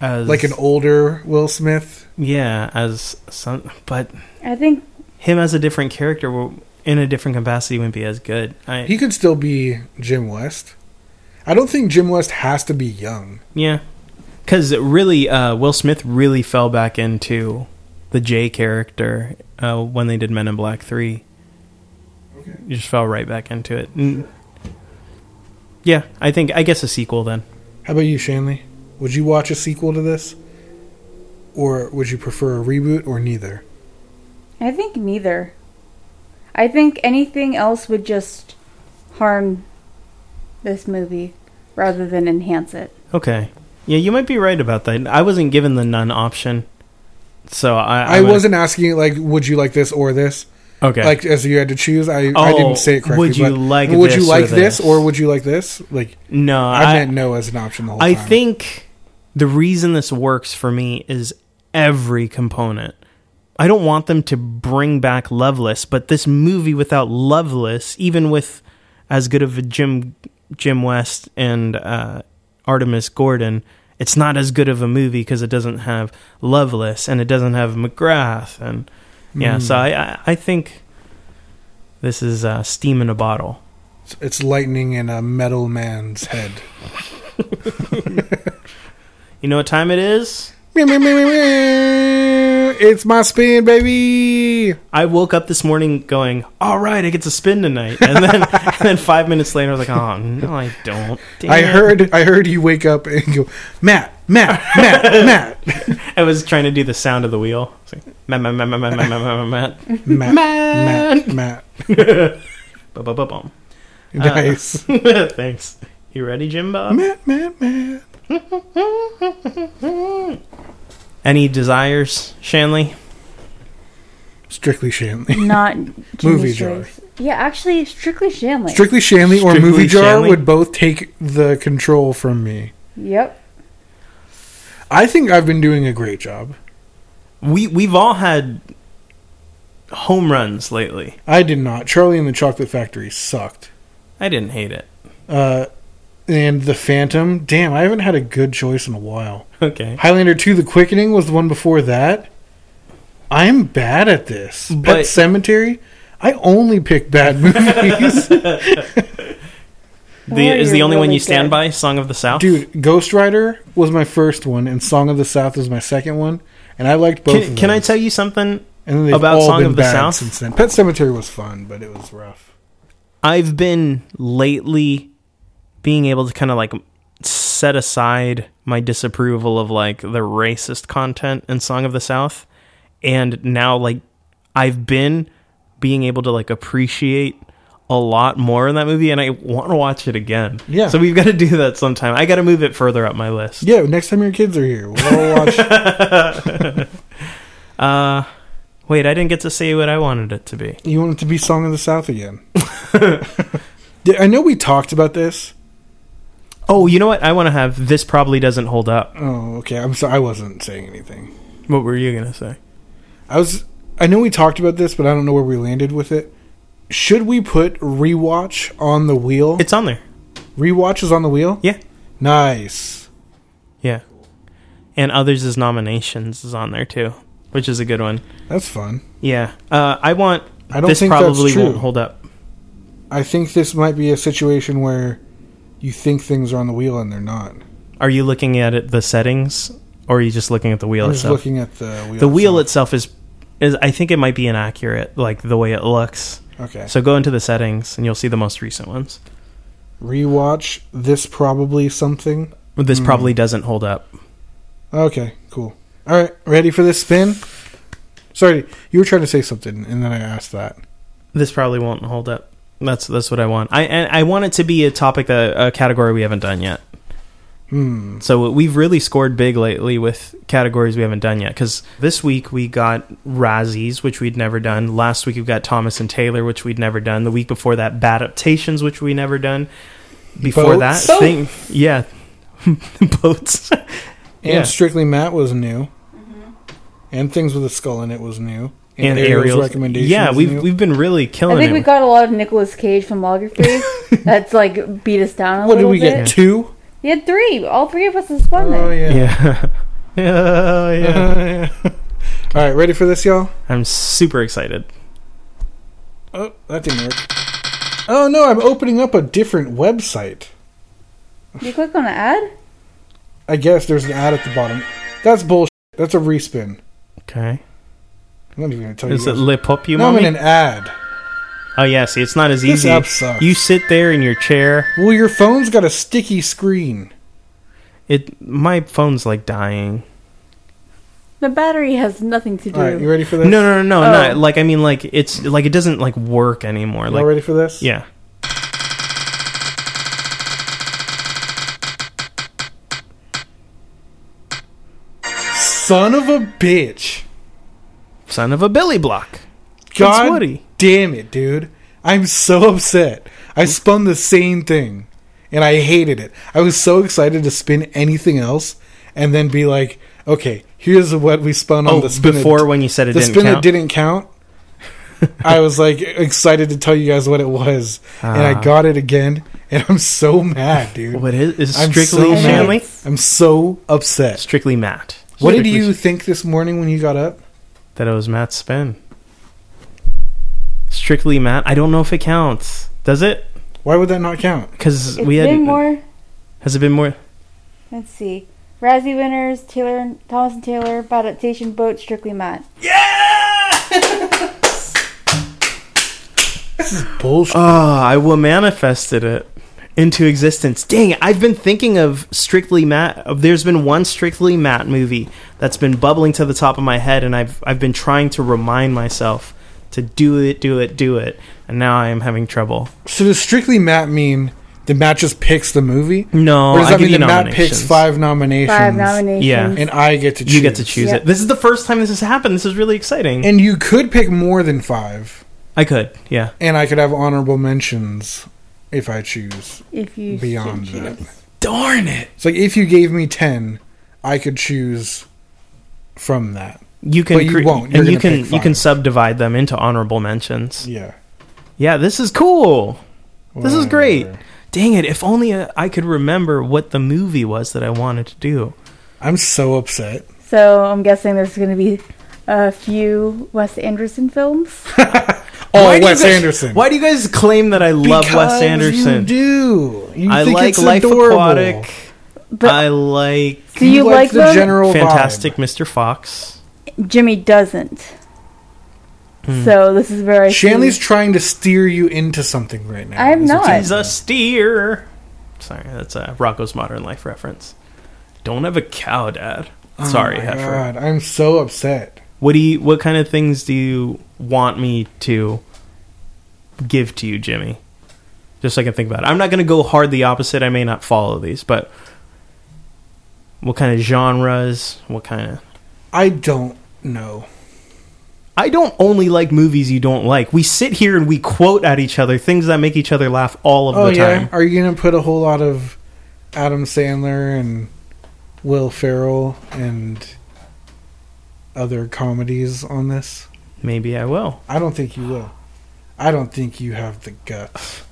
Speaker 4: as
Speaker 3: Like an older Will Smith?
Speaker 4: yeah as some but
Speaker 2: I think
Speaker 4: him as a different character will- in a different capacity wouldn't be as good. I
Speaker 3: He could still be Jim West. I don't think Jim West has to be young.
Speaker 4: Yeah, because really, uh, Will Smith really fell back into the J character uh, when they did Men in Black Three.
Speaker 5: Okay.
Speaker 4: You just fell right back into it. And- yeah, I think I guess a sequel then.
Speaker 3: How about you, Shanley? Would you watch a sequel to this? Or would you prefer a reboot or neither?
Speaker 2: I think neither. I think anything else would just harm this movie rather than enhance it.
Speaker 4: Okay. Yeah, you might be right about that. I wasn't given the none option, so I
Speaker 3: I,
Speaker 4: would-
Speaker 3: wasn't asking like would you like this or this?
Speaker 4: okay.
Speaker 3: Like as you had to choose, I, I
Speaker 4: Oh,
Speaker 3: didn't say it correctly.
Speaker 4: would you
Speaker 3: but
Speaker 4: like
Speaker 3: would you
Speaker 4: this or
Speaker 3: like this
Speaker 4: this?
Speaker 3: or would you like this? Like
Speaker 4: no,
Speaker 3: I,
Speaker 4: I,
Speaker 3: meant no as an option the whole
Speaker 4: I
Speaker 3: time.
Speaker 4: think the reason this works for me is every component. I don't want them to bring back Loveless, but this movie without Loveless, even with as good of a Jim Jim West and uh, Artemis Gordon, it's not as good of a movie because it doesn't have Loveless and it doesn't have McGrath and yeah. So I, I I think this is uh, steam in a bottle.
Speaker 3: it's lightning in a metal man's head.
Speaker 4: You know what time it is?
Speaker 3: Meow, meow, meow, meow, meow. It's my spin, baby.
Speaker 4: I woke up this morning going, "All right, I get to spin tonight," and
Speaker 3: <laughs>
Speaker 4: then and then five minutes later, I was like, "Oh no, I don't." Damn
Speaker 3: I
Speaker 4: it."
Speaker 3: heard I heard you wake up and go, Matt, Matt, Matt, Matt,
Speaker 4: I was trying to do the sound of the wheel. It's like, "Mat, mat, mat, mat, mat, mat, mat, mat,
Speaker 3: <laughs>
Speaker 4: mat."
Speaker 3: Matt, Matt, Matt.
Speaker 4: Ba, ba, ba, bum. <laughs>
Speaker 3: Uh, Nice.
Speaker 4: Thanks. You ready, Jim Bob?
Speaker 3: Matt, Matt, Matt.
Speaker 4: Any desires, Shanley?
Speaker 3: Strictly Shanley. <laughs>
Speaker 2: Not
Speaker 3: Movie
Speaker 2: Jimmy's
Speaker 3: jar.
Speaker 2: choice. Yeah, actually, strictly Shanley.
Speaker 3: Strictly Shanley or
Speaker 4: Strictly
Speaker 3: Movie Jar
Speaker 4: Shanley?
Speaker 3: would both take the control from me.
Speaker 2: yep.
Speaker 3: I think I've been doing a great job.
Speaker 4: We we've all had home runs lately.
Speaker 3: I did not. Charlie and the Chocolate Factory sucked.
Speaker 4: I didn't hate it.
Speaker 3: Uh, and The Phantom. Damn, I haven't had a good choice in a while.
Speaker 4: Okay,
Speaker 3: Highlander 2 The Quickening was the one before that. I'm bad at this. But
Speaker 4: But-
Speaker 3: Pet Cemetery, I only pick bad <laughs> movies.
Speaker 4: the,
Speaker 2: Well,
Speaker 4: is
Speaker 2: you're
Speaker 4: the only one
Speaker 2: really
Speaker 4: you stand
Speaker 2: good.
Speaker 4: by? Song of the South,
Speaker 3: Dude, Ghost Rider was my first one, and Song of the South was my second one, and I liked both.
Speaker 4: Can, can I tell you something?
Speaker 3: and then they've
Speaker 4: about
Speaker 3: all
Speaker 4: Song
Speaker 3: been
Speaker 4: of the
Speaker 3: bad
Speaker 4: South?
Speaker 3: since then? Pet Cemetery was fun, but it was rough.
Speaker 4: I've been lately being able to kind of like set aside my disapproval of like the racist content in Song of the South. And now, like, I've been being able to like appreciate a lot more in that movie and I want to watch it again.
Speaker 3: Yeah.
Speaker 4: So we've got to do that sometime. I got to move it further up my list.
Speaker 3: Yeah, next time your kids are here, we'll
Speaker 4: <laughs>
Speaker 3: all watch.
Speaker 4: Uh, wait, I didn't get to say what I wanted it to be.
Speaker 3: you want it to be Song of the South again? <laughs> Yeah, I know we talked about this.
Speaker 4: Oh, you know what? I want to have this probably doesn't hold up.
Speaker 3: Oh, okay. I'm sorry. I wasn't saying anything.
Speaker 4: What were you going to say?
Speaker 3: I was. I know we talked about this, but I don't know where we landed with it. Should we put rewatch on the wheel?
Speaker 4: It's on there.
Speaker 3: rewatch is on the wheel.
Speaker 4: Yeah.
Speaker 3: Nice.
Speaker 4: Yeah. And others as nominations is on there too, which is a good one.
Speaker 3: That's fun.
Speaker 4: Yeah. Uh, I want
Speaker 3: I don't
Speaker 4: this
Speaker 3: think
Speaker 4: probably
Speaker 3: that's true.
Speaker 4: won't hold up.
Speaker 3: I think this might be a situation where you think things are on the wheel and they're not.
Speaker 4: Are you looking at it, the settings or are you just looking at the wheel
Speaker 3: I'm just
Speaker 4: itself?
Speaker 3: looking at the wheel.
Speaker 4: the wheel
Speaker 3: itself.
Speaker 4: itself is is I think it might be inaccurate like the way it looks.
Speaker 3: okay.
Speaker 4: So go into the settings and you'll see the most recent ones.
Speaker 3: Rewatch this probably something.
Speaker 4: This probably doesn't hold up.
Speaker 3: Okay, cool. All right, ready for this spin? Sorry, you were trying to say something, and then I asked that.
Speaker 4: This probably won't hold up. That's that's what I want. I and I want it to be a topic that a category we haven't done yet.
Speaker 3: Hmm.
Speaker 4: So we've really scored big lately with categories we haven't done yet. Because this week we got Razzies, which we'd never done. Last week we got Thomas and Taylor, which we'd never done. The week before that, Badaptations, which we never done. Before
Speaker 3: Boats.
Speaker 4: that, thing, yeah, <laughs> boats.
Speaker 3: And
Speaker 4: Yeah.
Speaker 3: Strictly Matt was new.
Speaker 2: Mm-hmm.
Speaker 3: And Things with a Skull in It was new.
Speaker 4: and Ariel's
Speaker 3: recommendation.
Speaker 4: Yeah,
Speaker 3: was
Speaker 4: we've
Speaker 3: new.
Speaker 4: we've been really
Speaker 2: I
Speaker 3: Oh,
Speaker 4: killing
Speaker 2: think
Speaker 4: it.
Speaker 2: we got a lot of Nicolas Cage
Speaker 3: <laughs>
Speaker 2: filmography. that's like beat us down a
Speaker 3: What did
Speaker 2: little
Speaker 3: we
Speaker 2: bit.
Speaker 3: get? Two?
Speaker 2: You had three. All three of us responded.
Speaker 3: Oh, yeah.
Speaker 4: yeah. <laughs> yeah, yeah.
Speaker 3: <laughs> All right, ready for this, y'all?
Speaker 4: I'm super excited.
Speaker 3: Oh, that didn't work. Oh no, I'm opening up a different website.
Speaker 2: You click on an ad?
Speaker 3: I guess there's an ad at the bottom. That's bullshit. That's a respin.
Speaker 4: Okay.
Speaker 3: I'm not even gonna tell
Speaker 4: Is
Speaker 3: you.
Speaker 4: it
Speaker 3: guys.
Speaker 4: lip up you
Speaker 3: no, I'm in
Speaker 4: mommy?
Speaker 3: an ad.
Speaker 4: oh yeah, see, it's not as
Speaker 3: This
Speaker 4: easy.
Speaker 3: app sucks.
Speaker 4: You sit there in your chair.
Speaker 3: Well, your phone's got a sticky screen.
Speaker 4: It my phone's like dying.
Speaker 2: The battery has nothing to do.
Speaker 3: All right, you ready for this?
Speaker 4: No, no, no, no,
Speaker 2: Oh.
Speaker 4: not like I mean like it's like it doesn't like work anymore.
Speaker 3: Y'all
Speaker 4: Like
Speaker 3: ready for this?
Speaker 4: yeah.
Speaker 3: Son of a bitch.
Speaker 4: Son of a Billy Block.
Speaker 3: God
Speaker 4: Woody.
Speaker 3: damn it, dude. I'm so upset. I spun the same thing and I hated it. I was so excited to spin anything else and then be like, okay, here's what we spun on
Speaker 4: Oh,
Speaker 3: the spin. that-
Speaker 4: before when you said it
Speaker 3: the
Speaker 4: didn't
Speaker 3: spin
Speaker 4: count.
Speaker 3: that
Speaker 4: <laughs>
Speaker 3: didn't count. I was like excited to tell you guys what it was, and I
Speaker 4: Ah.
Speaker 3: got it again, and I'm so mad, dude.
Speaker 4: What is, is
Speaker 3: I'm
Speaker 4: strictly
Speaker 3: so mad.
Speaker 4: family?
Speaker 3: I'm so upset.
Speaker 4: Strictly Matt.
Speaker 3: What did
Speaker 4: Strictly
Speaker 3: you think this morning when you got up?
Speaker 4: That it was Matt's spin. Strictly Matt. I don't know if it counts. Does it?
Speaker 3: Why would that not count?
Speaker 4: Because
Speaker 2: It's
Speaker 4: we had
Speaker 2: been more.
Speaker 4: Has it been more?
Speaker 2: Let's see. Razzie winners, Taylor and Thomas and Taylor, Bad Adaptation, Boat, Strictly Matt.
Speaker 3: Bullshit.
Speaker 4: Ah, I will manifested it into existence. Dang, it, I've been thinking of Strictly Matt. Of there's been one Strictly Matt movie that's been bubbling to the top of my head, and I've I've been trying to remind myself to do it, do it, do it, and now I am having trouble.
Speaker 3: So does strictly Matt mean the Matt just picks the movie?
Speaker 4: No,
Speaker 3: or does
Speaker 4: I
Speaker 3: that
Speaker 4: give
Speaker 3: mean
Speaker 4: you
Speaker 3: that Matt
Speaker 4: nominations.
Speaker 3: picks five nominations?
Speaker 2: Five nominations.
Speaker 4: Yeah.
Speaker 3: And I get to choose.
Speaker 4: You get to choose
Speaker 2: Yep.
Speaker 4: it. This is the first time this has happened. This is really exciting.
Speaker 3: And you could pick more than five,
Speaker 4: I could, yeah.
Speaker 3: and I could have honorable mentions if I choose.
Speaker 2: If you should
Speaker 3: Beyond
Speaker 2: choose.
Speaker 3: that.
Speaker 4: Darn it!
Speaker 3: It's like if you gave me ten, I could choose from that.
Speaker 4: You can,
Speaker 3: But you
Speaker 4: cre-
Speaker 3: won't. You're
Speaker 4: and you
Speaker 3: gonna
Speaker 4: can
Speaker 3: pick
Speaker 4: you can
Speaker 3: five.
Speaker 4: subdivide them into honorable mentions.
Speaker 3: Yeah.
Speaker 4: Yeah, this is cool. This is great.
Speaker 3: Whatever.
Speaker 4: Dang it! If only uh, I could remember what the movie was that I wanted to do.
Speaker 3: I'm so upset.
Speaker 2: So I'm guessing there's going to be a few Wes Anderson films.
Speaker 3: Oh,
Speaker 4: Why do you
Speaker 3: Wes
Speaker 4: guys-
Speaker 3: Anderson.
Speaker 4: Why do you guys claim that I love Wes
Speaker 3: Because You
Speaker 4: Anderson?
Speaker 3: do. You
Speaker 4: I
Speaker 3: think
Speaker 4: like
Speaker 3: it's
Speaker 4: Life
Speaker 3: adorable.
Speaker 4: Aquatic.
Speaker 2: But
Speaker 4: I like
Speaker 2: do you, like,
Speaker 3: the
Speaker 2: them?
Speaker 3: general
Speaker 4: Fantastic Mr. Fox.
Speaker 2: Jimmy doesn't. So this is where I
Speaker 3: Vibe. Hmm. Shanley's
Speaker 2: see-
Speaker 3: trying to steer you into something right now.
Speaker 2: I'm
Speaker 3: That's what
Speaker 2: not.
Speaker 4: He's a steer. Sorry, that's a Rocco's Modern Life reference. Don't have a cow, Dad. Sorry,
Speaker 3: Oh my
Speaker 4: Heifer.
Speaker 3: God, I'm so upset.
Speaker 4: What do you? What kind of things do you want me to give to you, Jimmy? Just so I can think about it. I'm not going to go hard the opposite. I may not follow these, but what kind of genres? What kind of?
Speaker 3: I don't know.
Speaker 4: I don't only like movies you don't like. We sit here and we quote at each other things that make each other laugh all of
Speaker 3: Oh
Speaker 4: the
Speaker 3: yeah,
Speaker 4: time.
Speaker 3: are you gonna put a whole lot of Adam Sandler and Will Ferrell and other comedies on this?
Speaker 4: Maybe I will.
Speaker 3: I don't think you will. I don't think you have the guts.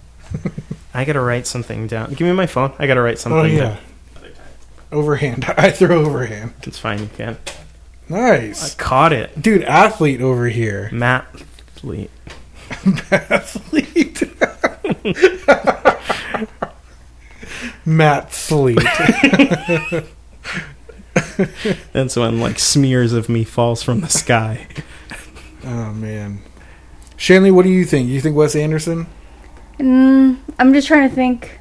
Speaker 4: I gotta write something down. Give me my phone. I gotta write something.
Speaker 3: Oh
Speaker 4: down.
Speaker 3: yeah, overhand. <laughs> I throw overhand.
Speaker 4: it's fine. You can. I
Speaker 3: Nice,
Speaker 4: caught it,
Speaker 3: dude. Athlete over here.
Speaker 4: Matt. Lee.
Speaker 3: athlete. <laughs> Matt Sleet.
Speaker 4: That's when like smears of me falls from the sky.
Speaker 3: Oh man. Shanley, what do you think? You think Wes Anderson?
Speaker 2: Mm, I'm just trying to think.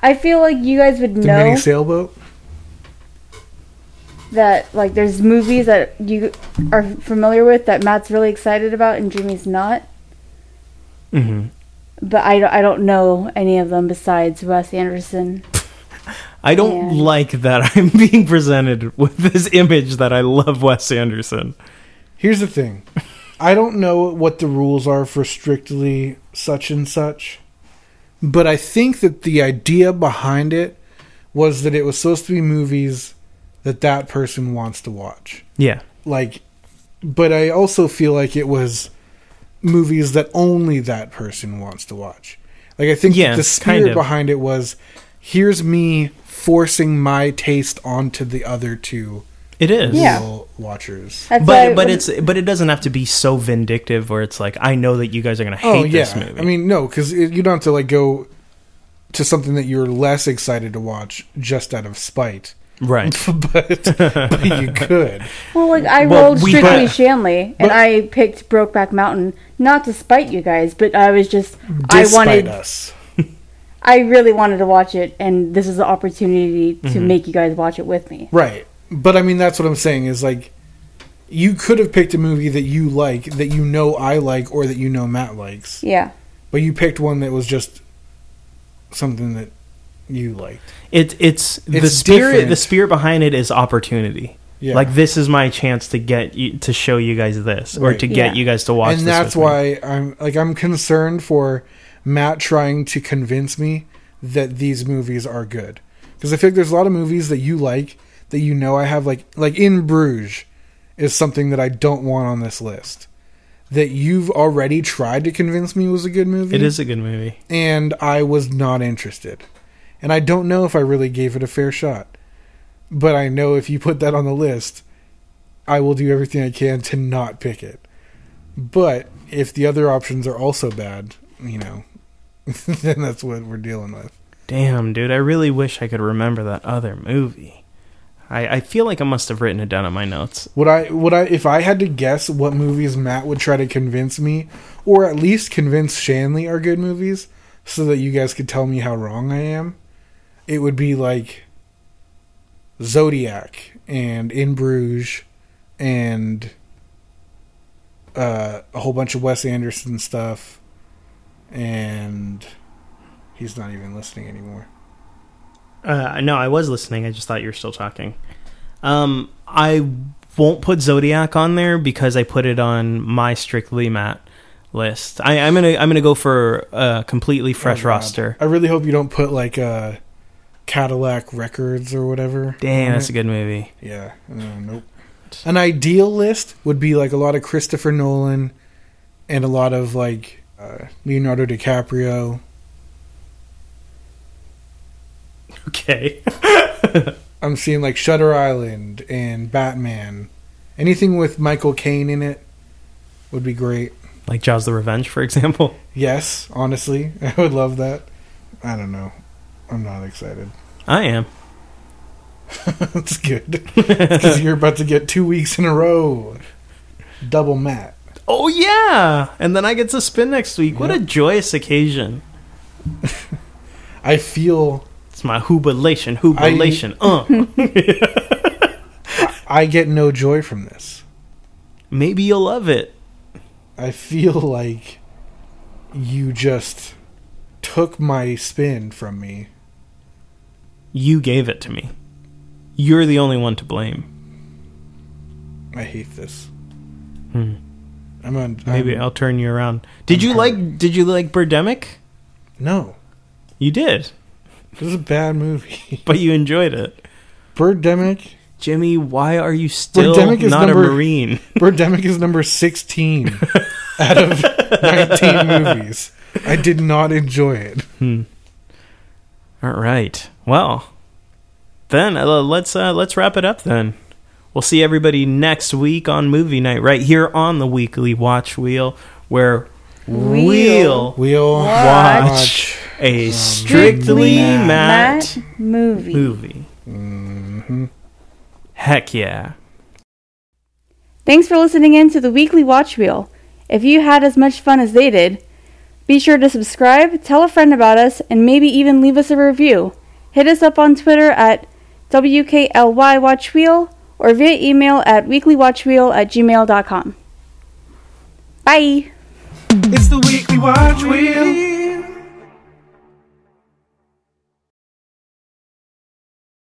Speaker 2: I feel like you guys would
Speaker 3: The
Speaker 2: know
Speaker 3: mini sailboat?
Speaker 2: that like there's movies that you are familiar with that Matt's really excited about and Jimmy's not.
Speaker 4: hmm
Speaker 2: But I don't, I don't know any of them besides Wes Anderson.
Speaker 4: I don't
Speaker 2: Yeah.
Speaker 4: like that <laughs> I'm being presented with this image that I love Wes Anderson.
Speaker 3: Here's the thing. I don't know what the rules are for strictly such and such, but I think that the idea behind it was that it was supposed to be movies that that person wants to watch.
Speaker 4: Yeah.
Speaker 3: like but i also feel like it was movies that only that person wants to watch like i think
Speaker 4: Yeah,
Speaker 3: the spirit
Speaker 4: kind of.
Speaker 3: behind it was here's me forcing my taste onto the other two
Speaker 4: It is.
Speaker 2: Yeah.
Speaker 3: real watchers
Speaker 2: That's why
Speaker 4: But but it's but it doesn't have to be so vindictive where it's like I know that you guys are gonna hate
Speaker 3: oh yeah
Speaker 4: this movie.
Speaker 3: i mean no because you don't have to like go to something that you're less excited to watch just out of spite
Speaker 4: Right.
Speaker 3: <laughs> but, but you could.
Speaker 2: Well, like I
Speaker 4: Well,
Speaker 2: rolled
Speaker 4: we-
Speaker 2: strictly
Speaker 4: but-
Speaker 2: Shanley, and
Speaker 3: but-
Speaker 2: I picked Brokeback Mountain, not to spite you guys, but I was just I
Speaker 3: Despite
Speaker 2: wanted,
Speaker 3: us.
Speaker 2: I really wanted to watch it, and this is the opportunity to
Speaker 4: Mm-hmm.
Speaker 2: make you guys watch it with me.
Speaker 3: Right. But I mean, that's what I'm saying is like, you could have picked a movie that you like, that you know I like, or that you know Matt likes.
Speaker 2: Yeah,
Speaker 3: But you picked one that was just something that you liked.
Speaker 4: It, it's the
Speaker 3: It's
Speaker 4: spirit.
Speaker 3: different.
Speaker 4: The spirit behind it is opportunity.
Speaker 3: Yeah.
Speaker 4: Like this is my chance to get you to show you guys this, or
Speaker 3: Right.
Speaker 4: to get
Speaker 2: Yeah.
Speaker 4: you guys to watch.
Speaker 3: and
Speaker 4: this
Speaker 3: that's
Speaker 4: with me.
Speaker 3: why I'm like I'm concerned for Matt trying to convince me that these movies are good because I feel like there's a lot of movies that you like that you know I have like like In Bruges is something that I don't want on this list that you've already tried to convince me was a good movie
Speaker 4: it is a good movie.
Speaker 3: and I was not interested and I don't know if I really gave it a fair shot but I know if you put that on the list I will do everything I can to not pick it. But if the other options are also bad, you know, <laughs> then that's what we're dealing with.
Speaker 4: Damn, dude, I really wish I could remember that other movie. I, I feel like I must have written it down in my notes.
Speaker 3: Would I would I if I had to guess what movies Matt would try to convince me or at least convince Shanley are good movies so that you guys could tell me how wrong I am, it would be like Zodiac and In Bruges and uh, a whole bunch of Wes Anderson stuff and he's not even listening anymore.
Speaker 4: Uh, no, I was listening. I just thought you were still talking. Um, I won't put Zodiac on there because I put it on my strictly Matt list. I, I'm gonna I'm gonna go for a completely fresh
Speaker 3: God.
Speaker 4: roster.
Speaker 3: I really hope you don't put like uh, Cadillac Records or whatever.
Speaker 4: Damn,
Speaker 3: on
Speaker 4: that's
Speaker 3: it.
Speaker 4: a good movie.
Speaker 3: Yeah. Uh, nope. An ideal list would be like a lot of Christopher Nolan and a lot of like uh, Leonardo DiCaprio.
Speaker 4: Okay.
Speaker 3: I'm seeing like Shutter Island and Batman. Anything with Michael Caine in it would be great.
Speaker 4: like Jaws the Revenge, for example.
Speaker 3: Yes, honestly, <laughs> I would love that. I don't know. I'm not excited. <laughs>
Speaker 4: I am.
Speaker 3: That's good because you're about to get two weeks in a row, double Matt.
Speaker 4: Oh yeah, and then I get to spin next week. What a joyous occasion!
Speaker 3: I feel
Speaker 4: It's my hoobalation, hoobalation. Uh,
Speaker 3: I get no joy from this.
Speaker 4: maybe you'll love it.
Speaker 3: I feel like you just took my spin from me.
Speaker 4: You gave it to me. You're the only one to blame.
Speaker 3: I hate this. I'm on.
Speaker 4: Hmm. Maybe
Speaker 3: I'm-
Speaker 4: I'll turn you around. Did you like? Did you like Birdemic?
Speaker 3: no.
Speaker 4: You did,
Speaker 3: This is a bad movie. <laughs>
Speaker 4: but you enjoyed it.
Speaker 3: Birdemic.
Speaker 4: Jimmy, why are you still
Speaker 3: Birdemic is
Speaker 4: not
Speaker 3: number-
Speaker 4: a Marine?
Speaker 3: Birdemic is
Speaker 4: <laughs>
Speaker 3: number sixteen out of nineteen movies. I did not enjoy it.
Speaker 4: All right. Well, then uh, let's uh, let's wrap it up. Then we'll see everybody next week on movie night, right here on the weekly watch wheel, where
Speaker 2: Wheel.
Speaker 4: we'll
Speaker 3: We'll
Speaker 4: watch,
Speaker 3: watch.
Speaker 4: a strictly Matt,
Speaker 2: Matt movie.
Speaker 4: movie. Heck yeah!
Speaker 2: Thanks for listening in to the weekly watch wheel. If you had as much fun as they did, be sure to subscribe, tell a friend about us, and maybe even leave us a review. Hit us up on Twitter at WKLYWatchWheel or via email at weeklywatchwheel at gmail.com. Bye!
Speaker 5: It's the weekly watch wheel.